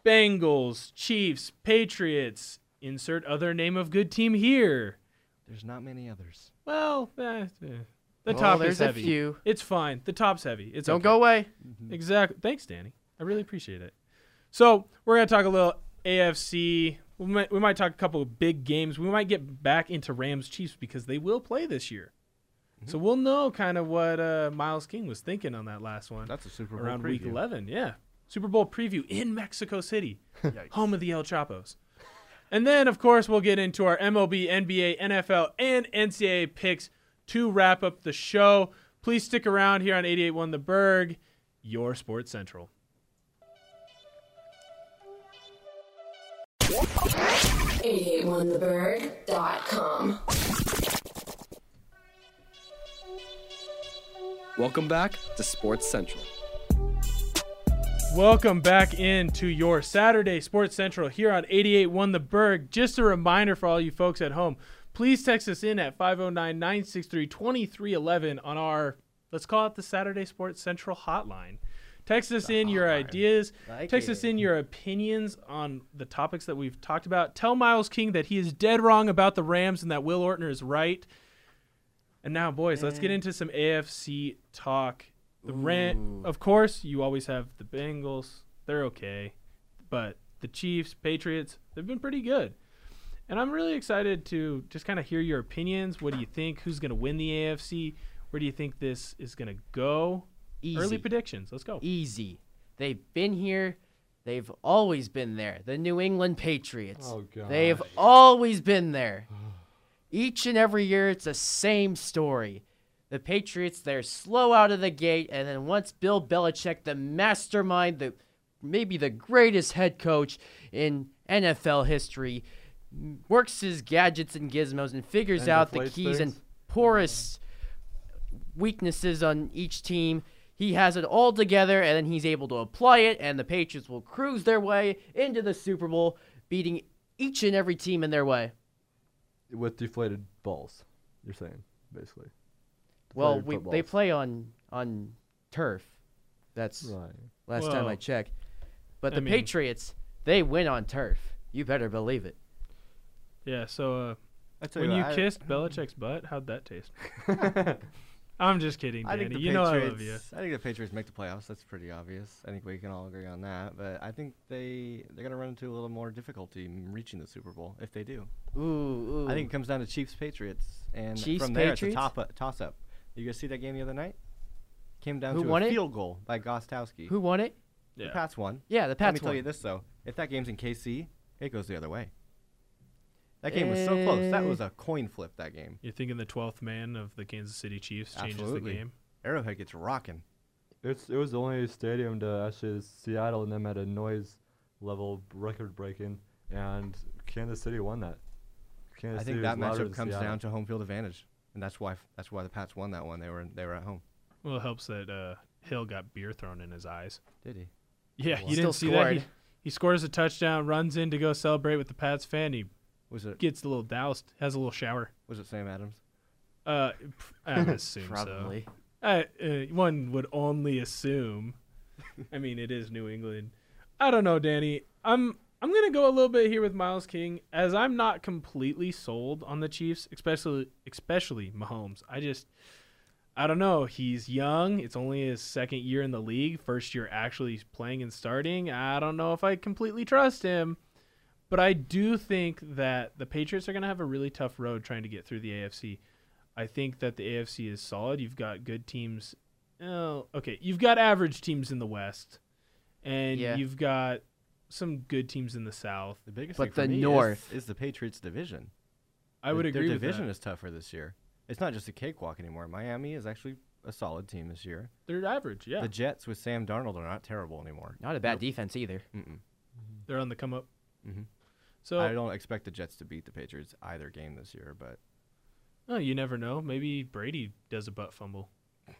Speaker 1: Bengals, Chiefs, Patriots, insert other name of good team here.
Speaker 3: There's not many others.
Speaker 1: Well, eh, eh. the
Speaker 2: Well,
Speaker 1: top
Speaker 2: Oh, there's
Speaker 1: is heavy.
Speaker 2: a few.
Speaker 1: It's fine. The top's heavy. It's
Speaker 2: Don't
Speaker 1: okay.
Speaker 2: go away.
Speaker 1: Exactly. Thanks, Danny. I really appreciate it. So we're gonna talk a little AFC. We might, we might talk a couple of big games. We might get back into Rams Chiefs because they will play this year.
Speaker 3: Mm-hmm.
Speaker 1: So we'll know kind of what uh, Miles King was thinking on that last one
Speaker 3: That's a Super Bowl
Speaker 1: around week
Speaker 3: preview.
Speaker 1: 11. Yeah. Super Bowl preview in Mexico
Speaker 3: [LAUGHS]
Speaker 1: City, home of the El Chapos. And then, of course, we'll get into our MLB, NBA, NFL, and NCAA picks to wrap up the show. Please stick around here on 881 The Berg, your Sports Central.
Speaker 7: com.
Speaker 5: Welcome back to Sports Central.
Speaker 1: Welcome back into your Saturday Sports Central here on 881 The Berg. Just a reminder for all you folks at home, please text us in at 509-963-2311 on our let's call it the Saturday Sports Central hotline. Text us in your ideas.
Speaker 2: Like
Speaker 1: text
Speaker 2: it.
Speaker 1: us in your opinions on the topics that we've talked about. Tell Miles King that he is dead wrong about the Rams and that Will Ortner is right. And now, boys, let's get into some AFC talk. The Ram, of course, you always have the Bengals. They're okay, but the Chiefs, Patriots, they've been pretty good. And I'm really excited to just kind of hear your opinions. What do you think? Who's going to win the AFC? Where do you think this is going to go? Early
Speaker 2: Easy.
Speaker 1: predictions. Let's
Speaker 3: E
Speaker 1: go.
Speaker 2: Easy. They've been here. They've always been there. The New England Patriots.
Speaker 4: Oh,
Speaker 2: They've always been there. Each and every year, it's the same story. The Patriots, they're slow out of the gate, and then once Bill Belichick, the mastermind, the maybe the greatest head coach in NFL history, m- works his gadgets and gizmos and figures
Speaker 4: And
Speaker 2: out the
Speaker 4: deflates
Speaker 2: keys and
Speaker 4: things.
Speaker 2: porous weaknesses on each team. He has it all together, and then he's able to apply it, and the Patriots will cruise their way into the Super Bowl, beating each and every team in their way.
Speaker 4: with deflated balls. You're saying basically.
Speaker 2: Well,
Speaker 4: Deflated
Speaker 2: we,
Speaker 4: footballs.
Speaker 2: they play on on turf. That's
Speaker 4: Right.
Speaker 2: last time I
Speaker 1: Well,
Speaker 2: checked. But
Speaker 1: I
Speaker 2: the
Speaker 1: mean-
Speaker 2: Patriots, they win on turf. You better believe it.
Speaker 1: Yeah. So uh,
Speaker 3: I tell
Speaker 1: when
Speaker 3: you
Speaker 1: you
Speaker 3: what, I-
Speaker 1: kissed Belichick's butt, how'd that
Speaker 3: [LAUGHS]
Speaker 1: taste? [LAUGHS] I'm just kidding,
Speaker 3: I
Speaker 1: Danny.
Speaker 3: think the
Speaker 1: you know I love you.
Speaker 3: Patriots. I think the Patriots make the playoffs. That's pretty obvious. I think we can all agree on that. But I think they they're gonna run into a little more difficulty in reaching the Super Bowl if they do.
Speaker 2: Ooh, ooh.
Speaker 3: I think it comes down to Chiefs Patriots, and
Speaker 2: Chiefs,
Speaker 3: from there it's
Speaker 2: Patriots?
Speaker 3: a top, uh, toss up. You guys see that game the other night? Came down
Speaker 2: Who
Speaker 3: to
Speaker 2: won
Speaker 3: a
Speaker 2: it?
Speaker 3: field goal by Gostowski.
Speaker 2: who won it?
Speaker 3: The
Speaker 1: Yeah.
Speaker 3: Pats won.
Speaker 2: Yeah, the
Speaker 3: Let me
Speaker 2: Pats
Speaker 3: tell
Speaker 2: won.
Speaker 3: you this though: if that game's in KC, it goes the other way. That game was so close. That
Speaker 2: Eh.
Speaker 3: was a coin flip. That game.
Speaker 1: You're thinking the 12th man of the Kansas City Chiefs changes
Speaker 3: Absolutely.
Speaker 1: the game?
Speaker 3: Arrowhead gets rocking.
Speaker 4: It's it was the only stadium to actually Seattle and them had a noise level record breaking, and Kansas City won that. Kansas
Speaker 3: I
Speaker 4: City
Speaker 3: think that
Speaker 4: was louder
Speaker 3: matchup
Speaker 4: than
Speaker 3: comes
Speaker 4: Seattle.
Speaker 3: down to home field advantage, and that's why that's why the Pats won that one. They were they were at home.
Speaker 1: Well, it helps that uh, Hill got beer thrown in his eyes.
Speaker 3: Did he?
Speaker 1: Yeah, you
Speaker 2: Still
Speaker 1: didn't see that. He,
Speaker 2: scored.
Speaker 1: he scores a touchdown, runs in to go celebrate with the Pats fan. He
Speaker 3: Was it
Speaker 1: gets a little doused, has a little shower.
Speaker 3: was it Sam Adams?
Speaker 1: Uh, pr-
Speaker 2: [LAUGHS]
Speaker 1: I would assume
Speaker 2: Probably.
Speaker 1: so. I, uh, one would only assume. I mean, it is New England. I don't know, Danny. I'm I'm gonna go a little bit here with Miles King, as I'm not completely sold on the Chiefs, especially especially Mahomes. I just I don't know. He's young. It's only his second year in the league, first year actually playing and starting. I don't know if I completely trust him. But I do think that the Patriots are going to have a really tough road trying to get through the AFC. I think that the AFC is solid. You've got good teams. Oh, okay. You've got average teams in the West, and
Speaker 2: Yeah.
Speaker 1: you've got some good teams in the South.
Speaker 3: The biggest
Speaker 2: But
Speaker 3: thing for
Speaker 2: the
Speaker 3: me is-
Speaker 2: North.
Speaker 3: is, the Patriots division.
Speaker 1: I would
Speaker 3: Their-
Speaker 1: agree
Speaker 3: Their
Speaker 1: with
Speaker 3: division
Speaker 1: that.
Speaker 3: is tougher this year. It's not just a cakewalk anymore. Miami is actually a solid team this year.
Speaker 1: They're average. Yeah,
Speaker 3: The Jets with Sam Darnold are not terrible anymore.
Speaker 2: Not a bad defense either.
Speaker 1: they're on the come up.
Speaker 3: Mhm.
Speaker 1: So
Speaker 3: I don't expect the Jets to beat the Patriots either game this year, but
Speaker 1: oh, you never know. Maybe Brady does a butt fumble.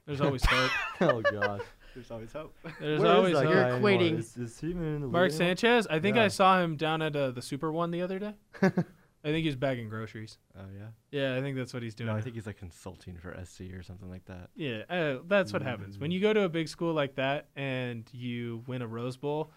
Speaker 1: There's
Speaker 4: [LAUGHS]
Speaker 1: always hope.
Speaker 4: [LAUGHS] Oh [LAUGHS] gosh.
Speaker 3: there's always hope.
Speaker 1: There's
Speaker 4: Where is
Speaker 1: always
Speaker 4: that
Speaker 1: hope.
Speaker 2: You're
Speaker 4: guy anymore?
Speaker 2: equating-
Speaker 4: Is, is he even in the league
Speaker 1: Mark
Speaker 4: anymore?
Speaker 1: Sanchez. I think I
Speaker 4: Yeah.
Speaker 1: saw him down at uh, the Super One the other
Speaker 4: [LAUGHS]
Speaker 1: day. I think he's bagging groceries.
Speaker 3: [LAUGHS] Oh yeah.
Speaker 1: Yeah, I think that's what he's doing.
Speaker 3: No, I
Speaker 1: now.
Speaker 3: think he's like consulting for SC or something like that.
Speaker 1: Yeah, uh, that's what happens
Speaker 3: Mm.
Speaker 1: when you go to a big school like that and you win a Rose Bowl.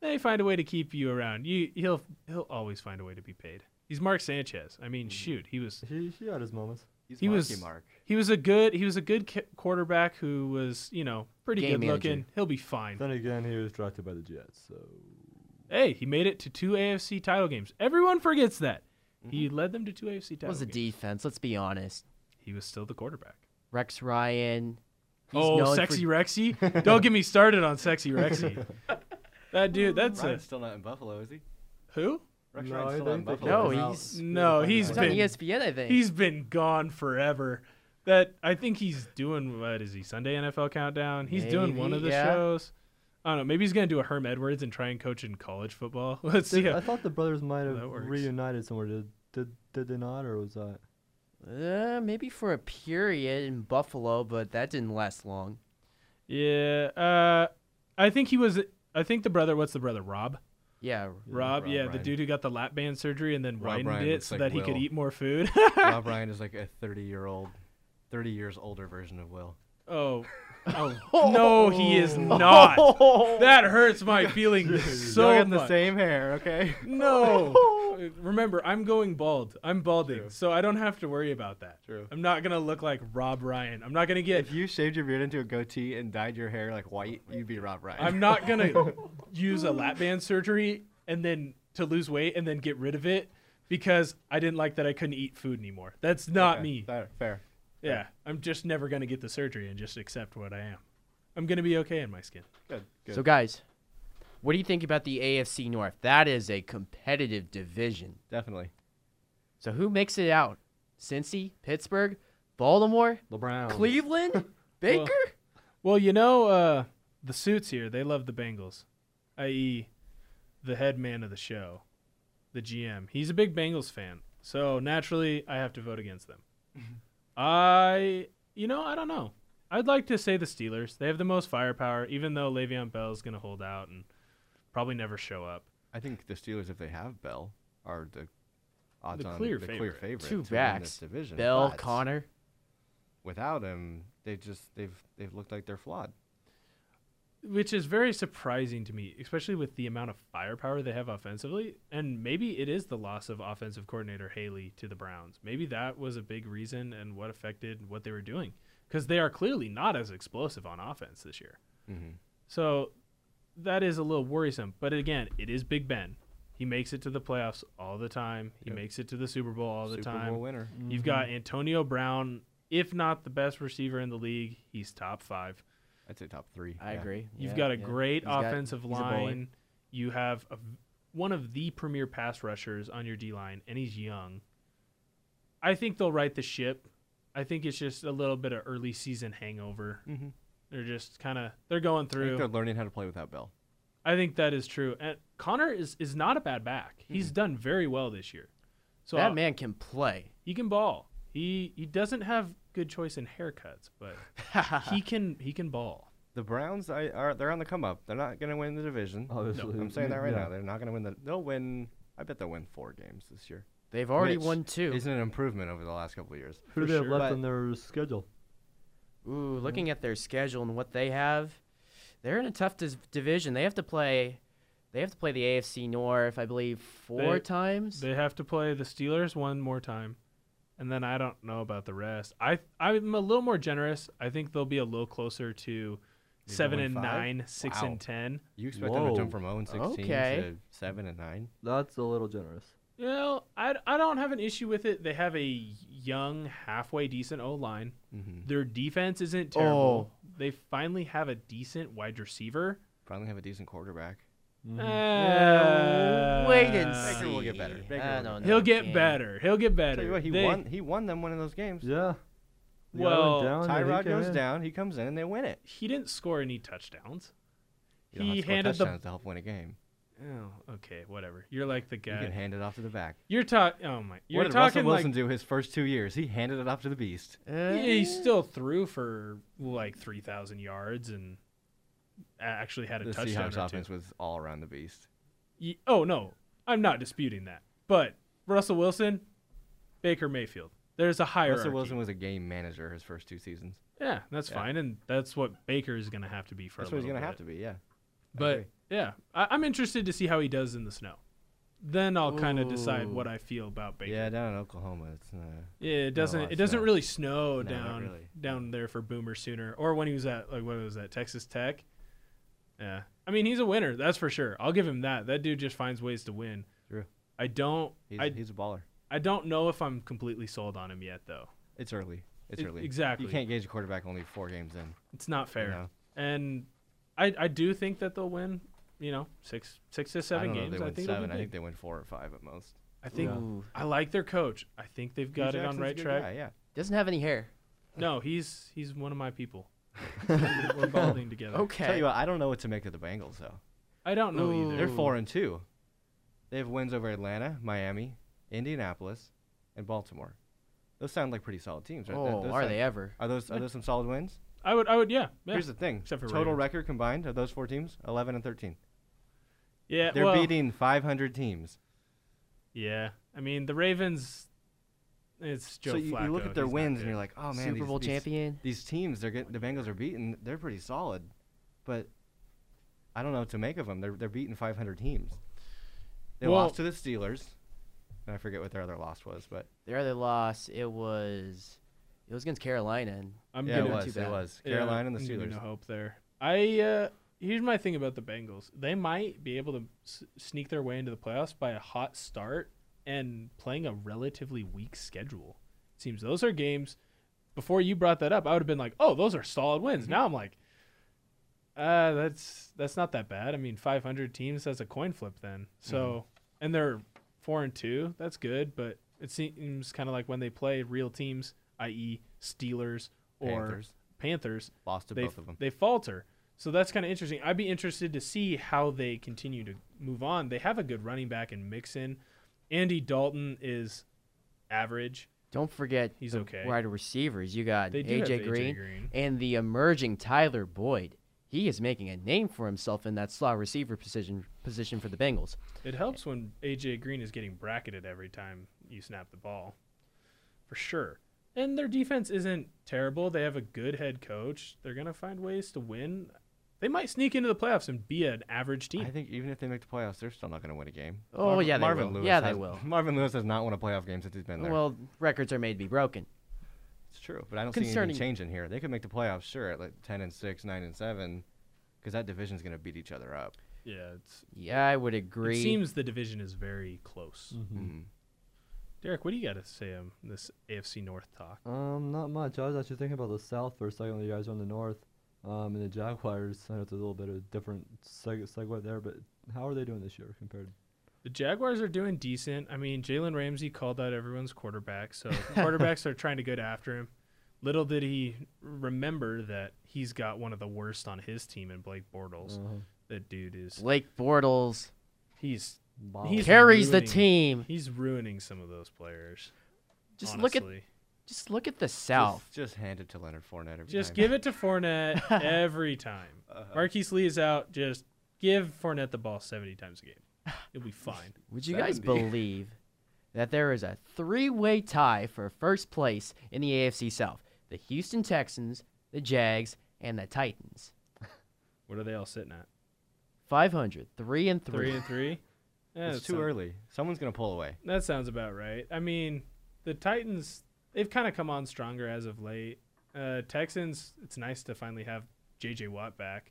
Speaker 1: They find a way to keep you around. You he'll he'll always find a way to be paid. He's Mark Sanchez. I mean, shoot, he was
Speaker 4: He, he had his moments.
Speaker 3: He's
Speaker 1: He
Speaker 3: Marky
Speaker 1: was-
Speaker 3: Mm. Mark.
Speaker 1: he was a good he was a good ki- quarterback who was you know pretty
Speaker 2: Game
Speaker 1: good looking.
Speaker 2: manager.
Speaker 1: He'll be fine.
Speaker 4: Then again, he was drafted by the Jets, so
Speaker 1: Hey, he made it to two AFC title games. Everyone forgets that. He led them to two AFC
Speaker 2: It
Speaker 1: title
Speaker 2: Mm-hmm. was the
Speaker 1: games.
Speaker 2: defense. Let's be honest.
Speaker 1: He was still the quarterback.
Speaker 2: Rex Ryan. He's known
Speaker 1: oh,
Speaker 2: for-
Speaker 1: sexy
Speaker 2: [LAUGHS]
Speaker 1: Rexy! Don't get me started on sexy Rexy. that dude, that's a
Speaker 3: Ryan's still not in Buffalo, is he?
Speaker 1: who?
Speaker 3: Rex
Speaker 4: No,
Speaker 3: Ryan's
Speaker 4: I
Speaker 3: still not in
Speaker 4: think they
Speaker 3: Buffalo.
Speaker 2: No,
Speaker 3: is he?
Speaker 2: he's
Speaker 1: No, he's
Speaker 2: he's on E
Speaker 1: been
Speaker 2: ESPN, I think.
Speaker 1: he's been gone forever. That I think he's doing what is he Sunday NFL Countdown? He's doing one
Speaker 2: Maybe,
Speaker 1: of the
Speaker 2: yeah.
Speaker 1: shows. I don't know. Maybe he's gonna do a Herm Edwards and try and coach in college football. [LAUGHS] Let's see.
Speaker 4: I
Speaker 1: how-
Speaker 4: thought the brothers might have
Speaker 1: That works.
Speaker 4: reunited somewhere. Did, did did they not, or was that?
Speaker 2: uh, maybe for a period in Buffalo, but that didn't last long.
Speaker 1: Yeah. Uh, I think he was. I think the brother. What's the brother? Rob.
Speaker 2: Yeah.
Speaker 1: Rob,
Speaker 3: Rob
Speaker 1: yeah, the
Speaker 3: Ryan.
Speaker 1: dude who got the lap band surgery and then
Speaker 3: Rob
Speaker 1: widened
Speaker 3: Ryan
Speaker 1: it
Speaker 3: looks
Speaker 1: so
Speaker 3: like
Speaker 1: that he could
Speaker 3: Will.
Speaker 1: eat more food.
Speaker 3: [LAUGHS] Rob Ryan is like a 30 year old, 30 years older version of Will. [LAUGHS]
Speaker 1: oh. Oh no, he is not.
Speaker 3: Oh.
Speaker 1: That hurts my feelings so much.
Speaker 3: same Oh. hair, okay? [LAUGHS]
Speaker 1: No. Uh, Remember, I'm going bald. I'm balding, so I don't have to worry about that.
Speaker 3: True.
Speaker 1: I'm not gonna look like Rob Ryan. I'm not gonna get.
Speaker 3: If you shaved your beard into a goatee and dyed your hair like white, you'd be Rob Ryan.
Speaker 1: [LAUGHS] I'm not
Speaker 3: [LAUGHS]
Speaker 1: gonna use a lap band surgery and then to lose weight and then get rid of it because I didn't like that I couldn't eat food anymore. That's not
Speaker 3: Okay,
Speaker 1: me.
Speaker 3: Fair. fair.
Speaker 1: Yeah, I'm just never gonna get the surgery and just accept what I am. I'm gonna be okay in my skin.
Speaker 3: Good. Good.
Speaker 2: So, guys, what do you think about the AFC North? That is a competitive division.
Speaker 3: Definitely.
Speaker 2: So, who makes it out? Cincy, Pittsburgh, Baltimore,
Speaker 3: Oh, [LAUGHS]
Speaker 4: LeBron.
Speaker 2: Cleveland, Baker?
Speaker 1: Well, you know, uh, the suits here, they love the Bengals, i.e., the head man of the show, the GM. He's a big Bengals fan. So naturally, I have to vote against them. I, you know, I don't know. I'd like to say the Steelers. They have the most firepower, even though Le'Veon Bell's going to hold out and probably never show up.
Speaker 3: I think the Steelers, if they have Bell, are the odds
Speaker 1: The
Speaker 3: on
Speaker 1: clear
Speaker 3: the clear
Speaker 1: favorite.
Speaker 3: favorite. to
Speaker 2: Two
Speaker 3: win
Speaker 2: backs.
Speaker 3: this division.
Speaker 2: Bell,
Speaker 3: but
Speaker 2: Connor.
Speaker 3: Without him, they just they've they've looked like they're flawed.
Speaker 1: which is very surprising to me, especially with the amount of firepower they have offensively. And maybe it is the loss of offensive coordinator Haley to the Browns. Maybe that was a big reason and what affected what they were doing because they are clearly not as explosive on offense this year.
Speaker 3: Mm-hmm.
Speaker 1: So that is a little worrisome. But again, it is Big Ben. He makes it to the playoffs all the time. He makes it to the Super Bowl all the
Speaker 3: Super
Speaker 1: time.
Speaker 3: Bowl winner.
Speaker 1: You've got Antonio Brown, if not the best receiver in the league, he's top five.
Speaker 3: I'd say top three.
Speaker 2: I
Speaker 3: yeah.
Speaker 2: agree.
Speaker 1: You've
Speaker 2: Yeah,
Speaker 1: got a
Speaker 2: yeah.
Speaker 1: great
Speaker 2: He's got-
Speaker 1: offensive
Speaker 2: he's a bowler.
Speaker 1: line. You have a, one of the premier pass rushers on your D line, and he's young. I think they'll right the ship. I think it's just a little bit of early season hangover.
Speaker 2: Mm-hmm.
Speaker 3: Mhm.
Speaker 1: They're just kind of they're going
Speaker 3: I think
Speaker 1: through.
Speaker 3: they're learning how to play
Speaker 1: [LAUGHS]
Speaker 3: without Bell.
Speaker 1: I think that is true. And Connor is is not a bad back. He's done very well this year. So
Speaker 2: that
Speaker 1: I-
Speaker 2: man can play.
Speaker 1: he can ball. He he doesn't have good choice in haircuts,
Speaker 2: [LAUGHS]
Speaker 1: but he can he can ball.
Speaker 3: The Browns I, are they're on the come up. They're not going to win the division.
Speaker 4: Obviously.
Speaker 3: I'm saying that right
Speaker 4: Yeah.
Speaker 3: now. They're not going to win the. They'll win. I bet they'll win four games this year.
Speaker 2: They've already
Speaker 3: Which
Speaker 2: won two.
Speaker 3: Isn't an improvement over the last couple of years.
Speaker 4: Who
Speaker 1: For
Speaker 4: do they have
Speaker 1: sure.
Speaker 4: left
Speaker 3: But-
Speaker 4: on their schedule?
Speaker 2: Ooh,
Speaker 3: Mm.
Speaker 2: looking at their schedule and what they have, they're in a tough dis- division. They have to play. They have to play the AFC North, I believe, four
Speaker 1: They-
Speaker 2: times.
Speaker 1: They have to play the Steelers one more time, and then I don't know about the rest. I I'm a little more generous. I think they'll be a little closer to
Speaker 3: Maybe
Speaker 1: seven
Speaker 3: win
Speaker 1: and
Speaker 3: five?
Speaker 1: nine, six
Speaker 3: Wow.
Speaker 1: and ten.
Speaker 3: You expect them to jump
Speaker 4: Whoa.
Speaker 3: from 0 and 16
Speaker 2: Okay.
Speaker 3: to 7 and 9?
Speaker 4: That's a little generous.
Speaker 1: You know, I, I don't have an issue with it. They have a young, halfway decent O line.
Speaker 3: Mm-hmm.
Speaker 1: Their defense isn't
Speaker 3: Oh.
Speaker 1: terrible. They finally have a decent wide receiver. Eh,
Speaker 3: Finally have a decent quarterback. Mm-hmm.
Speaker 2: Uh, wait and
Speaker 1: Uh,
Speaker 2: see.
Speaker 3: Baker will get better. Baker
Speaker 2: I
Speaker 3: will get
Speaker 2: don't
Speaker 3: better.
Speaker 2: know,
Speaker 1: He'll get
Speaker 2: man.
Speaker 1: better. He'll get better.
Speaker 3: Tell you what, he
Speaker 1: They-
Speaker 3: won. He won them one of those games.
Speaker 4: Yeah. The guy went
Speaker 1: Well,
Speaker 4: and he
Speaker 3: Tyrod
Speaker 4: came
Speaker 3: goes
Speaker 4: in.
Speaker 3: down. He comes in and they win it.
Speaker 1: He didn't score any touchdowns.
Speaker 3: You don't have
Speaker 1: He
Speaker 3: to score
Speaker 1: handed the
Speaker 3: touchdowns to help win a game.
Speaker 1: Oh, okay, whatever. You're like the
Speaker 3: You
Speaker 1: guy.
Speaker 3: can hand it off to the back.
Speaker 1: You're talking. Oh my! You're
Speaker 3: what did Russell
Speaker 1: talking
Speaker 3: Wilson
Speaker 1: like
Speaker 3: do his first two years? He handed it off to the beast.
Speaker 2: Uh,
Speaker 1: Yeah, he still threw for like three thousand yards and a- actually had a
Speaker 3: The
Speaker 1: touchdown
Speaker 3: Seahawks
Speaker 1: or
Speaker 3: offense
Speaker 1: two.
Speaker 3: was all around the beast.
Speaker 1: Ye- Oh no, I'm not disputing that. But Russell Wilson, Baker Mayfield. There's a hierarchy.
Speaker 3: Russell Wilson was a game manager his first two seasons.
Speaker 1: yeah, that's fine, and that's what Baker is going to have to be for.
Speaker 3: That's
Speaker 1: a
Speaker 3: what he's
Speaker 1: going
Speaker 3: gonna have to be. Yeah.
Speaker 1: But
Speaker 3: agree.
Speaker 1: yeah, I- I'm interested to see how he does in the snow. then I'll kind of decide
Speaker 2: Ooh.
Speaker 1: what I feel about Baker.
Speaker 3: Yeah, down in Oklahoma, it's uh, not.
Speaker 1: Yeah, it doesn't.
Speaker 3: lot
Speaker 1: It doesn't
Speaker 3: snow.
Speaker 1: really snow
Speaker 3: not
Speaker 1: down
Speaker 3: really.
Speaker 1: down there for Boomer Sooner or when he was at like what was that Texas Tech. Yeah, I mean he's a winner, that's for sure. I'll give him that. That dude just finds ways to win.
Speaker 3: True.
Speaker 1: I don't.
Speaker 3: He's,
Speaker 1: I
Speaker 3: he's a baller.
Speaker 1: I don't know if I'm completely sold on him yet though.
Speaker 3: It's early. It's
Speaker 1: E-
Speaker 3: early.
Speaker 1: exactly.
Speaker 3: You can't gauge a quarterback only four games in.
Speaker 1: It's not fair.
Speaker 3: know.
Speaker 1: And I I do think that they'll win. You know, six six to seven
Speaker 3: I don't
Speaker 1: games.
Speaker 3: know. if They
Speaker 1: I
Speaker 3: win
Speaker 1: think
Speaker 3: seven.
Speaker 1: They'll
Speaker 3: I
Speaker 1: be
Speaker 3: think
Speaker 1: big.
Speaker 3: they win four or five at most.
Speaker 1: I think
Speaker 2: Ooh.
Speaker 1: I like their coach. I think they've got
Speaker 3: Hugh
Speaker 1: it on
Speaker 3: Jackson's a
Speaker 1: right
Speaker 3: good
Speaker 1: track.
Speaker 3: guy, yeah.
Speaker 2: Doesn't have any hair.
Speaker 1: No, he's he's one of my
Speaker 3: [LAUGHS]
Speaker 1: people. We're bonding together.
Speaker 2: Okay.
Speaker 3: Tell you what, I don't know what to make of the Bengals though.
Speaker 1: I don't know
Speaker 2: Ooh.
Speaker 1: either.
Speaker 3: They're
Speaker 2: Ooh.
Speaker 3: four and two. They have wins over Atlanta, Miami, Indianapolis, and Baltimore. Those sound like pretty solid teams, right? Th-
Speaker 2: oh,
Speaker 3: those
Speaker 2: are
Speaker 3: sound-
Speaker 2: they ever?
Speaker 3: Are those are those some solid wins?
Speaker 1: I would, I would, yeah. yeah.
Speaker 3: Here's the thing:
Speaker 1: Except for
Speaker 3: total
Speaker 1: Ravens.
Speaker 3: record combined of those four teams, 11 and 13.
Speaker 1: yeah,
Speaker 3: They're
Speaker 1: well,
Speaker 3: beating 500 teams.
Speaker 1: Yeah, I mean the Ravens. It's Joe
Speaker 3: so you,
Speaker 1: Flacco.
Speaker 3: you look at their
Speaker 1: he's not
Speaker 3: wins
Speaker 1: good.
Speaker 3: and you're like, oh man,
Speaker 2: Super
Speaker 3: these-
Speaker 2: Bowl
Speaker 3: these-
Speaker 2: champion.
Speaker 3: These teams, they're getting the Bengals are beating. They're pretty solid, but I don't know what to make of them. They're they're beating 500 teams. They
Speaker 1: Well-
Speaker 3: lost to the Steelers, and I forget what their other loss was, but
Speaker 2: Their other loss, it was, it was against Carolina. And
Speaker 1: I'm
Speaker 3: yeah, it
Speaker 1: gonna,
Speaker 2: not
Speaker 3: was.
Speaker 2: too
Speaker 3: It
Speaker 2: bad.
Speaker 3: was
Speaker 1: yeah,
Speaker 3: Carolina and the
Speaker 1: I'm giving
Speaker 3: Steelers.
Speaker 1: No hope there. I uh, here's my thing about the Bengals. They might be able to s- sneak their way into the playoffs by a hot start and playing a relatively weak schedule. Seems those are games. Before you brought that up, I would have been like, "Oh, those are solid wins."
Speaker 3: Mm-hmm.
Speaker 1: Now I'm like, "Uh, that's that's not that bad." I mean, 500 teams. That's a coin flip then. So,
Speaker 3: Mm-hmm.
Speaker 1: and they're four and two. That's good, but it seems kind of like when they play real teams, i.e., Steelers or
Speaker 3: Panthers.
Speaker 1: Panthers,
Speaker 3: Lost to
Speaker 1: they,
Speaker 3: both of them.
Speaker 1: they falter. So that's kind of interesting. I'd be interested to see how they continue to move on. They have a good running back in Mixon. Andy Dalton is average.
Speaker 2: Don't forget
Speaker 1: He's
Speaker 2: the
Speaker 1: okay.
Speaker 2: wide receivers. You got
Speaker 1: They do have
Speaker 2: AJ
Speaker 1: AJ
Speaker 2: Green,
Speaker 1: Green.
Speaker 2: and the emerging Tyler Boyd. He is making a name for himself in that slot receiver position position for the Bengals.
Speaker 1: It helps when AJ Green is getting bracketed every time you snap the ball, for sure. And their defense isn't terrible. They have a good head coach. They're gonna find ways to win. They might sneak into the playoffs and be an average team.
Speaker 3: I think even if they make the playoffs, they're still not going to win a game.
Speaker 2: Oh, yeah, they
Speaker 3: Marvin
Speaker 2: will.
Speaker 3: Lewis
Speaker 2: Yeah, they
Speaker 3: has-
Speaker 2: will.
Speaker 3: [LAUGHS] Marvin Lewis has not won a playoff game since he's been there.
Speaker 2: Well, records are made to be broken.
Speaker 3: it's true, but I don't see
Speaker 2: concerning-
Speaker 3: anything changing here. They could make the playoffs, sure, at like 10 and 6, 9 and 7, because that division's going to beat each other up.
Speaker 1: yeah, it's,
Speaker 2: Yeah, I would
Speaker 1: it
Speaker 2: agree.
Speaker 1: seems the division is very close.
Speaker 2: Mm-hmm.
Speaker 3: Mhm.
Speaker 1: Derek, what do you got to say on this AFC North talk?
Speaker 4: Um, not much. I was actually thinking about the South for a second when you guys are on the North. Um, and the Jaguars. I know it's a little bit of a different seg- segue there, but how are they doing this year compared?
Speaker 1: The Jaguars are doing decent. I mean, Jalen Ramsey called out everyone's quarterback, so quarterbacks are trying to get after him. Little did he remember that he's got one of the worst on his team in Blake Bortles.
Speaker 3: Mm-hmm.
Speaker 1: That dude is
Speaker 2: Blake Bortles
Speaker 1: he's
Speaker 4: Wow.
Speaker 1: he's
Speaker 2: carries the
Speaker 1: ruining-
Speaker 2: team.
Speaker 1: He's ruining some of those players.
Speaker 2: Just look at
Speaker 1: honestly.
Speaker 2: just look at the South.
Speaker 3: Just, just hand it to Leonard Fournette every
Speaker 1: just
Speaker 3: time.
Speaker 1: give it to
Speaker 2: [LAUGHS]
Speaker 1: Fournette every time.
Speaker 3: Uh-huh.
Speaker 1: Marquise Lee is out. Just give Fournette the ball seventy times a game. It'll be fine.
Speaker 2: Would you guys believe that there is a three-way tie for first place in the AFC South? The Houston Texans, the Jags, and the Titans.
Speaker 1: What are they all sitting at?
Speaker 2: 500, 3 and 3.
Speaker 1: Three and three. Yeah,
Speaker 3: It's
Speaker 1: that
Speaker 3: too
Speaker 1: sounds-
Speaker 3: early. Someone's going to pull away.
Speaker 1: That sounds about right. I mean, the Titans they've kind of come on stronger as of late. Uh, Texans, it's nice to finally have J.J. Watt back,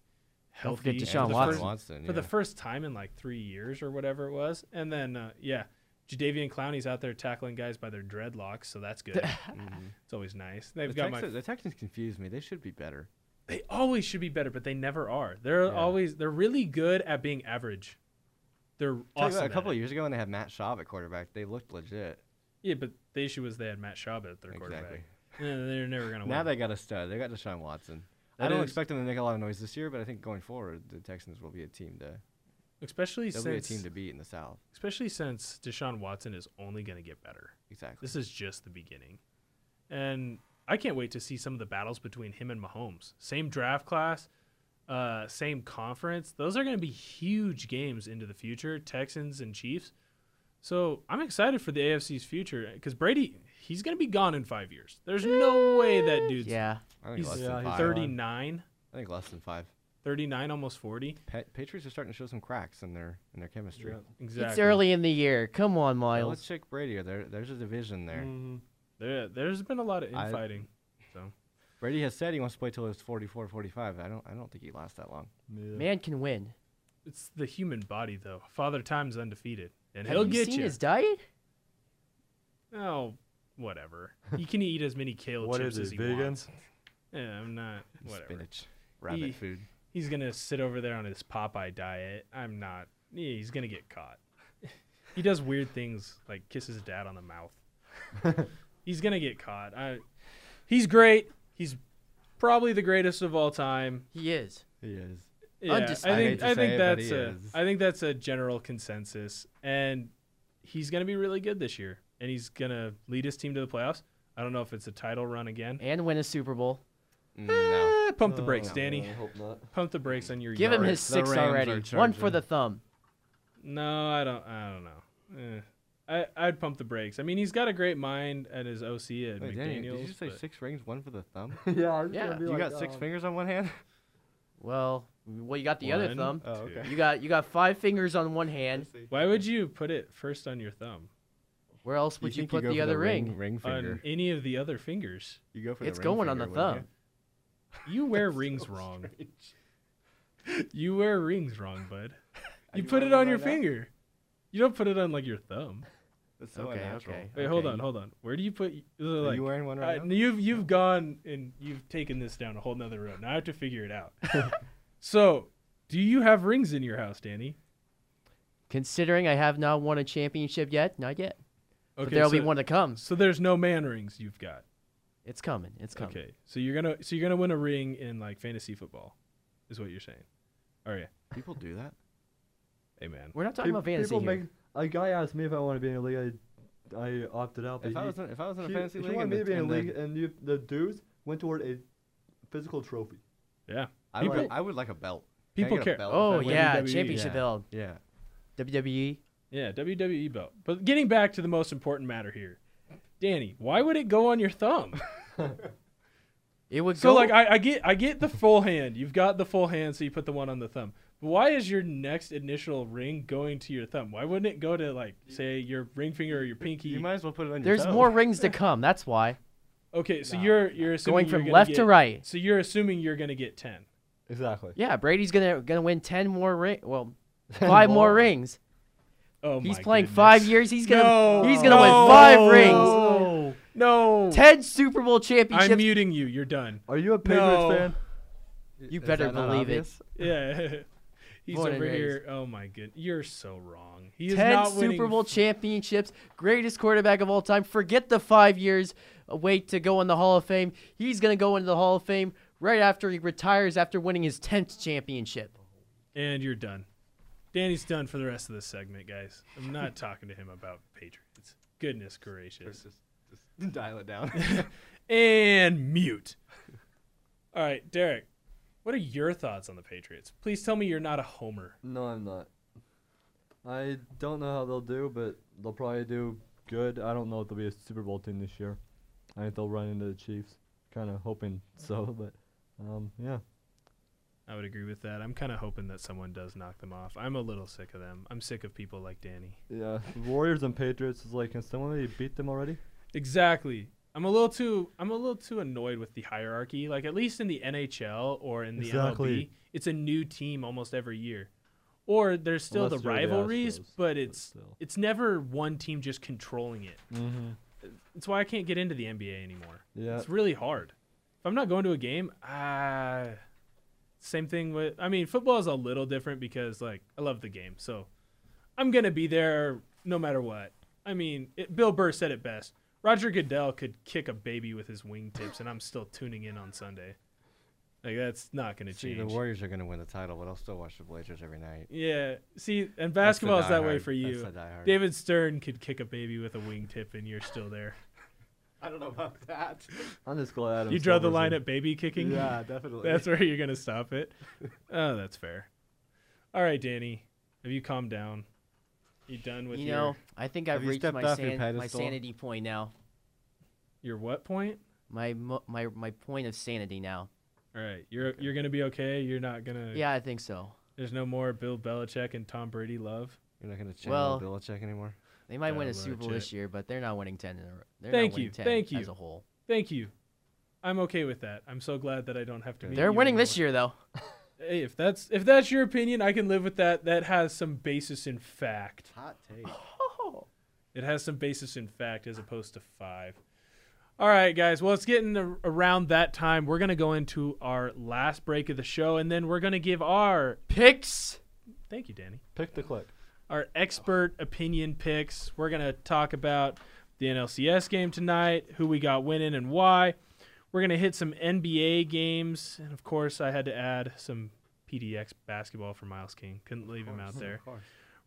Speaker 2: Don't
Speaker 1: healthy
Speaker 2: forget
Speaker 1: for
Speaker 2: Deshaun
Speaker 1: the
Speaker 2: Watson.
Speaker 1: first-
Speaker 3: Watson,
Speaker 1: for the
Speaker 3: yeah.
Speaker 1: first time in like three years or whatever it was. And then uh, yeah, Jadavian Clowney's out there tackling guys by their dreadlocks, so that's
Speaker 3: [LAUGHS]
Speaker 1: good. Mm-hmm. It's always nice. They've
Speaker 3: The
Speaker 1: got my
Speaker 3: Texans, the Texans confuse me. They should be better.
Speaker 1: they always should be better, but they never are. They're always they're really good at being average. They're
Speaker 3: Tell you
Speaker 1: awesome.
Speaker 3: what,
Speaker 1: at
Speaker 3: a couple
Speaker 1: it.
Speaker 3: of years ago when they had Matt Schaub at quarterback, they looked legit.
Speaker 1: Yeah, but the issue was they had Matt Schaub at their quarterback.
Speaker 3: Exactly.
Speaker 1: Yeah, they're never gonna win.
Speaker 3: Now they got a stud. They got Deshaun Watson. I
Speaker 1: That
Speaker 3: don't
Speaker 1: is-
Speaker 3: expect them to make a lot of noise this year, but I think going forward, the Texans will be a team to
Speaker 1: especially
Speaker 3: they'll be a
Speaker 1: since
Speaker 3: team to beat in the South.
Speaker 1: especially since Deshaun Watson is only going to get better.
Speaker 3: Exactly.
Speaker 1: This is just the beginning, and I can't wait to see some of the battles between him and Mahomes. Same draft class, uh, same conference. Those are going to be huge games into the future. Texans and Chiefs. So I'm excited for the AFC's future because Brady, he's going to be gone in five years. There's no way that dude's
Speaker 2: Yeah.
Speaker 3: I think
Speaker 1: he's
Speaker 3: less than
Speaker 4: Yeah, he's
Speaker 3: five.
Speaker 4: 30.
Speaker 1: 39.
Speaker 3: I think less than five.
Speaker 1: 39, almost 40.
Speaker 3: Pa- Patriots are starting to show some cracks in their in their chemistry.
Speaker 1: Exactly.
Speaker 2: It's early in the year. Come on,
Speaker 3: Now Let's
Speaker 2: Miles.
Speaker 3: check Brady. There, there's a division
Speaker 1: Mm.
Speaker 3: there.
Speaker 4: Mm-hmm.
Speaker 1: There, there's been a lot of
Speaker 3: I-
Speaker 1: infighting.
Speaker 3: Brady has said he wants to play till he's 44, 45. I don't, I don't think he lasts that long.
Speaker 2: Man can win.
Speaker 1: it's the human body, though. Father Time's undefeated, and
Speaker 2: Have
Speaker 1: he'll
Speaker 2: you
Speaker 1: get
Speaker 2: seen
Speaker 1: you.
Speaker 2: his diet?
Speaker 1: Oh, whatever. You can eat as many kale
Speaker 4: What
Speaker 1: chips
Speaker 4: is
Speaker 1: as
Speaker 4: it,
Speaker 1: he
Speaker 4: vegan?
Speaker 1: wants. Yeah, I'm not. Whatever.
Speaker 3: Spinach, rabbit
Speaker 1: He-
Speaker 3: food.
Speaker 1: He's gonna sit over there on his Popeye diet. I'm not. Yeah, he's gonna get caught. he does weird things like kisses his dad on the
Speaker 2: [LAUGHS]
Speaker 1: mouth. he's gonna get caught. I. He's great. He's probably the greatest of all time.
Speaker 2: He is.
Speaker 3: He is.
Speaker 1: Yeah, I
Speaker 2: Undisputed. I
Speaker 3: hate
Speaker 1: think
Speaker 3: to
Speaker 1: I, think
Speaker 3: say it, but
Speaker 1: that's
Speaker 3: he
Speaker 1: a
Speaker 3: is.
Speaker 1: I think that's a general consensus, and he's going to be really good this year, and he's going to lead his team to the playoffs. I don't know if it's a title run again.
Speaker 2: And win a Super Bowl.
Speaker 3: Mm, no.
Speaker 1: Eh, pump the brakes,
Speaker 4: Oh,
Speaker 1: Danny.
Speaker 4: I hope not.
Speaker 1: Pump the brakes on your.
Speaker 2: Give him
Speaker 1: yard.
Speaker 2: his
Speaker 3: The
Speaker 2: six
Speaker 3: Rams
Speaker 2: already.
Speaker 3: are
Speaker 2: One for
Speaker 3: charging.
Speaker 2: the thumb.
Speaker 1: No, I don't. I don't know. Eh, I I'd pump the brakes. I mean, he's got a great mind at his OC at
Speaker 3: Wait, Danny, did you
Speaker 1: McDaniel's.
Speaker 3: just say
Speaker 1: but-
Speaker 3: six rings, one for the thumb?
Speaker 4: [LAUGHS] yeah, I was
Speaker 2: Yeah.
Speaker 4: gonna be
Speaker 3: you
Speaker 4: like,
Speaker 3: got six
Speaker 4: um,
Speaker 3: fingers on one hand?
Speaker 2: Well, well, you got the other
Speaker 1: One, Uh,
Speaker 2: thumb.
Speaker 3: Oh,
Speaker 1: two.
Speaker 3: okay.
Speaker 2: You got you got five fingers on one
Speaker 3: [LAUGHS]
Speaker 2: hand.
Speaker 1: Why would you put it first on your thumb?
Speaker 2: Where else would you,
Speaker 3: think
Speaker 2: put
Speaker 3: go
Speaker 2: the
Speaker 3: for
Speaker 2: other ring?
Speaker 3: ring? Ring
Speaker 1: On
Speaker 3: finger.
Speaker 1: any of the other fingers?
Speaker 3: You go for the
Speaker 2: It's
Speaker 3: ring
Speaker 2: going on the
Speaker 3: finger, wouldn't
Speaker 2: thumb.
Speaker 1: You wear rings wrong. You wear rings wrong, bud. You, put it
Speaker 3: wearing one
Speaker 1: on your
Speaker 3: right now?
Speaker 1: finger. You don't put it on like your thumb.
Speaker 3: you? It's so
Speaker 2: Okay,
Speaker 3: unnatural.
Speaker 2: okay.
Speaker 1: Wait, hold
Speaker 3: Okay,
Speaker 1: on,
Speaker 3: you-
Speaker 1: hold on. Where do you put? y- uh,
Speaker 3: Are
Speaker 1: Like,
Speaker 3: you wearing one
Speaker 1: uh,
Speaker 3: right now?
Speaker 1: you've you've gone and you've taken this down a whole nother road. Now I have to figure it out. so, do you have rings in your house, Danny?
Speaker 2: Considering I have not won a championship yet, not yet. But
Speaker 1: Okay,
Speaker 2: there'll
Speaker 1: so,
Speaker 2: be one that comes.
Speaker 1: So there's no man rings you've got.
Speaker 2: It's coming. It's coming.
Speaker 1: Okay, so you're gonna so you're gonna win a ring in like fantasy football, is what you're saying? All right,
Speaker 3: People do that.
Speaker 1: hey man.
Speaker 2: We're not talking
Speaker 4: Pe-
Speaker 2: about fantasy
Speaker 4: people
Speaker 2: here.
Speaker 4: make- a guy asked me if I want to be in a league. I, I opted out.
Speaker 3: If
Speaker 4: but
Speaker 3: I
Speaker 4: he-
Speaker 3: was in, if I was in a
Speaker 4: he-
Speaker 3: fantasy
Speaker 4: he
Speaker 3: league,
Speaker 4: wanted
Speaker 3: and
Speaker 4: me to be
Speaker 3: the,
Speaker 4: in a
Speaker 3: and the-
Speaker 4: league, and you, the dudes went toward a physical trophy.
Speaker 1: Yeah,
Speaker 3: I
Speaker 1: people
Speaker 3: would, I would like a belt. Can I
Speaker 1: people
Speaker 3: get a
Speaker 1: care.
Speaker 3: belt if I
Speaker 2: Oh
Speaker 3: win?
Speaker 2: yeah,
Speaker 1: WWE,
Speaker 2: championship
Speaker 3: yeah.
Speaker 2: belt.
Speaker 3: [LAUGHS] Yeah.
Speaker 2: WWE.
Speaker 1: Yeah, WWE belt. But getting back to the most important matter here, Danny, why would it go on your thumb?
Speaker 2: [LAUGHS] It would
Speaker 1: so
Speaker 2: go.
Speaker 1: like I, I get I get the full hand. You've got the full hand, so you put the one on the thumb. But why is your next initial ring going to your thumb? Why wouldn't it go to like say your ring finger or your pinky?
Speaker 3: You might as well put it on your
Speaker 2: there's
Speaker 3: toe.
Speaker 2: more
Speaker 1: [LAUGHS]
Speaker 2: rings to come. That's why.
Speaker 1: okay, so you're you're assuming
Speaker 2: Going
Speaker 1: you're
Speaker 2: from
Speaker 1: gonna
Speaker 2: left to
Speaker 1: get-
Speaker 2: right.
Speaker 1: So you're assuming you're gonna get ten.
Speaker 4: Exactly.
Speaker 2: Yeah, Brady's gonna gonna win ten more ring.
Speaker 1: [LAUGHS]
Speaker 2: Well, five more rings.
Speaker 1: Oh
Speaker 2: He's
Speaker 1: my
Speaker 2: playing
Speaker 1: goodness.
Speaker 2: five years. He's gonna
Speaker 1: No.
Speaker 2: he's gonna
Speaker 1: No.
Speaker 2: win five rings.
Speaker 1: No. No.
Speaker 2: Ten Super Bowl
Speaker 1: I'm
Speaker 2: championships.
Speaker 1: muting you. You're done.
Speaker 4: Are you a Patriots
Speaker 1: No.
Speaker 4: fan?
Speaker 2: you better believe it.
Speaker 1: Yeah. [LAUGHS] He's
Speaker 2: Born and
Speaker 1: over
Speaker 2: raised.
Speaker 1: here. Oh my good. You're so wrong. He is
Speaker 2: Ten
Speaker 1: not winning
Speaker 2: Super Bowl championships. Greatest quarterback of all time. Forget the five years uh, wait to go in the Hall of Fame. He's gonna go into the Hall of Fame right after he retires after winning his tenth championship.
Speaker 1: And you're done. Danny's done for the rest of this segment, guys. I'm not [LAUGHS] talking to him about Patriots. Goodness gracious.
Speaker 3: Just [LAUGHS] dial it down.
Speaker 1: [LAUGHS] And mute. All right, Derek, what are your thoughts on the Patriots? Please tell me you're not a homer.
Speaker 4: No, I'm not. I don't know how they'll do, but they'll probably do good. I don't know if they'll be a Super Bowl team this year. I think they'll run into the Chiefs. Kind of hoping so, [LAUGHS] but um, yeah.
Speaker 1: I would agree with that. I'm kind of hoping that someone does knock them off. I'm a little sick of them. I'm sick of people like Danny.
Speaker 4: Yeah, Warriors and Patriots is like, can somebody beat them already?
Speaker 1: Exactly. I'm a little too I'm a little too annoyed with the hierarchy. Like at least in the NHL or in the MLB,
Speaker 4: Exactly.
Speaker 1: it's a new team almost every year. Or there's still
Speaker 4: Unless
Speaker 1: the
Speaker 4: you're the
Speaker 1: rivalries,
Speaker 4: Astros,
Speaker 1: but it's
Speaker 4: still. Mm-hmm.
Speaker 1: it's never one team just controlling it. It's why I can't get into the NBA anymore.
Speaker 4: Yeah.
Speaker 1: It's really hard. If I'm not going to a game, ah same thing with I mean, football is a little different because like I love the game. So I'm gonna be there no matter what. I mean, it, Bill Burr said it best. Roger Goodell could kick a baby with his wingtips, and I'm still tuning in on Sunday. Like that's not gonna
Speaker 3: See,
Speaker 1: change.
Speaker 3: the Warriors are going to win the title, but I'll still watch the Blazers every night.
Speaker 1: yeah, see, and
Speaker 3: That's the
Speaker 1: basketball is that way
Speaker 3: diehard.
Speaker 1: for
Speaker 3: That's
Speaker 1: you.
Speaker 3: the diehard.
Speaker 1: David Stern could kick a baby with a wingtip, and you're still
Speaker 3: [LAUGHS]
Speaker 1: there.
Speaker 3: I don't know about that.
Speaker 4: I'm just glad.
Speaker 1: You draw the line at baby kicking.
Speaker 3: Yeah, definitely.
Speaker 1: [LAUGHS] That's where you're gonna stop
Speaker 3: [LAUGHS]
Speaker 1: it. Oh, that's fair. All right, Danny, have you calmed down? You done with
Speaker 2: You
Speaker 1: your
Speaker 2: know, I think I've
Speaker 3: Have you
Speaker 2: reached
Speaker 3: stepped
Speaker 2: my,
Speaker 3: off your
Speaker 2: san- my
Speaker 3: pedestal?
Speaker 2: sanity point now.
Speaker 1: your what point?
Speaker 2: My mo- my my point of sanity now.
Speaker 1: All right, you're you're gonna be okay. You're not gonna.
Speaker 2: Yeah, I think so.
Speaker 1: There's no more Bill Belichick and Tom Brady love.
Speaker 3: You're not gonna
Speaker 2: Well-
Speaker 3: channel Bill Belichick anymore.
Speaker 2: They might win a
Speaker 1: Download
Speaker 2: Super Bowl
Speaker 1: it.
Speaker 2: this year, but they're not winning ten. In a, row. they're
Speaker 1: Thank
Speaker 2: not winning
Speaker 1: you,
Speaker 2: 10
Speaker 1: thank
Speaker 2: As
Speaker 1: you.
Speaker 2: a whole,
Speaker 1: Thank you. I'm okay with that. I'm so glad that I don't have to. meet
Speaker 2: they're
Speaker 1: you
Speaker 2: winning this
Speaker 1: anymore.
Speaker 2: year though. [LAUGHS]
Speaker 1: Hey, if that's if that's your opinion, I can live with that. That has some basis in fact.
Speaker 3: Hot take.
Speaker 1: It has some basis in fact as opposed to five. All right, guys. Well, it's getting a- around that time. We're gonna go into our last break of the show, and then we're gonna give our
Speaker 2: Picks.
Speaker 1: thank you, Danny.
Speaker 4: Pick the click.
Speaker 1: our expert opinion picks. We're going to talk about the NLCS game tonight, who we got winning and why. We're going to hit some NBA games. And of course, I had to add some PDX basketball for Miles King. Couldn't leave him out there.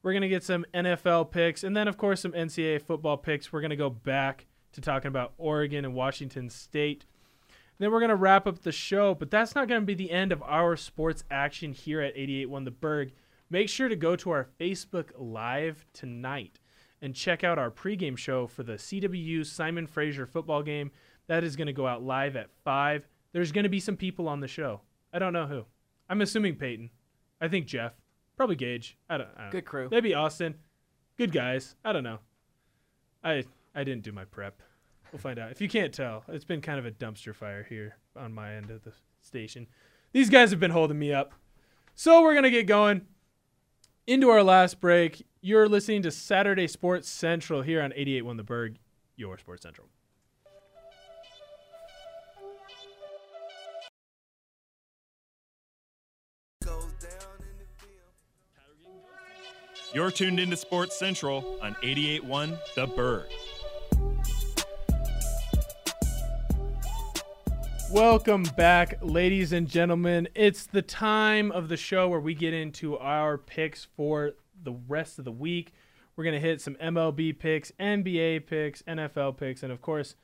Speaker 1: We're going to get some NFL picks and then, of course, some NCAA football picks. We're going to go back to talking about Oregon and Washington State. Then we're going to wrap up the show, but that's not going to be the end of our sports action here at 881 The Berg. Make sure to go to our Facebook Live tonight and check out our pregame show for the CWU Simon Fraser football game. That is going to go out live at 5. There's going to be some people on the show. I don't know who. I'm assuming Peyton. I think Jeff. Probably Gage. I don't, I don't
Speaker 2: Good crew.
Speaker 1: Maybe Austin. Good guys. I don't know. I I didn't do my prep. We'll find out. If you can't tell, it's been kind of a dumpster fire here on my end of the station. These guys have been holding me up. So we're going to get going into our last break. You're listening to Saturday Sports Central here on 881 The Berg, your Sports Central.
Speaker 6: You're tuned into Sports Central on 88.1 The Bird.
Speaker 1: Welcome back, ladies and gentlemen. It's the time of the show where we get into our picks for the rest of the week. We're going to hit some MLB picks, NBA picks, NFL picks, and of course,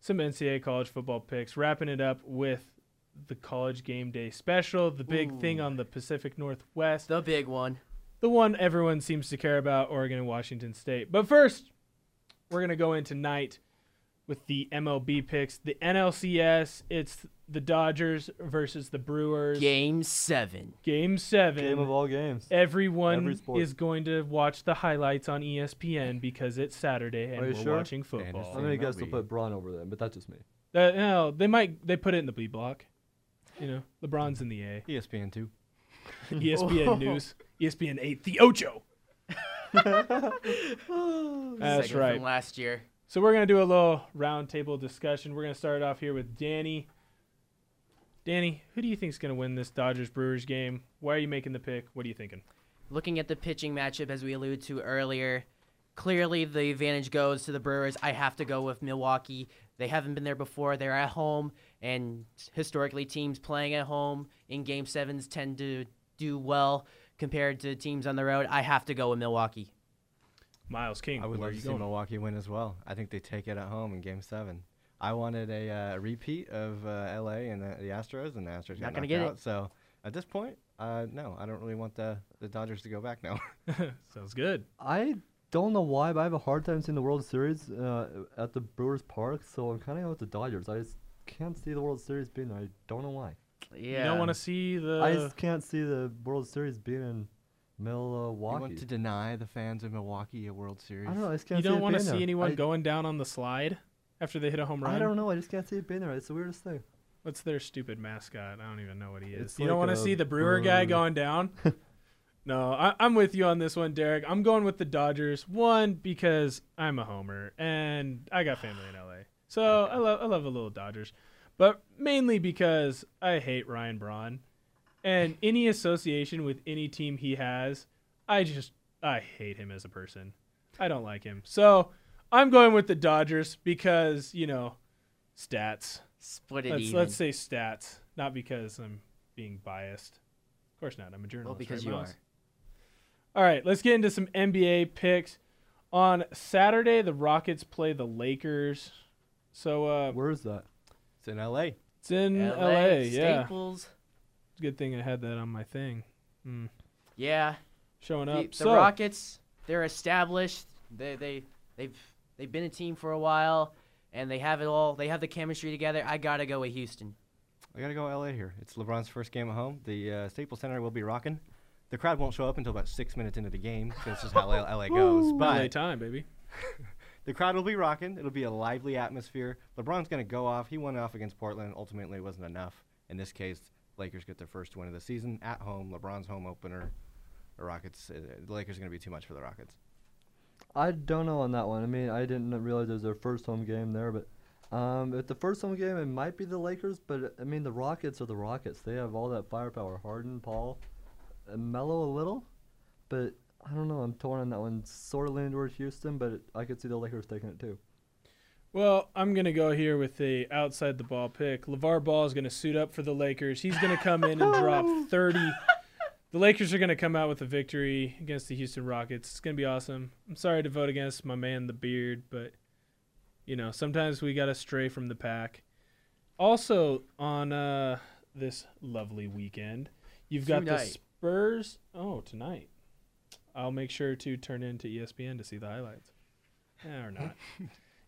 Speaker 1: some NCAA college football picks, wrapping it up with the college game day special, the big thing on the Pacific Northwest,
Speaker 2: The big one.
Speaker 1: the one everyone seems to care about Oregon and Washington State. But first, we're going to go in tonight with the MLB picks. The NLCS, it's the Dodgers versus the Brewers.
Speaker 2: Game seven.
Speaker 1: Game seven.
Speaker 4: Game of all games. every
Speaker 1: Everyone
Speaker 4: sport.
Speaker 1: is going to watch the highlights on E ESPN because it's Saturday and
Speaker 4: Are
Speaker 1: we're
Speaker 4: you sure?
Speaker 1: watching
Speaker 4: I'm
Speaker 1: football.
Speaker 3: Anderson.
Speaker 4: gonna guess they'll
Speaker 3: MLB.
Speaker 4: put Braun over them, but that's just me.
Speaker 1: That, no, they might they put it in the B block. You know, LeBron's in the
Speaker 4: [LAUGHS]
Speaker 1: A. E
Speaker 3: ESPN two.
Speaker 1: ESPN News, E ESPN Eight, the
Speaker 4: [LAUGHS]
Speaker 1: Ocho. That's
Speaker 2: Second
Speaker 1: right.
Speaker 2: From last year.
Speaker 1: So we're gonna do a little roundtable discussion. We're gonna start off here with Danny. Danny, who do you think's gonna win this Dodgers Brewers game? Why are you making the pick? What are you thinking?
Speaker 2: Looking at the pitching matchup as we alluded to earlier, clearly the advantage goes to the Brewers. I have to go with Milwaukee. They haven't been there before. They're at home, and historically, teams playing at home in Game Sevens tend to do well compared to teams on the road. I have to go with Milwaukee.
Speaker 1: Miles King.
Speaker 3: I would
Speaker 1: where
Speaker 3: like
Speaker 1: are
Speaker 3: to
Speaker 1: you
Speaker 3: see
Speaker 1: going?
Speaker 3: Milwaukee win as well. I think they take it at home in Game Seven. I wanted a uh, repeat of uh, LA and the, the Astros, and the Astros
Speaker 2: Not
Speaker 3: got
Speaker 2: gonna
Speaker 3: knocked
Speaker 2: get it.
Speaker 3: out. So at this point, uh, no, I don't really want the, the Dodgers to go back now. [LAUGHS]
Speaker 1: Sounds good.
Speaker 4: I don't know why, but I have a hard time seeing the World Series uh, at the Brewers Park, so I'm kind of going with the Dodgers. I just can't see the World Series being there. I don't know why.
Speaker 2: Yeah.
Speaker 1: You don't want to see the.
Speaker 4: I just can't see the World Series being in Milwaukee.
Speaker 3: you want to deny the fans of Milwaukee a World Series?
Speaker 4: I don't know. I just can't
Speaker 1: you don't
Speaker 4: see it
Speaker 1: want to
Speaker 4: being
Speaker 1: see
Speaker 4: there.
Speaker 1: anyone
Speaker 4: I,
Speaker 1: going down on the slide after they hit a home run.
Speaker 4: I don't know. I just can't see it being there. It's the weirdest thing.
Speaker 1: What's their stupid mascot? I don't even know what he is.
Speaker 4: It's
Speaker 1: you don't
Speaker 4: like
Speaker 1: want to
Speaker 4: a
Speaker 1: see the Brewer guy
Speaker 4: bird.
Speaker 1: going
Speaker 4: [LAUGHS]
Speaker 1: down. no, I, I'm with you on this one, Derek. I'm going with the Dodgers. One because I'm a homer and I got family in LA, so I love I love a little Dodgers, but mainly because I hate Ryan Braun, and any association with any team he has, I just I hate him as a person. I don't like him. So I'm going with the Dodgers because you know stats
Speaker 2: split it
Speaker 1: let's,
Speaker 2: even.
Speaker 1: let's say stats, not because I'm being biased. Of course not. I'm a journalist.
Speaker 2: well, because
Speaker 1: right,
Speaker 2: you are.
Speaker 1: Miles? All right, let's get into some NBA picks. On Saturday, the Rockets play the Lakers. So uh,
Speaker 4: Where is that?
Speaker 3: It's in LA.
Speaker 1: it's in LA. yeah,
Speaker 2: Staples.
Speaker 1: good thing I had that on my thing. Mm.
Speaker 2: Yeah.
Speaker 1: Showing
Speaker 2: The,
Speaker 1: up.
Speaker 2: the
Speaker 1: so
Speaker 2: Rockets, they're established. They they they've they've been a team for a while, and they have it all. They have the chemistry together. I gotta go with Houston.
Speaker 3: I gotta go LA here. It's LeBron's first game at home. The uh, Staples Center will be rocking. The crowd won't show up until about six minutes into the game. So that's just how LA, LA goes.
Speaker 1: LA
Speaker 3: But
Speaker 1: time, baby.
Speaker 3: the crowd will be rocking. It'll be a lively atmosphere. LeBron's going to go off. He went off against Portland. Ultimately, it wasn't enough. In this case, Lakers get their first win of the season at home. LeBron's home opener. The Rockets, uh, the Lakers are going to be too much for the Rockets.
Speaker 4: I don't know on that one. I mean, I didn't realize it was their first home game there, but um, if the first home game, it might be the Lakers. But I mean, the Rockets are the Rockets. They have all that firepower. Harden, Paul, and Mello a little, but I don't know. I'm torn on that one. Sort of leaning toward Houston, but it, I could see the Lakers taking it too.
Speaker 1: Well, I'm gonna go here with the outside the ball pick. LeVar Ball is gonna suit up for the Lakers. He's gonna come in and drop 30. The Lakers are gonna come out with a victory against the Houston Rockets. It's gonna be awesome. I'm sorry to vote against my man the Beard, but you know sometimes we gotta stray from the pack. Also on uh, this lovely weekend, you've got the
Speaker 2: Tonight.
Speaker 1: Spurs. Oh, tonight. I'll make sure to E turn into ESPN to see the highlights. Eh, or not.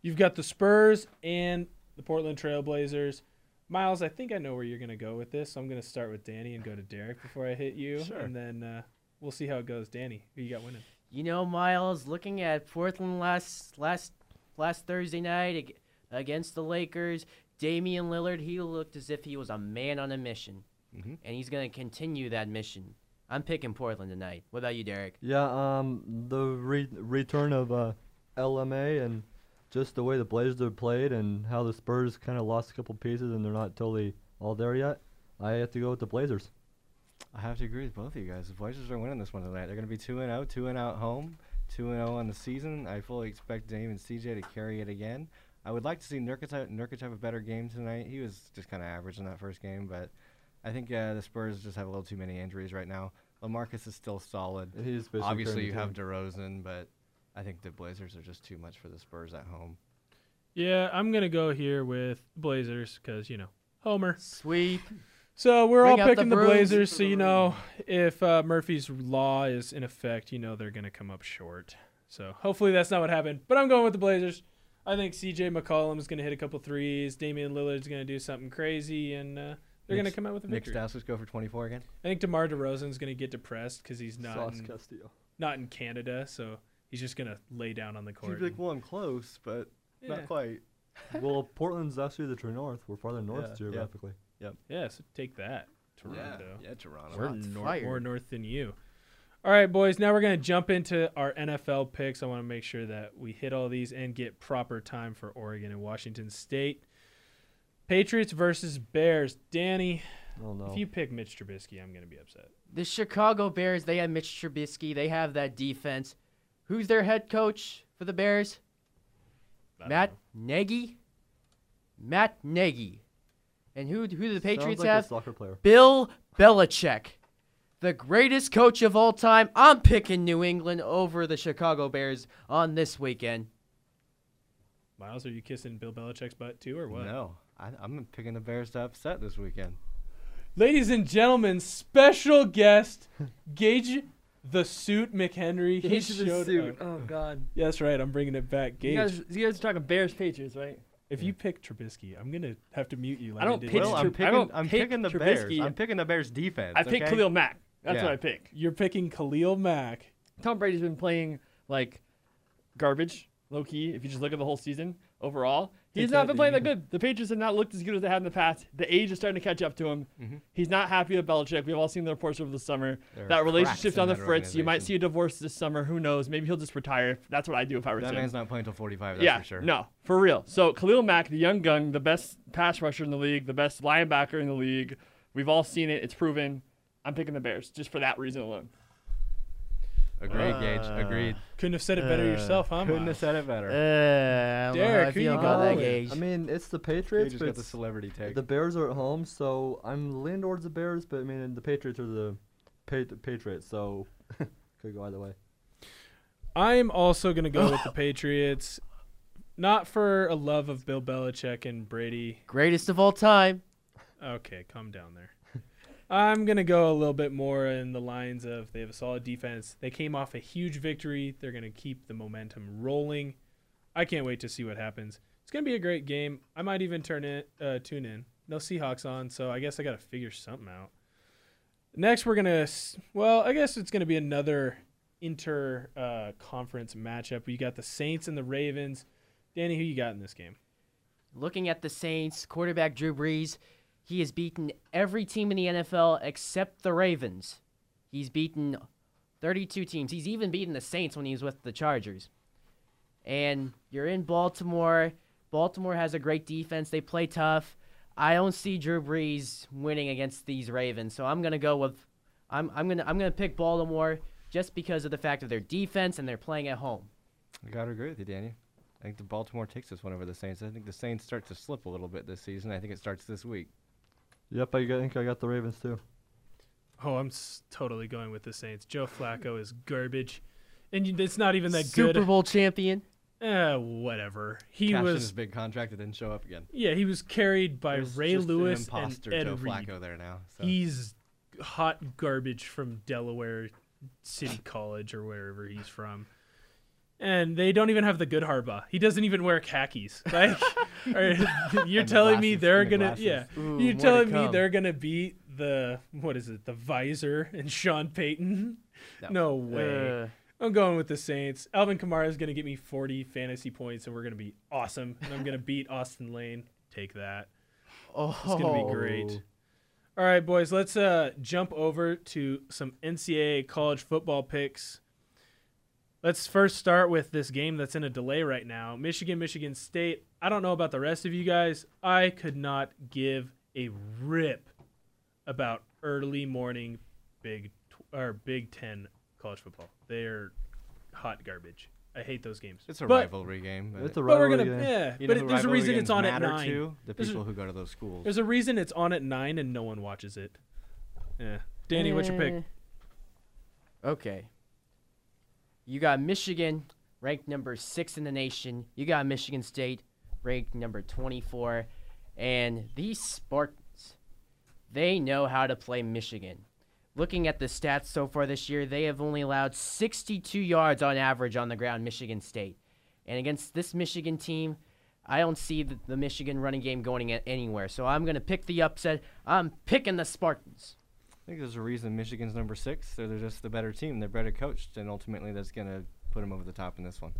Speaker 1: You've got the Spurs and the Portland Trailblazers. Miles, I think I know where you're going to go with this. So I'm going to start with Danny and go to Derek before I hit you. And then uh, we'll see how it goes. Danny, who you got winning?
Speaker 2: You know, Miles, looking at Portland last last last Thursday night ag- against the Lakers, Damian Lillard, he looked as if he was a man on a mission, and he's gonna continue that mission. I'm picking Portland tonight. What about you, Derek?
Speaker 4: Yeah, um, the re- return of uh, LMA and just the way the Blazers have played and how the Spurs kind of lost a couple pieces and they're not totally all there yet. I have to go with the Blazers.
Speaker 3: I have to agree with both of you guys. The Blazers are winning this one tonight. They're going to be oh, 2 0, 2 0 at home, 2 0 on the season. I fully expect Dame and CJ to carry it again. I would like to see Nurkic, ha- Nurkic have a better game tonight. He was just kind of average in that first game, but I think uh, the Spurs just have a little too many injuries right now. Lamarcus is still solid.
Speaker 4: He's basically
Speaker 3: Obviously,
Speaker 4: carrying
Speaker 3: you
Speaker 4: the
Speaker 3: have DeRozan, but I think the Blazers are just too much for the Spurs at home.
Speaker 1: Yeah, I'm going to go here with Blazers because, you know, Homer.
Speaker 2: Sweep.
Speaker 1: So we're
Speaker 2: Bring
Speaker 1: all
Speaker 2: out the
Speaker 1: picking the,
Speaker 2: brooms.
Speaker 1: Blazers. So, you know, if uh, Murphy's Law is in effect, you know they're going to come up short. So hopefully that's not what happened. But I'm going with the Blazers. I think CJ McCollum is going to hit a couple threes. Damian Lillard's going to do something crazy. And uh, they're going to
Speaker 3: Nick-
Speaker 1: come out with a
Speaker 3: Nick
Speaker 1: victory.
Speaker 3: Stauskas go for 24 again.
Speaker 1: I think DeMar DeRozan's going to get depressed because he's not
Speaker 4: Sauce
Speaker 1: in,
Speaker 4: Castillo.
Speaker 1: not in Canada. So he's just going to lay down on the
Speaker 3: He'd
Speaker 1: court.
Speaker 3: be like,
Speaker 1: and-
Speaker 3: well, I'm close, but
Speaker 1: Yeah.
Speaker 3: not quite.
Speaker 4: [LAUGHS] well, Portland's actually the true north. We're farther north
Speaker 3: Yeah, yeah.
Speaker 4: geographically.
Speaker 1: yeah, so take that, Toronto.
Speaker 3: Yeah, Toronto.
Speaker 1: We're
Speaker 2: Shots
Speaker 1: nor-
Speaker 2: fired.
Speaker 1: more north than you. All right, boys. Now we're gonna jump into our NFL picks. I want to make sure that we hit all these and get proper time for Oregon and Washington State. Patriots versus Bears. Danny,
Speaker 4: Oh no.
Speaker 1: if you pick Mitch Trubisky, I'm gonna be upset.
Speaker 2: The Chicago Bears, they have Mitch Trubisky. They have that defense. Who's their head coach for the Bears?
Speaker 1: I
Speaker 2: Matt Nagy. Matt Nagy. And who who do the Patriots
Speaker 4: Sounds like
Speaker 2: have?
Speaker 4: a soccer player.
Speaker 2: Bill Belichick, the greatest coach of all time. I'm picking New England over the Chicago Bears on this weekend.
Speaker 1: Miles, are you kissing Bill Belichick's butt too, or what?
Speaker 3: No, I, I'm picking the Bears to upset this weekend.
Speaker 1: Ladies and gentlemen, special guest Gage the Suit McHenry. He
Speaker 8: Gage the
Speaker 1: showed up.
Speaker 8: suit. Oh God.
Speaker 1: Yeah, that's right. I'm bringing it back. Gage,
Speaker 8: You guys, you guys are talking Bears Patriots, right?
Speaker 1: if you pick Trubisky, I'm gonna have to mute you. Like
Speaker 8: I don't
Speaker 1: did
Speaker 8: pitch
Speaker 1: last
Speaker 3: Well, I'm
Speaker 8: Trub- I
Speaker 3: picking.
Speaker 8: don't
Speaker 3: I'm
Speaker 8: pick
Speaker 3: picking the Bears.
Speaker 8: Trubisky.
Speaker 3: I'm picking the Bears defense.
Speaker 8: I pick
Speaker 3: okay?
Speaker 8: Khalil Mack. That's
Speaker 3: Yeah.
Speaker 8: what I pick.
Speaker 1: You're picking Khalil Mack.
Speaker 8: Tom Brady's been playing like garbage, low key. If you just look at the whole season overall, he's not been playing that good. The Patriots have not looked as good as they had in the past. The age is starting to catch up to him. Mm-hmm. He's not happy with Belichick. We've all seen the reports over the summer.
Speaker 3: There are
Speaker 8: that
Speaker 3: cracks
Speaker 8: relationship's
Speaker 3: in
Speaker 8: on the
Speaker 3: that
Speaker 8: fritz. You might
Speaker 3: organization.
Speaker 8: see a divorce this summer. Who knows? Maybe he'll just retire. That's what I do if I were
Speaker 3: That
Speaker 8: him.
Speaker 3: man's not playing until 45. That's
Speaker 8: yeah,
Speaker 3: for sure.
Speaker 8: no, for real. So Khalil Mack, the young gun, the best pass rusher in the league, the best linebacker in the league. We've all seen it. It's proven. I'm picking the Bears just for that reason alone.
Speaker 3: Agreed, Gage.
Speaker 4: Uh,
Speaker 3: Agreed.
Speaker 1: Couldn't have said it better yourself, huh?
Speaker 3: Uh, Couldn't have
Speaker 1: Miles?
Speaker 3: said it better.
Speaker 2: Uh, I don't know how
Speaker 1: Derek,
Speaker 2: I
Speaker 1: who
Speaker 2: feel
Speaker 1: you
Speaker 2: about
Speaker 1: got
Speaker 2: that
Speaker 1: with?
Speaker 2: Gage.
Speaker 4: Oh, I mean, it's the
Speaker 3: Gage
Speaker 4: Patriots,
Speaker 3: has
Speaker 4: but
Speaker 3: got the
Speaker 4: it's-
Speaker 3: celebrity take.
Speaker 4: the Bears are at home, so I'm leaning towards the Bears. But I mean, the Patriots are the pa- Patriots, so [LAUGHS] could go either way.
Speaker 1: I'm also gonna go
Speaker 3: [LAUGHS]
Speaker 1: with the Patriots, not for a love of Bill Belichick and Brady.
Speaker 2: Greatest of all time.
Speaker 1: Okay, calm down there. [LAUGHS] I'm gonna go a little bit more in the lines of they have a solid defense. They came off a huge victory. They're gonna keep the momentum rolling. I can't wait to see what happens. It's gonna be a great game. I might even turn it uh, tune in no Seahawks on, so I guess I got to figure something out. Next, we're gonna. s- Well, I guess it's gonna be another inter uh, conference matchup. We got the Saints and the Ravens. Danny, who you got in this game?
Speaker 2: Looking at the Saints, quarterback Drew Brees, he has beaten every team in the NFL except the Ravens. He's beaten 32 teams. He's even beaten the Saints when he was with the Chargers. And you're in Baltimore. Baltimore has a great defense. They play tough. I don't see Drew Brees winning against these Ravens, so I'm gonna go with I'm I'm gonna I'm gonna pick Baltimore just because of the fact of their defense and they're playing at home.
Speaker 3: I gotta agree with you, Danny. I think the Baltimore takes this one over the Saints. I think the Saints start to slip a little bit this season. I think it starts this week.
Speaker 4: Yep, I got- think I got the Ravens too.
Speaker 1: Oh, I'm s- totally going with the Saints. Joe Flacco is garbage, and you- it's not even that
Speaker 2: Super
Speaker 1: good.
Speaker 2: Bowl champion.
Speaker 1: Eh, whatever. He
Speaker 3: Cashed in
Speaker 1: was.
Speaker 3: his big contract and didn't show up again.
Speaker 1: Yeah, he was carried by
Speaker 3: There's
Speaker 1: Ray
Speaker 3: just an
Speaker 1: Lewis and
Speaker 3: imposter
Speaker 1: Ed
Speaker 3: Joe
Speaker 1: Reed.
Speaker 3: Flacco there now. So.
Speaker 1: He's hot garbage from Delaware City College or wherever he's from. And they don't even have the good Harbaugh. He doesn't even wear khakis. [LAUGHS] Like, are- [LAUGHS] you're
Speaker 3: the
Speaker 1: telling me
Speaker 3: glasses,
Speaker 1: they're
Speaker 3: and the
Speaker 1: gonna,
Speaker 3: glasses.
Speaker 1: yeah,
Speaker 2: Ooh, more
Speaker 1: you're
Speaker 2: to
Speaker 1: telling me
Speaker 2: come.
Speaker 1: they're gonna beat the what is it, the visor and Sean Payton?
Speaker 3: No.
Speaker 1: No way.
Speaker 2: Uh,
Speaker 1: I'm going with the Saints. Alvin Kamara is going to get me 40 fantasy points, and we're going to be awesome. And I'm going to [LAUGHS] beat Austin Lane. Take that.
Speaker 2: oh,
Speaker 1: It's going to be great. Oh. All right, boys. Let's uh, jump over to some NCAA college football picks. Let's first start with this game that's in a delay right now. Michigan, Michigan State. I don't know about the rest of you guys. I could not give a rip about early morning Big tw- or Big Ten college football. They're hot garbage. I hate those games.
Speaker 3: it's a
Speaker 1: But-
Speaker 3: rivalry game. But
Speaker 4: It's a
Speaker 1: But we're
Speaker 4: rivalry
Speaker 1: gonna
Speaker 4: game.
Speaker 1: yeah.
Speaker 3: you know
Speaker 1: but
Speaker 3: who
Speaker 1: it, there's a
Speaker 3: rivalry
Speaker 1: reason it's
Speaker 3: games
Speaker 1: on at
Speaker 3: matter
Speaker 1: nine.
Speaker 3: to? the
Speaker 1: There's a-
Speaker 3: people who go to those schools.
Speaker 1: There's a reason it's on at nine and no one watches it. Yeah. Danny, what's your pick?
Speaker 2: Eh. Okay. You got Michigan, ranked number six in the nation. You got Michigan State, ranked number 24. And these Spartans, they know how to play Michigan. Looking at the stats so far this year, they have only allowed 62 yards on average on the ground, Michigan State. And against this Michigan team, I don't see the, the Michigan running game going a- anywhere. So I'm going to pick the upset. I'm picking the Spartans.
Speaker 3: I think there's a reason Michigan's number six. They're, they're just the better team. They're better coached, and ultimately that's gonna put them over the top in this one.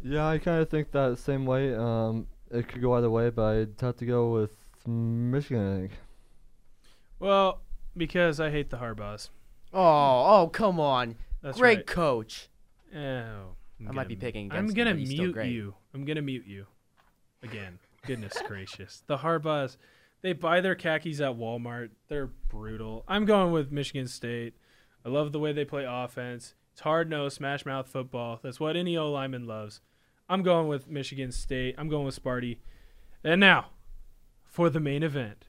Speaker 4: Yeah, I kind of think that same way. Um, it could go either way, but I'd have to go with Michigan. I think.
Speaker 1: Well, because I hate the Harbaughs.
Speaker 2: Oh, oh, come on.
Speaker 1: That's
Speaker 2: great
Speaker 1: right.
Speaker 2: coach.
Speaker 1: Oh, I'm
Speaker 2: might
Speaker 1: gonna
Speaker 2: be
Speaker 1: mu-
Speaker 2: picking
Speaker 1: I'm
Speaker 2: against
Speaker 1: gonna
Speaker 2: him, but he's still
Speaker 1: mute
Speaker 2: great.
Speaker 1: you. I'm gonna mute you. Again. Goodness gracious. The Harbaughs, they buy their khakis at Walmart. They're brutal. I'm going with Michigan State. I love the way they play offense. It's hard nosed, smash mouth football. That's what any O lineman loves. I'm going with Michigan State. I'm going with Sparty. And now, for the main event.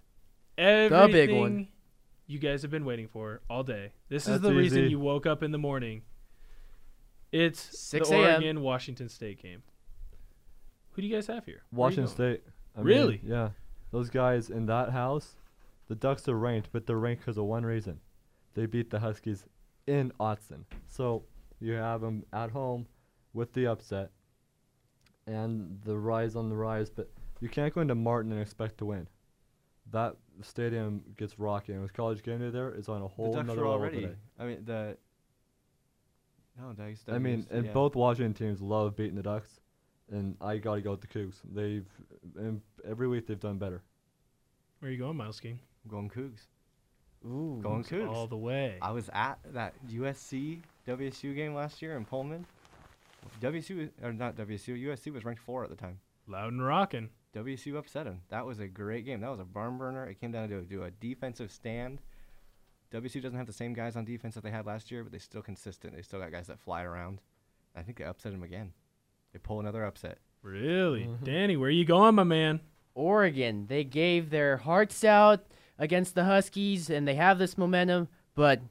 Speaker 1: Everything
Speaker 2: The big one.
Speaker 1: you guys have been waiting for all day. This is
Speaker 4: That's
Speaker 1: the reason
Speaker 4: easy.
Speaker 1: you woke up in the morning. It's
Speaker 2: 6
Speaker 1: the
Speaker 2: a.m..
Speaker 1: Oregon Washington State game. Who do you guys have here? Where are you
Speaker 4: Washington
Speaker 1: going?
Speaker 4: State. I mean,
Speaker 1: Really?
Speaker 4: yeah. Those guys in that house, the Ducks are ranked, but they're ranked because of one reason. They beat the Huskies in Autzen. So you have them at home with the upset and the rise on the rise, but you can't go into Martin and expect to win. That stadium gets rocking. With college game day there, it's on a whole
Speaker 3: the Ducks
Speaker 4: nother
Speaker 3: are
Speaker 4: level
Speaker 3: already.
Speaker 4: today.
Speaker 3: I mean the. No, Ducks.
Speaker 4: I mean,
Speaker 3: Ws,
Speaker 4: and
Speaker 3: yeah.
Speaker 4: both Washington teams love beating the Ducks, and I gotta go with the Cougs. They've and every week they've done better.
Speaker 1: Where you going, Miles King?
Speaker 3: going Cougs.
Speaker 2: Ooh.
Speaker 3: Going
Speaker 1: All
Speaker 3: Cougs.
Speaker 1: the way.
Speaker 3: I was at that USC WSU game last year in Pullman. WSU or not WSU, USC was ranked four at the time.
Speaker 1: Loud and rocking.
Speaker 3: WSU upset him. That was a great game. That was a barn burner. It came down to do a defensive stand. WSU doesn't have the same guys on defense that they had last year, but they're still consistent. They still got guys that fly around. I think they upset him again. They pull another upset.
Speaker 1: Really? Danny, where you going, my man?
Speaker 2: Oregon, they gave their hearts out against the Huskies, and they have this momentum, but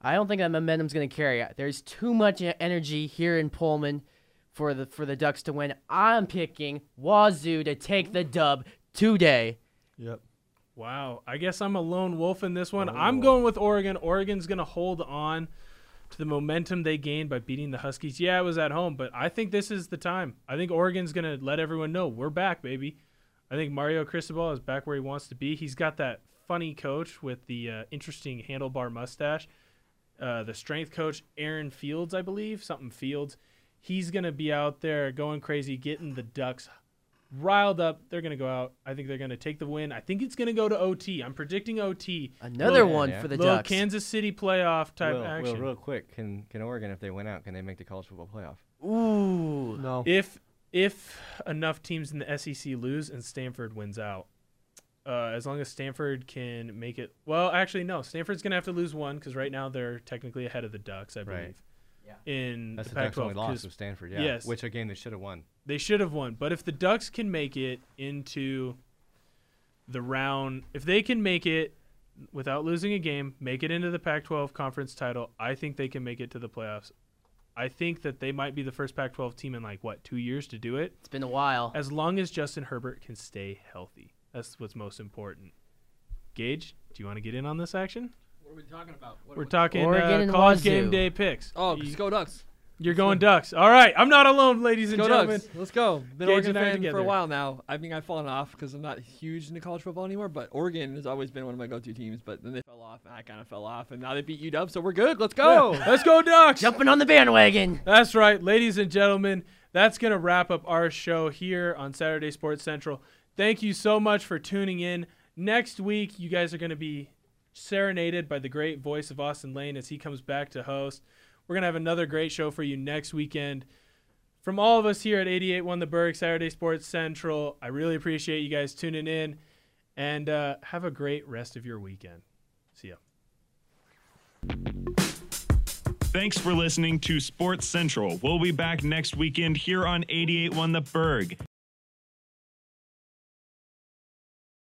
Speaker 2: I don't think that momentum's going to carry. There's too much e- energy here in Pullman for the for the Ducks to win. I'm picking Wazoo to take the dub today.
Speaker 4: Yep.
Speaker 1: Wow. I guess I'm a lone wolf in this one. I'm going with Oregon. Oregon's going to hold on to the momentum they gained by beating the Huskies. Yeah, it was at home, but I think this is the time. I think Oregon's going to let everyone know we're back, baby. I think Mario Cristobal is back where he wants to be. He's got that funny coach with the uh, interesting handlebar mustache. Uh, the strength coach Aaron Fields, I believe, something Fields. He's gonna be out there going crazy, getting the Ducks riled up. They're gonna go out. I think they're gonna take the win. I think it's gonna go to OT. I'm predicting OT.
Speaker 2: Another
Speaker 1: Little-
Speaker 2: one
Speaker 3: yeah.
Speaker 2: for the
Speaker 1: little
Speaker 2: Ducks.
Speaker 1: Kansas City playoff type
Speaker 3: Will,
Speaker 1: action.
Speaker 3: Will, real quick, can can Oregon, if they win out, can they make the college football playoff?
Speaker 2: Ooh.
Speaker 4: No.
Speaker 1: if if enough teams in the SEC lose and Stanford wins out, uh, as long as Stanford can make it. Well, actually, no. Stanford's gonna have to lose one because right now they're technically ahead of the Ducks, I
Speaker 3: Right.
Speaker 1: believe. Yeah. In
Speaker 3: That's
Speaker 1: the
Speaker 3: the Ducks
Speaker 1: Pac-12,
Speaker 3: only loss
Speaker 1: 'cause
Speaker 3: of Stanford, yeah.
Speaker 1: yes.
Speaker 3: Which a game they should have won.
Speaker 1: they should have won. But if the Ducks can make it into the round, if they can make it without losing a game, make it into the Pac-12 conference title, I think they can make it to the playoffs. I think that they might be the first Pac-12 team in like what two years to do it.
Speaker 2: It's been a while.
Speaker 1: As long as Justin Herbert can stay healthy, that's what's most important. Gage, do you want to get in on this action?
Speaker 9: What are we talking about? What
Speaker 1: We're talking
Speaker 2: Oregon
Speaker 1: uh,
Speaker 2: and
Speaker 1: college
Speaker 2: Wazoo.
Speaker 1: game day picks.
Speaker 9: Oh,
Speaker 1: You-
Speaker 9: just go Ducks.
Speaker 1: you're going Ducks. All right, I'm not alone, ladies and
Speaker 9: Go
Speaker 1: gentlemen.
Speaker 9: Ducks. Let's go. Been
Speaker 1: Gage
Speaker 9: an Oregon
Speaker 1: and I
Speaker 9: fan for
Speaker 1: together.
Speaker 9: a while now. I mean, I've fallen off because I'm not huge into college football anymore, but Oregon has always been one of my go-to teams, but then they fell off, and I kind of fell off, and now they beat UW, so we're good. Let's go.
Speaker 1: Let's go Ducks.
Speaker 2: Jumping on the bandwagon.
Speaker 1: That's right, ladies and gentlemen. That's going to wrap up our show here on Saturday Sports Central. Thank you so much for tuning in. Next week, you guys are going to be serenaded by the great voice of Austin Lane as he comes back to host. We're going to have another great show for you next weekend. From all of us here at 881 The Berg, Saturday Sports Central, I really appreciate you guys tuning in and uh, have a great rest of your weekend. See ya.
Speaker 6: Thanks for listening to Sports Central. We'll be back next weekend here on 881 The Berg.